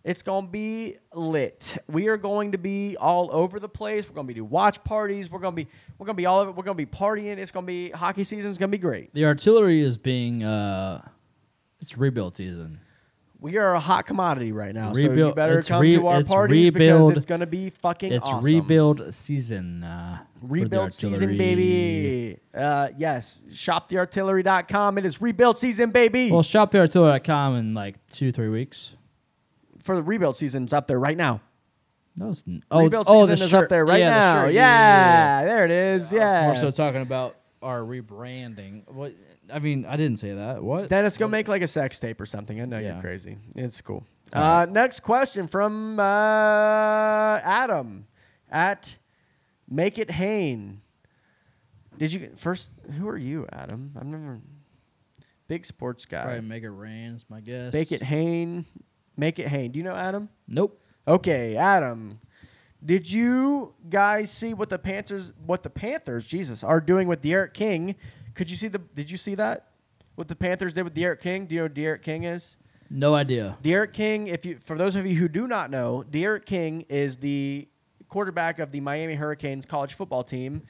Speaker 2: It's going to be lit. We are going to be all over the place. We're going to be do watch parties. We're going to be we're going to be all over. We're going to be partying. It's going to be hockey season's going to be great.
Speaker 1: The artillery is being uh, it's rebuild season.
Speaker 2: We are a hot commodity right now. so you
Speaker 1: Rebuild-
Speaker 2: better
Speaker 1: it's
Speaker 2: come
Speaker 1: re-
Speaker 2: to our
Speaker 1: it's
Speaker 2: parties
Speaker 1: rebuild-
Speaker 2: because it's going to be fucking
Speaker 1: It's
Speaker 2: awesome.
Speaker 1: rebuild season. Uh, for the
Speaker 2: Rebuild season,
Speaker 1: artillery.
Speaker 2: baby. Uh, yes, shoptheartillery.com. It is rebuild season, baby.
Speaker 1: Well, shoptheartillery.com in like two three weeks.
Speaker 2: For the rebuild season, it's up there right now.
Speaker 1: That was n- oh
Speaker 2: rebuild
Speaker 1: oh,
Speaker 2: season
Speaker 1: the
Speaker 2: is
Speaker 1: shirt.
Speaker 2: up there right
Speaker 1: yeah, the
Speaker 2: now.
Speaker 1: shirt.
Speaker 2: yeah, there it is. Yeah.
Speaker 1: I was more so talking about our rebranding. What I mean, I didn't say that. What?
Speaker 2: Dennis, go make like a sex tape or something. I know
Speaker 1: Yeah.
Speaker 2: you're crazy. It's cool. Uh, next question from uh, Adam at Make It Hain. Did you first? Who are you, Adam? I've never big sports guy.
Speaker 1: Probably make it rain is my guess.
Speaker 2: Make It Hain. Make It Hain. Do you know Adam?
Speaker 1: Nope.
Speaker 2: Okay, Adam. Did you guys see what the Panthers what the Panthers, Jesus, are doing with Derek King? Could you see the did you see that? What the Panthers did with Derek King? Do you know who Derek King is?
Speaker 1: No idea.
Speaker 2: Derek King, if you for those of you who do not know, Derek King is the quarterback of the Miami Hurricanes college football team.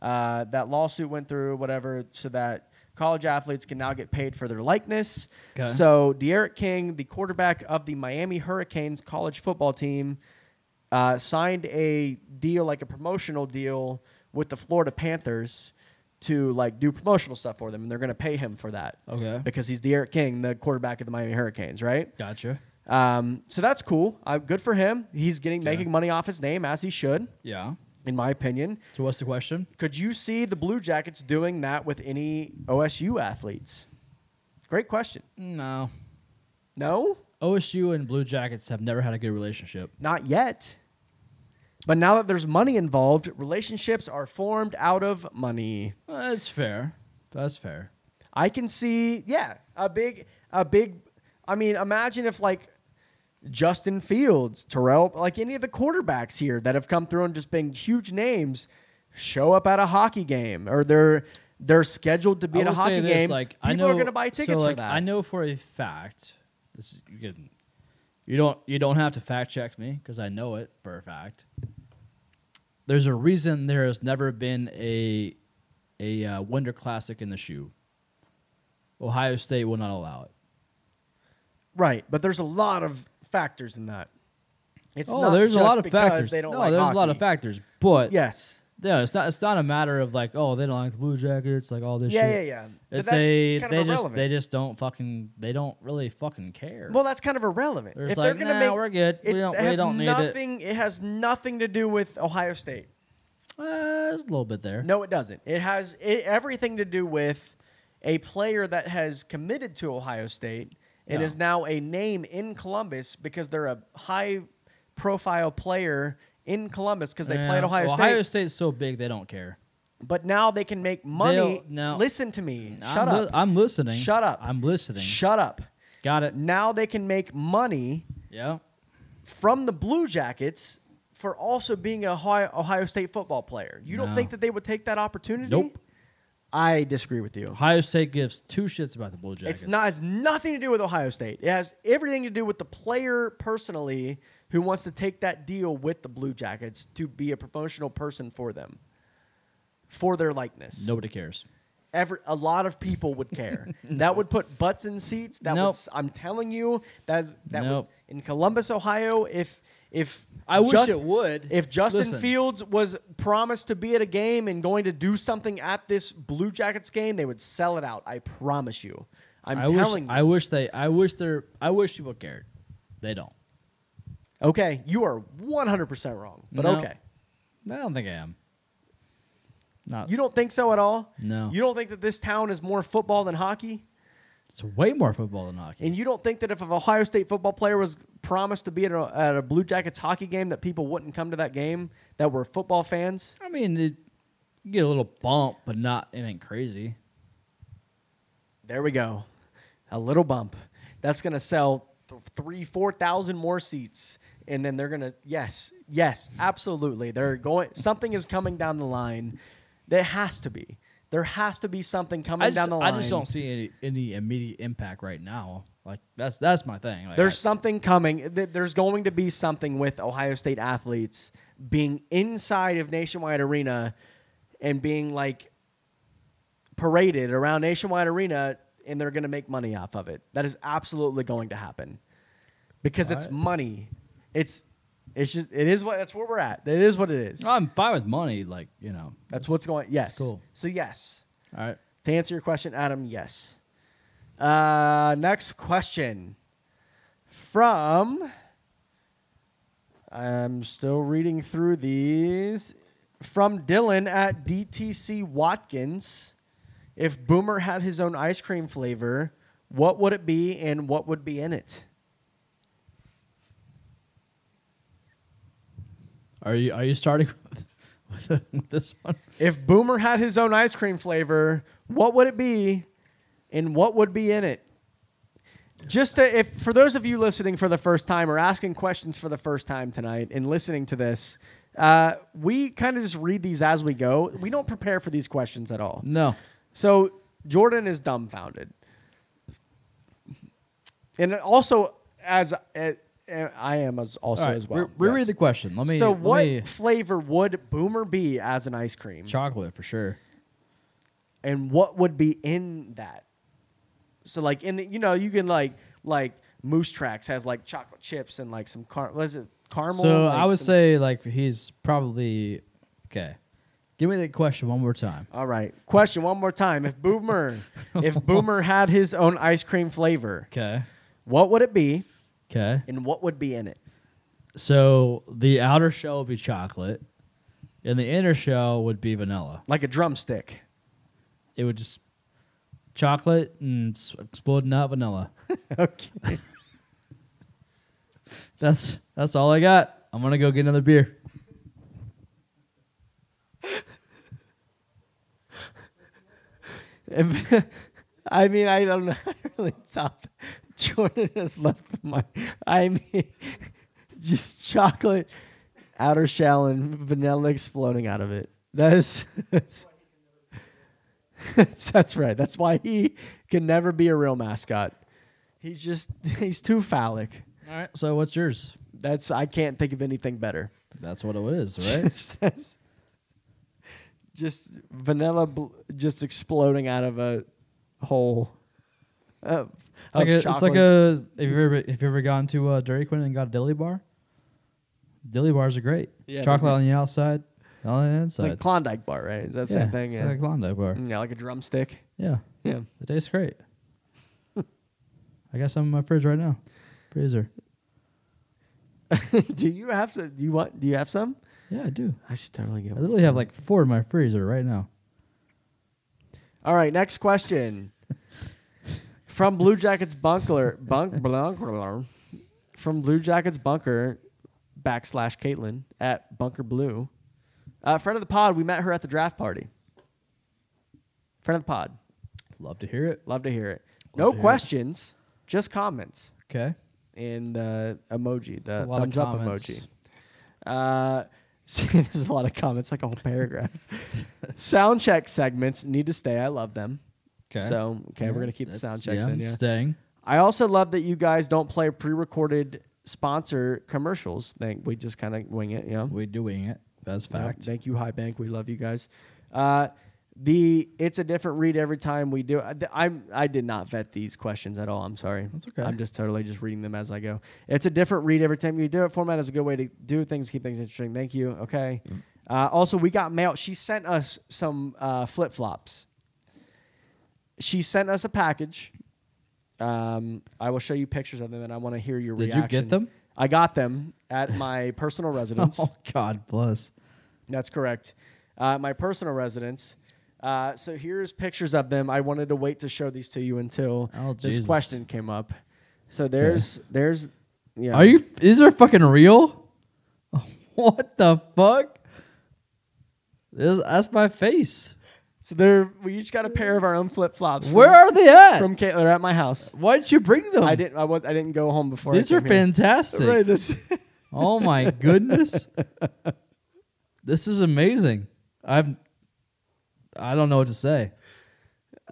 Speaker 2: Uh, that lawsuit went through, whatever, so that college athletes can now get paid for their likeness.
Speaker 1: Okay.
Speaker 2: So Derek King, the quarterback of the Miami Hurricanes college football team, uh, signed a deal, like a promotional deal, with the Florida Panthers to like do promotional stuff for them, and they're going to pay him for that.
Speaker 1: Okay.
Speaker 2: Because he's Derek King, the quarterback of the Miami Hurricanes, right?
Speaker 1: Gotcha.
Speaker 2: Um, so that's cool. Uh, good for him. He's getting making money off his name as he should,
Speaker 1: Yeah.
Speaker 2: in my opinion.
Speaker 1: So what's the question?
Speaker 2: Could you see the Blue Jackets doing that with any OSU athletes? Great question.
Speaker 1: No.
Speaker 2: No,
Speaker 1: OSU and Blue Jackets have never had a good relationship.
Speaker 2: not yet. But now that there's money involved, relationships are formed out of money.
Speaker 1: That's fair. That's fair.
Speaker 2: I can see, yeah, a big, a big. I mean, imagine if like Justin Fields, Terrell, like any of the quarterbacks here that have come through and just been huge names, show up at a hockey game or they're they're scheduled to be
Speaker 1: I
Speaker 2: at a
Speaker 1: will say
Speaker 2: hockey
Speaker 1: this,
Speaker 2: game.
Speaker 1: Like,
Speaker 2: People
Speaker 1: I know,
Speaker 2: are going to buy tickets
Speaker 1: so, like,
Speaker 2: for that.
Speaker 1: I know for a fact. This is, you can, you don't you don't have to fact check me because I know it for a fact. There's a reason there has never been a a uh, Winter Classic in the shoe. Ohio State will not allow it.
Speaker 2: right, but there's a lot of factors in that. It's
Speaker 1: oh,
Speaker 2: not
Speaker 1: there's a
Speaker 2: just
Speaker 1: lot of
Speaker 2: because
Speaker 1: factors.
Speaker 2: They don't
Speaker 1: no,
Speaker 2: like
Speaker 1: there's a lot
Speaker 2: hockey.
Speaker 1: of factors, but
Speaker 2: Yes.
Speaker 1: yeah, it's not it's not a matter of like oh they don't like the Blue Jackets like all this
Speaker 2: Yeah,
Speaker 1: shit.
Speaker 2: yeah, yeah. But
Speaker 1: It's
Speaker 2: that's
Speaker 1: a
Speaker 2: kind of
Speaker 1: they just
Speaker 2: irrelevant.
Speaker 1: they just don't fucking they don't really fucking care.
Speaker 2: Well, that's kind of irrelevant.
Speaker 1: They're
Speaker 2: if
Speaker 1: just
Speaker 2: they're
Speaker 1: like,
Speaker 2: gonna
Speaker 1: "Nah,
Speaker 2: make,
Speaker 1: we're good. We
Speaker 2: it's-
Speaker 1: don't-
Speaker 2: it
Speaker 1: we
Speaker 2: has
Speaker 1: don't need it."
Speaker 2: nothing, it. has nothing to do with Ohio State.
Speaker 1: Uh, it's a little bit there.
Speaker 2: No, it doesn't. It has it, everything to do with a player that has committed to Ohio State and
Speaker 1: Yeah.
Speaker 2: is now a name in Columbus because they're a high profile player in Columbus because they play at
Speaker 1: Yeah.
Speaker 2: Ohio,
Speaker 1: Ohio
Speaker 2: State.
Speaker 1: State's so big they don't care.
Speaker 2: But now they can make money.
Speaker 1: They'll- no.
Speaker 2: Listen to me. Shut
Speaker 1: I'm li-
Speaker 2: up.
Speaker 1: I'm listening.
Speaker 2: Shut up.
Speaker 1: I'm listening.
Speaker 2: Shut up.
Speaker 1: Got it.
Speaker 2: Now they can make money
Speaker 1: Yeah.
Speaker 2: from the Blue Jackets for also being a Ohio, Ohio State football player. You don't
Speaker 1: No.
Speaker 2: think that they would take that opportunity?
Speaker 1: Nope.
Speaker 2: I disagree with you.
Speaker 1: Ohio State gives two shits about the Blue Jackets.
Speaker 2: It's not has nothing to do with Ohio State. It has everything to do with the player personally who wants to take that deal with the Blue Jackets to be a promotional person for them. For their likeness.
Speaker 1: Nobody cares.
Speaker 2: Every, a lot of people would care. That would put butts in seats. That would
Speaker 1: Nope.
Speaker 2: s- I'm telling you, that's that
Speaker 1: Nope.
Speaker 2: would, in Columbus, Ohio, if if
Speaker 1: I wish
Speaker 2: Jus-
Speaker 1: it would.
Speaker 2: If Justin
Speaker 1: Listen.
Speaker 2: Fields was promised to be at a game and going to do something at this Blue Jackets game, they would sell it out. I promise you. I'm
Speaker 1: I wish.
Speaker 2: telling you.
Speaker 1: I wish they. I wish they're. I wish people cared. They don't.
Speaker 2: okay, you are 100% wrong. But
Speaker 1: No.
Speaker 2: okay.
Speaker 1: I don't think I am. Not.
Speaker 2: You don't think so at all?
Speaker 1: No.
Speaker 2: You don't think that this town is more football than hockey?
Speaker 1: it's way more football than hockey.
Speaker 2: And you don't think that if an Ohio State football player was promised to be at a, at a Blue Jackets hockey game, that people wouldn't come to that game that were football fans?
Speaker 1: I mean, it, you get a little bump, but not anything crazy.
Speaker 2: There we go, a little bump. That's gonna sell th- three, four thousand more seats, and then they're gonna yes, yes, absolutely. They're going. Something is coming down the line. There has to be. There has to be something coming
Speaker 1: I just,
Speaker 2: down the line.
Speaker 1: I just don't see any, any immediate impact right now. Like that's that's my thing. Like,
Speaker 2: There's
Speaker 1: I-
Speaker 2: something coming. Th- There's going to be something with Ohio State athletes being inside of Nationwide Arena and being like paraded around Nationwide Arena, and they're going to make money off of it. That is absolutely going to happen because it's
Speaker 1: I-
Speaker 2: money. It's it's just it is what that's where we're at. That is what it is.
Speaker 1: I'm fine with money. Like you know,
Speaker 2: That's what's going. Yes.
Speaker 1: cool.
Speaker 2: So yes,
Speaker 1: all right.
Speaker 2: to answer your question, Adam, yes. Uh, next question from. I'm still reading through these. From Dylan at DTC Watkins. If Boomer had his own ice cream flavor, what would it be and what would be in it?
Speaker 1: Are you are you starting with, with, with this one?
Speaker 2: If Boomer had his own ice cream flavor, what would it be and what would be in it? Just to, if for those of you listening for the first time or asking questions for the first time tonight and listening to this, uh, we kind of just read these as we go. We don't prepare for these questions at all.
Speaker 1: No.
Speaker 2: So Jordan is dumbfounded, and also as uh, uh, I am as also
Speaker 1: All right.
Speaker 2: as well.
Speaker 1: re- reread
Speaker 2: Yes.
Speaker 1: the question. Let me.
Speaker 2: so
Speaker 1: let
Speaker 2: what
Speaker 1: me-
Speaker 2: flavor would Boomer be as an ice cream?
Speaker 1: chocolate for sure.
Speaker 2: and what would be in that. So like in the you know you can like like Moose Tracks has like chocolate chips and like some car was it caramel?
Speaker 1: So
Speaker 2: Like,
Speaker 1: I would
Speaker 2: some-
Speaker 1: say like he's probably okay. Give me the question one more time.
Speaker 2: all right. Question one more time: If Boomer if Boomer had his own ice cream flavor,
Speaker 1: Okay.
Speaker 2: what would it be
Speaker 1: Okay.
Speaker 2: and what would be in it?
Speaker 1: So the outer shell would be chocolate, and the inner shell would be vanilla.
Speaker 2: Like a drumstick.
Speaker 1: It would just chocolate and s- exploding out vanilla.
Speaker 2: okay.
Speaker 1: That's that's all I got. I'm gonna go get another beer.
Speaker 2: If- I mean, I don't know. I really top. Jordan has left my. I mean, just chocolate, outer shell, and vanilla exploding out of it. That is. that's right. That's why he can never be a real mascot. He's just he's too phallic.
Speaker 1: All right. So what's yours?
Speaker 2: That's I can't think of anything better.
Speaker 1: That's what it is, right?
Speaker 2: Just, that's- just vanilla, bl- just exploding out of a hole. Of,
Speaker 1: It's like,
Speaker 2: of
Speaker 1: a, it's
Speaker 2: chocolate.
Speaker 1: like a. Have you ever have you ever gone to uh, Dairy Queen and got a dilly bar? Dilly bars are great.
Speaker 2: Yeah,
Speaker 1: Chocolate
Speaker 2: they're-
Speaker 1: on the outside, on the
Speaker 2: It's like
Speaker 1: inside.
Speaker 2: Klondike bar, right? Is that the
Speaker 1: yeah,
Speaker 2: same thing?
Speaker 1: It's
Speaker 2: Yeah.
Speaker 1: like a Klondike bar.
Speaker 2: Mm, yeah, like a drumstick.
Speaker 1: Yeah,
Speaker 2: Yeah.
Speaker 1: it tastes great. I got some in my fridge right now, freezer.
Speaker 2: do you have to? Do you want? Do you have some?
Speaker 1: Yeah, I do.
Speaker 2: I should totally get
Speaker 1: I
Speaker 2: one.
Speaker 1: literally have like four in my freezer right now.
Speaker 2: All right, next question from Blue Jackets Bunker Bunk Bunker from Blue Jackets Bunker backslash Caitlin at Bunker Blue. Uh, friend of the pod, we met her at the draft party. Friend of the pod,
Speaker 1: Love to hear it.
Speaker 2: love to hear it.
Speaker 1: Love to
Speaker 2: no
Speaker 1: hear it.
Speaker 2: questions, just comments
Speaker 1: Okay.
Speaker 2: and the emoji,
Speaker 1: a
Speaker 2: the
Speaker 1: lot of
Speaker 2: thumbs up
Speaker 1: comments.
Speaker 2: emoji. Uh, see, there's a lot of comments, like a whole paragraph. sound check segments need to stay. I love them.
Speaker 1: 'Kay.
Speaker 2: So okay, we're gonna keep the sound checks in. Yeah.
Speaker 1: Staying.
Speaker 2: I also love that you guys don't play pre-recorded sponsor commercials. Think we just kind of wing it. Yeah.
Speaker 1: We doing it. That's
Speaker 2: Yep.
Speaker 1: fact.
Speaker 2: Thank you, High Bank. We love you guys. Uh, the it's a different read every time we do. I, I'm I did not vet these questions at all. I'm sorry.
Speaker 1: That's okay.
Speaker 2: I'm just totally just reading them as I go. It's a different read every time you do it. Format is a good way to do things, keep things interesting. Thank you. Okay. Uh, also, we got mail. She sent us some uh, flip flops. She sent us a package. Um, I will show you pictures of them, and I want to hear your
Speaker 1: Did you
Speaker 2: reaction.
Speaker 1: get them?
Speaker 2: I got them at my personal residence.
Speaker 1: Oh God bless.
Speaker 2: That's correct. Uh, my personal residence. Uh, so here's pictures of them. I wanted to wait to show these to you until
Speaker 1: Oh,
Speaker 2: this
Speaker 1: Jesus.
Speaker 2: question came up. So there's there's yeah.
Speaker 1: Are you? These are fucking real. what the fuck? This, that's my face.
Speaker 2: So there we each got a pair of our own flip flops.
Speaker 1: Where are they at?
Speaker 2: from Caitlin? They're at my house.
Speaker 1: Why did you bring them?
Speaker 2: I didn't I was I didn't go home before. I
Speaker 1: These are
Speaker 2: came here.
Speaker 1: fantastic.
Speaker 2: Right, this-
Speaker 1: Oh my goodness. this is amazing. I'm. I don't know what to say.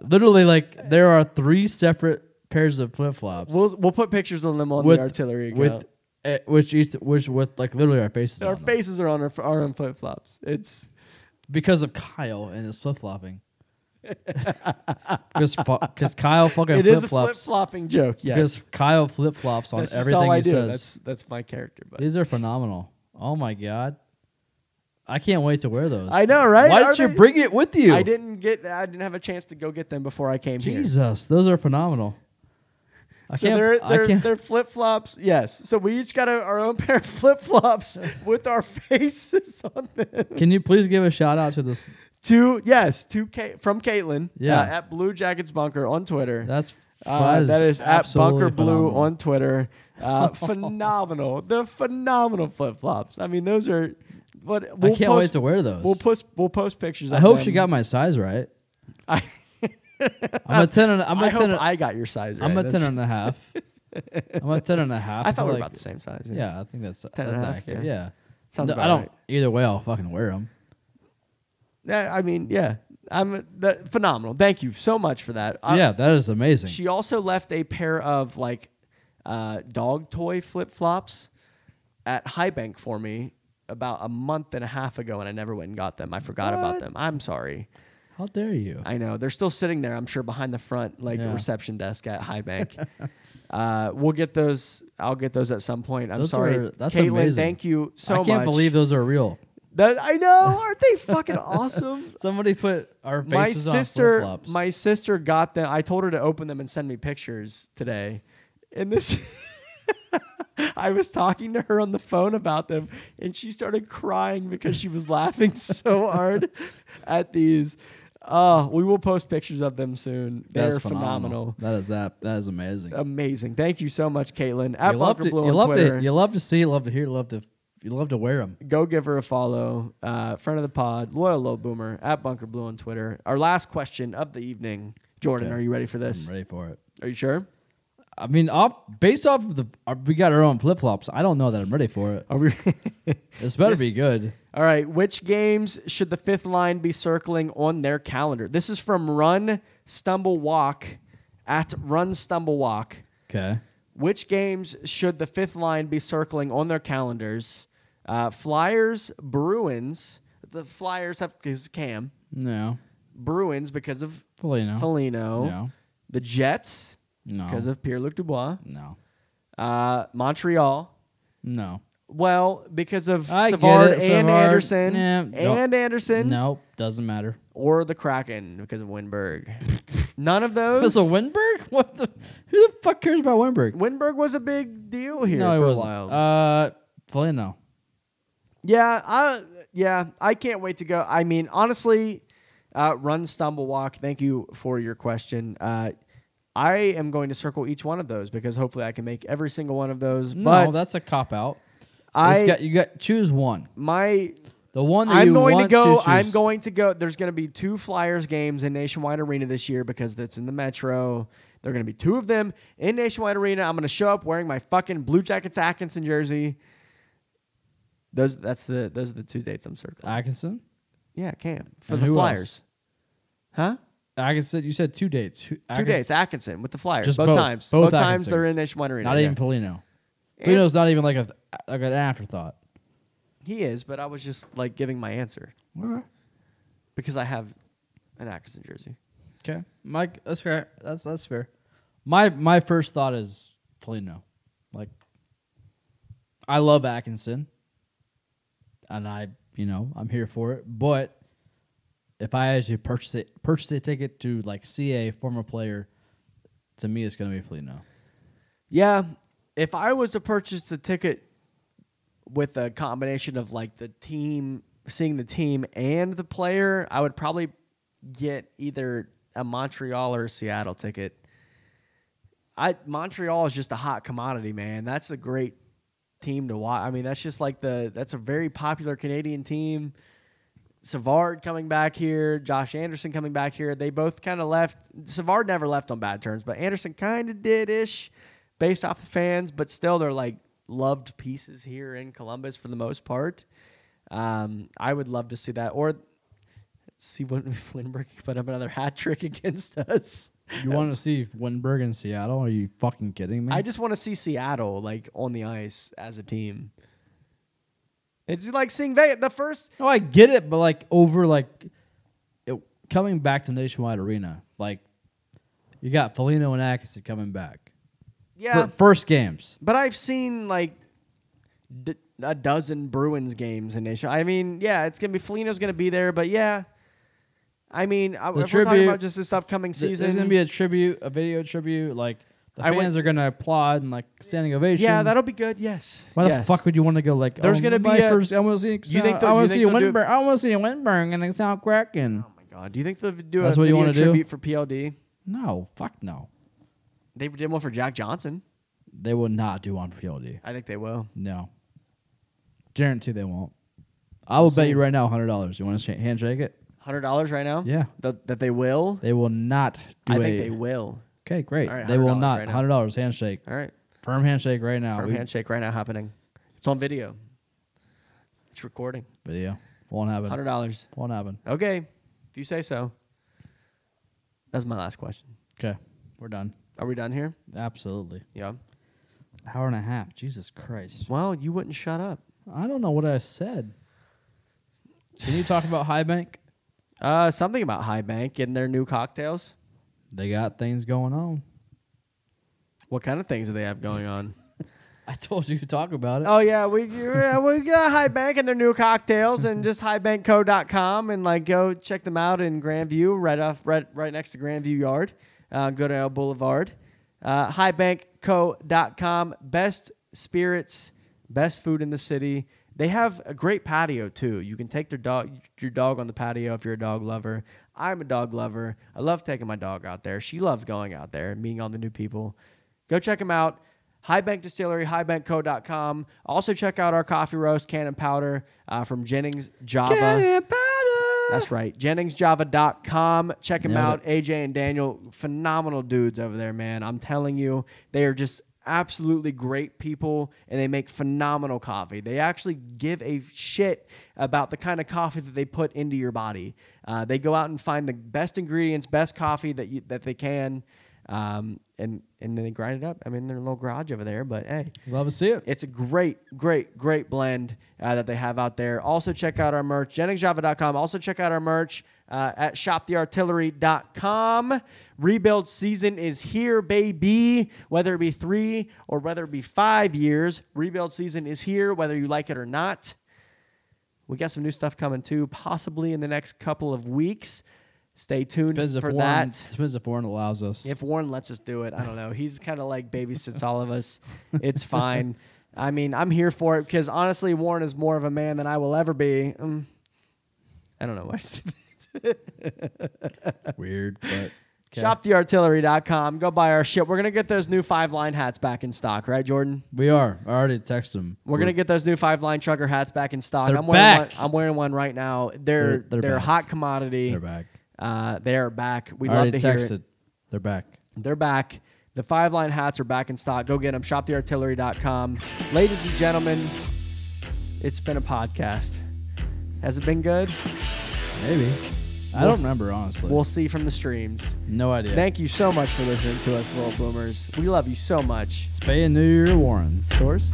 Speaker 1: Literally, like there are three separate pairs of flip flops
Speaker 2: We'll we'll put pictures of them on the artillery account.
Speaker 1: with uh, which each which with like literally our faces
Speaker 2: our
Speaker 1: on them.
Speaker 2: faces are on our, our own flip flops. It's
Speaker 1: because of Kyle and his flip flopping. Because Kyle fucking
Speaker 2: it is
Speaker 1: flip
Speaker 2: a flip
Speaker 1: flops.
Speaker 2: flopping joke. Yeah,
Speaker 1: Because Kyle flip flops on
Speaker 2: that's just
Speaker 1: everything
Speaker 2: all I
Speaker 1: he
Speaker 2: do.
Speaker 1: says.
Speaker 2: That's that's my character. But
Speaker 1: These are phenomenal. Oh my god, I can't wait to wear those.
Speaker 2: I know, right?
Speaker 1: Why
Speaker 2: Are
Speaker 1: didn't you
Speaker 2: they-
Speaker 1: bring it with you?
Speaker 2: I didn't get. I didn't have a chance to go get them before I came here.
Speaker 1: Jesus, those are phenomenal. I
Speaker 2: So
Speaker 1: can't.
Speaker 2: they're
Speaker 1: I
Speaker 2: they're,
Speaker 1: can't.
Speaker 2: they're flip flops. Yes. So we each got a, our own pair of flip flops with our faces on them.
Speaker 1: can you please give a shout out to this?
Speaker 2: Two yes, two K from Caitlin.
Speaker 1: Yeah.
Speaker 2: uh, at Blue Jackets Bunker on Twitter.
Speaker 1: That's
Speaker 2: Uh, that is at
Speaker 1: absolutely
Speaker 2: Bunker Blue
Speaker 1: phenomenal.
Speaker 2: on Twitter. Uh, phenomenal. They're phenomenal flip flops. I mean, those are. What we'll
Speaker 1: I can't
Speaker 2: post,
Speaker 1: wait to wear those.
Speaker 2: We'll post. We'll post pictures.
Speaker 1: I
Speaker 2: of
Speaker 1: hope
Speaker 2: them.
Speaker 1: she got my size right.
Speaker 2: I,
Speaker 1: I'm a ten. And, I'm
Speaker 2: i
Speaker 1: a
Speaker 2: hope
Speaker 1: ten. and-
Speaker 2: I got your size. Right.
Speaker 1: I'm a ten
Speaker 2: That's-
Speaker 1: and a half. I'm a ten and a half.
Speaker 2: I
Speaker 1: feel
Speaker 2: thought we were
Speaker 1: like-
Speaker 2: about the same size.
Speaker 1: Yeah, I think that's
Speaker 2: Ten and
Speaker 1: that's
Speaker 2: a half,
Speaker 1: accurate.
Speaker 2: yeah.
Speaker 1: Yeah.
Speaker 2: Sounds
Speaker 1: No,
Speaker 2: about
Speaker 1: I don't.
Speaker 2: right.
Speaker 1: Either way, I'll fucking wear them.
Speaker 2: Yeah, I mean, yeah. I'm that, phenomenal. Thank you so much for that. I-
Speaker 1: yeah, that is amazing.
Speaker 2: Uh, She also left a pair of like uh, dog toy flip flops at High Bank for me about a month and a half ago, and I never went and got them. I forgot about
Speaker 1: What?
Speaker 2: them. I'm sorry.
Speaker 1: How dare you?
Speaker 2: I know they're still sitting there. I'm sure behind the front like
Speaker 1: Yeah.
Speaker 2: reception desk at High Bank. uh, we'll get those. I'll get those at some point. I'm
Speaker 1: Those
Speaker 2: sorry,
Speaker 1: are- that's
Speaker 2: Caitlin.
Speaker 1: amazing.
Speaker 2: Thank you so
Speaker 1: I
Speaker 2: much.
Speaker 1: can't believe those are real.
Speaker 2: that. I know. Aren't they fucking awesome?
Speaker 1: Somebody put our
Speaker 2: my
Speaker 1: faces on
Speaker 2: sister,
Speaker 1: flip flops.
Speaker 2: my sister got them. I told her to open them and send me pictures today. And this, I was talking to her on the phone about them, and she started crying because she was laughing so hard at these. Uh, we will post pictures of them soon. They're
Speaker 1: That's
Speaker 2: phenomenal.
Speaker 1: That is that. That is amazing.
Speaker 2: amazing. Thank you so much, Caitlin. At
Speaker 1: you love
Speaker 2: Bunker
Speaker 1: to,
Speaker 2: Blue
Speaker 1: you
Speaker 2: on
Speaker 1: love
Speaker 2: Twitter.
Speaker 1: to, you love to see, love to hear, love to, you love to wear them.
Speaker 2: go give her a follow. Uh, friend of the pod, loyal low boomer at Bunker Blue on Twitter. Our last question of the evening, Jordan.
Speaker 1: Okay.
Speaker 2: Are you ready for this?
Speaker 1: I'm ready for it.
Speaker 2: Are you sure?
Speaker 1: I mean, off, based off of the, uh, we got our own flip flops. I don't know that I'm ready for it.
Speaker 2: Are we?
Speaker 1: This better
Speaker 2: This-
Speaker 1: be good.
Speaker 2: All right. Which games should the fifth line be circling on their calendar? This is from Run Stumble Walk at Run Stumble Walk.
Speaker 1: Okay.
Speaker 2: Which games should the fifth line be circling on their calendars? Uh, Flyers, Bruins. The Flyers have because Cam.
Speaker 1: No.
Speaker 2: Bruins because of
Speaker 1: Fully no.
Speaker 2: Foligno.
Speaker 1: No.
Speaker 2: The Jets
Speaker 1: No.
Speaker 2: because of Pierre Luc Dubois.
Speaker 1: no.
Speaker 2: Uh, Montreal.
Speaker 1: No.
Speaker 2: Well, because of
Speaker 1: I get
Speaker 2: Savard
Speaker 1: it,
Speaker 2: and
Speaker 1: Savard.
Speaker 2: Anderson.
Speaker 1: Nah, don't-
Speaker 2: and Anderson.
Speaker 1: Nope. Doesn't matter.
Speaker 2: or the Kraken because of Winberg. None of
Speaker 1: Was
Speaker 2: those.
Speaker 1: a Winberg? What the? Who the fuck cares about Winberg?
Speaker 2: Winberg was a big deal here
Speaker 1: no,
Speaker 2: for
Speaker 1: it wasn't.
Speaker 2: a while.
Speaker 1: Uh, fully no.
Speaker 2: yeah, I yeah, I can't wait to go. I mean, honestly, uh, run stumble walk. Thank you for your question. Uh, I am going to circle each one of those because hopefully I can make every single one of those.
Speaker 1: No,
Speaker 2: but
Speaker 1: that's a cop out.
Speaker 2: I
Speaker 1: It's got- you got choose one.
Speaker 2: my
Speaker 1: The one that
Speaker 2: I'm
Speaker 1: you
Speaker 2: going to
Speaker 1: want
Speaker 2: go.
Speaker 1: choose.
Speaker 2: I'm going to go. There's going to be two Flyers games in Nationwide Arena this year because that's in the Metro. There are going to be two of them in Nationwide Arena. I'm going to show up wearing my fucking Blue Jackets Atkinson jersey. Those that's the those are the two dates I'm circling.
Speaker 1: Atkinson.
Speaker 2: yeah, Cam
Speaker 1: Uh,
Speaker 2: for
Speaker 1: And
Speaker 2: the
Speaker 1: who
Speaker 2: Flyers, huh?
Speaker 1: Atkinson. You said two dates. Who,
Speaker 2: Two
Speaker 1: Atkins-
Speaker 2: dates Atkinson with the Flyers.
Speaker 1: Just
Speaker 2: both,
Speaker 1: both.
Speaker 2: times. Both,
Speaker 1: Both
Speaker 2: times they're
Speaker 1: Atkinsons.
Speaker 2: in Nationwide Arena.
Speaker 1: Not
Speaker 2: yeah.
Speaker 1: even Polino.
Speaker 2: And
Speaker 1: Polino's not even like a like an afterthought.
Speaker 2: he is, but I was just like giving my answer because I have an Atkinson jersey.
Speaker 1: Okay, Mike. That's fair. That's that's fair. My my first thought is Polino. Like, I love Atkinson, and I you know I'm here for it. But if I had to purchase it, purchase a ticket to like see a former player, to me it's gonna be Polino.
Speaker 2: Yeah, if I was to purchase the ticket with a combination of like the team, seeing the team and the player, I would probably get either a Montreal or a Seattle ticket. I Montreal is just a hot commodity, man. That's a great team to watch. I mean, that's just like the that's a very popular Canadian team. Savard coming back here, Josh Anderson coming back here. They both kind of left. Savard never left on bad terms, but Anderson kind of did ish based off the fans, but still they're like loved pieces here in Columbus for the most part. Um, I would love to see that. Or see what Winberg put up another hat trick against us.
Speaker 1: You want to see Winberg in Seattle? Are you fucking kidding me?
Speaker 2: Uh, I just want to see Seattle like on the ice as a team. It's like seeing Vegas. The first
Speaker 1: no, I get it, but like over like it, coming back to Nationwide Arena, like you got Felino and Atkinson coming back.
Speaker 2: yeah,
Speaker 1: Fir- first games.
Speaker 2: but I've seen like d- a dozen Bruins games in Nation. I mean, yeah, it's gonna be Felino's gonna be there, but yeah, I mean, I, if we're talking
Speaker 1: tribute-
Speaker 2: about just this upcoming
Speaker 1: Th-
Speaker 2: season,
Speaker 1: There's gonna be a tribute, a video tribute. Like the
Speaker 2: I
Speaker 1: fans
Speaker 2: went-
Speaker 1: are gonna applaud and like standing ovation.
Speaker 2: yeah, that'll be good. Yes.
Speaker 1: Why
Speaker 2: yes.
Speaker 1: the fuck would you want to go like?
Speaker 2: There's
Speaker 1: oh,
Speaker 2: gonna
Speaker 1: my
Speaker 2: be a-
Speaker 1: first. I want to see. uh,
Speaker 2: You think they'll-
Speaker 1: I
Speaker 2: you
Speaker 1: want to see
Speaker 2: think they'll do-
Speaker 1: Winberg. I want to see Winberg and the South Kraken.
Speaker 2: Oh my god, do you think they'll do
Speaker 1: That's
Speaker 2: a
Speaker 1: what you
Speaker 2: video
Speaker 1: wanna do?
Speaker 2: tribute for PLD?
Speaker 1: No, fuck no.
Speaker 2: They did one for Jack Johnson.
Speaker 1: They will not do on PLD.
Speaker 2: I think they will.
Speaker 1: No. Guarantee they won't. I will bet you right now hundred dollars. You want to handshake it?
Speaker 2: Hundred dollars right now.
Speaker 1: Yeah.
Speaker 2: That, that they will.
Speaker 1: They will not do
Speaker 2: I
Speaker 1: it.
Speaker 2: think they will.
Speaker 1: Okay, great.
Speaker 2: All right,
Speaker 1: they will
Speaker 2: $100
Speaker 1: not.
Speaker 2: right now.
Speaker 1: hundred dollars handshake.
Speaker 2: All right.
Speaker 1: Firm handshake right now.
Speaker 2: Firm
Speaker 1: We-
Speaker 2: handshake right now happening. It's on video. It's recording.
Speaker 1: Video won't happen.
Speaker 2: Hundred dollars.
Speaker 1: Won't happen.
Speaker 2: Okay, if you say so. That's my last question.
Speaker 1: Okay, we're done.
Speaker 2: Are we done here?
Speaker 1: Absolutely.
Speaker 2: Yeah.
Speaker 1: Hour and a half. Jesus Christ.
Speaker 2: Well, you wouldn't shut up.
Speaker 1: I don't know what I said. Can you talk about High Bank?
Speaker 2: Uh, something about High Bank and their new cocktails.
Speaker 1: They got things going on.
Speaker 2: What kind of things do they have going on?
Speaker 1: I told you to talk about it.
Speaker 2: oh yeah, we yeah, we got High Bank and their new cocktails, and just highbankco.com and like go check them out in Grandview, right off right right next to Grandview Yard. Uh, go to El Boulevard. Uh, highbankco.com, best spirits, best food in the city. They have a great patio too. You can take their dog your dog on the patio if you're a dog lover. I'm a dog lover. I love taking my dog out there. She loves going out there and meeting all the new people. Go check them out. High Bank Distillery, highbankco.com. Also check out our coffee roast, Cannon Powder uh, from Jennings Java. That's right. JenningsJava.com. Check them
Speaker 1: Nailed
Speaker 2: out. AJ and Daniel, phenomenal dudes over there, man. I'm telling you, they are just absolutely great people and they make phenomenal coffee. They actually give a shit about the kind of coffee that they put into your body. Uh, they go out and find the best ingredients, best coffee that you, that they can. Um, and, and then they grind it up. I mean, they're in a little garage over there, but hey,
Speaker 1: Love to see it.
Speaker 2: it's a great, great, great blend uh, that they have out there. Also, check out our merch, JenningsJava.com. Also, check out our merch uh, at shoptheartillery.com. Rebuild season is here, baby. Whether it be three or whether it be five years, rebuild season is here, whether you like it or not. We got some new stuff coming too, possibly in the next couple of weeks. Stay tuned
Speaker 1: Depends if
Speaker 2: for
Speaker 1: Warren,
Speaker 2: that.
Speaker 1: depends if Warren allows us.
Speaker 2: If Warren lets us do it, I don't know. He's kind of like babysits all of us. It's fine. I mean, I'm here for it because honestly, Warren is more of a man than I will ever be. Um, I don't know why. I said that.
Speaker 1: Weird, but 'kay.
Speaker 2: ShopTheArtillery.com. Go buy our shit. We're gonna get those new five line hats back in stock, right, Jordan?
Speaker 1: We are. I already texted him.
Speaker 2: We're gonna get those new five line trucker hats back in stock.
Speaker 1: They're
Speaker 2: I'm wearing
Speaker 1: back.
Speaker 2: one. I'm wearing one right now. They're
Speaker 1: They're-
Speaker 2: they're,
Speaker 1: they're
Speaker 2: a
Speaker 1: back.
Speaker 2: hot commodity.
Speaker 1: They're back.
Speaker 2: Uh, they are back. We
Speaker 1: I
Speaker 2: love
Speaker 1: already
Speaker 2: to
Speaker 1: texted.
Speaker 2: hear it.
Speaker 1: They're back.
Speaker 2: They're back. The five line hats are back in stock. Go get them. ShopTheArtillery.com. Ladies and gentlemen, it's been a podcast. Has it been good?
Speaker 1: Maybe. I
Speaker 2: We'll
Speaker 1: don't
Speaker 2: s-
Speaker 1: remember honestly.
Speaker 2: We'll see from the streams.
Speaker 1: no idea.
Speaker 2: Thank you so much for listening to us, Little Bloomers. We love you so much.
Speaker 1: Spay and neuter your Warrens.
Speaker 2: Source?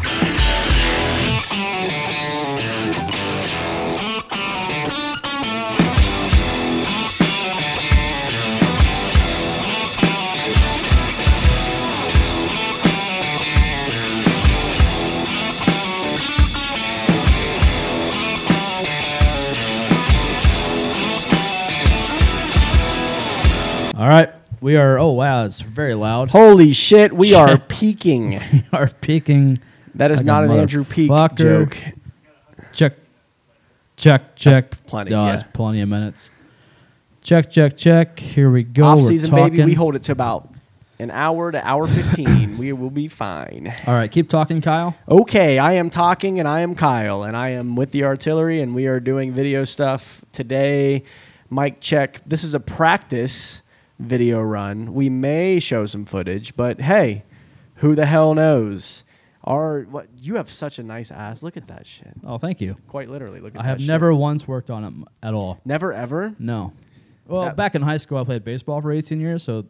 Speaker 1: All right. We are. Oh wow, it's very loud.
Speaker 2: Holy shit, we are peaking.
Speaker 1: we are peaking.
Speaker 2: That is
Speaker 1: Like a
Speaker 2: not an Andrew Peak
Speaker 1: motherfucker.
Speaker 2: joke.
Speaker 1: Check. Check. Check.
Speaker 2: plenty,
Speaker 1: Oh,
Speaker 2: yeah.
Speaker 1: That's plenty of minutes. Check. Check. Check. Here we go.
Speaker 2: Off
Speaker 1: We're
Speaker 2: season,
Speaker 1: talking.
Speaker 2: baby, we hold it to about an hour to hour 15. we will be fine.
Speaker 1: All right. Keep talking, Kyle.
Speaker 2: Okay, I am talking and I am Kyle and I am with the artillery and we are doing video stuff today. Mic check. This is a practice video run. We may show some footage, but hey, who the hell knows? Our what you have such a nice ass. Look at that shit.
Speaker 1: Oh, thank you.
Speaker 2: Quite literally, look at
Speaker 1: I
Speaker 2: that
Speaker 1: have
Speaker 2: shit.
Speaker 1: never once worked on it m- at all.
Speaker 2: never ever
Speaker 1: No. Well,
Speaker 2: That-
Speaker 1: back in high school, I played baseball for 18 years, so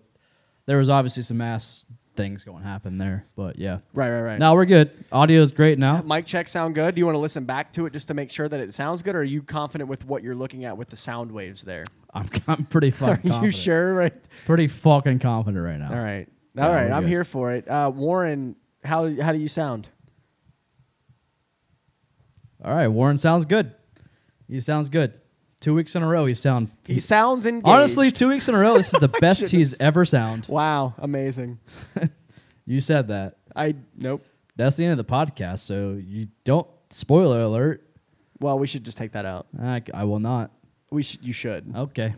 Speaker 1: there was obviously some ass things going to happen there, but yeah.
Speaker 2: Right, right, right.
Speaker 1: Now we're good. Audio is great now.
Speaker 2: Mic check sound good? Do you want to listen back to it just to make sure that it sounds good, or are you confident with what you're looking at with the sound waves there?
Speaker 1: I'm, I'm pretty fucking
Speaker 2: Are
Speaker 1: confident.
Speaker 2: you sure? Right.
Speaker 1: Pretty fucking confident right now.
Speaker 2: All right.
Speaker 1: Oh. Yeah,
Speaker 2: All right.
Speaker 1: we're
Speaker 2: I'm
Speaker 1: good.
Speaker 2: here for it. Uh, Warren, how how do you sound?
Speaker 1: All right, Warren sounds good. He sounds good. Two weeks in a row, he sound.
Speaker 2: He sounds engaged.
Speaker 1: Honestly, two weeks in a row, this is the best he's ever sound.
Speaker 2: wow, amazing.
Speaker 1: You said that.
Speaker 2: I nope.
Speaker 1: That's the end of the podcast. So you don't spoiler alert.
Speaker 2: Well, we should just take that out.
Speaker 1: I, I will not.
Speaker 2: We should. You should.
Speaker 1: Okay.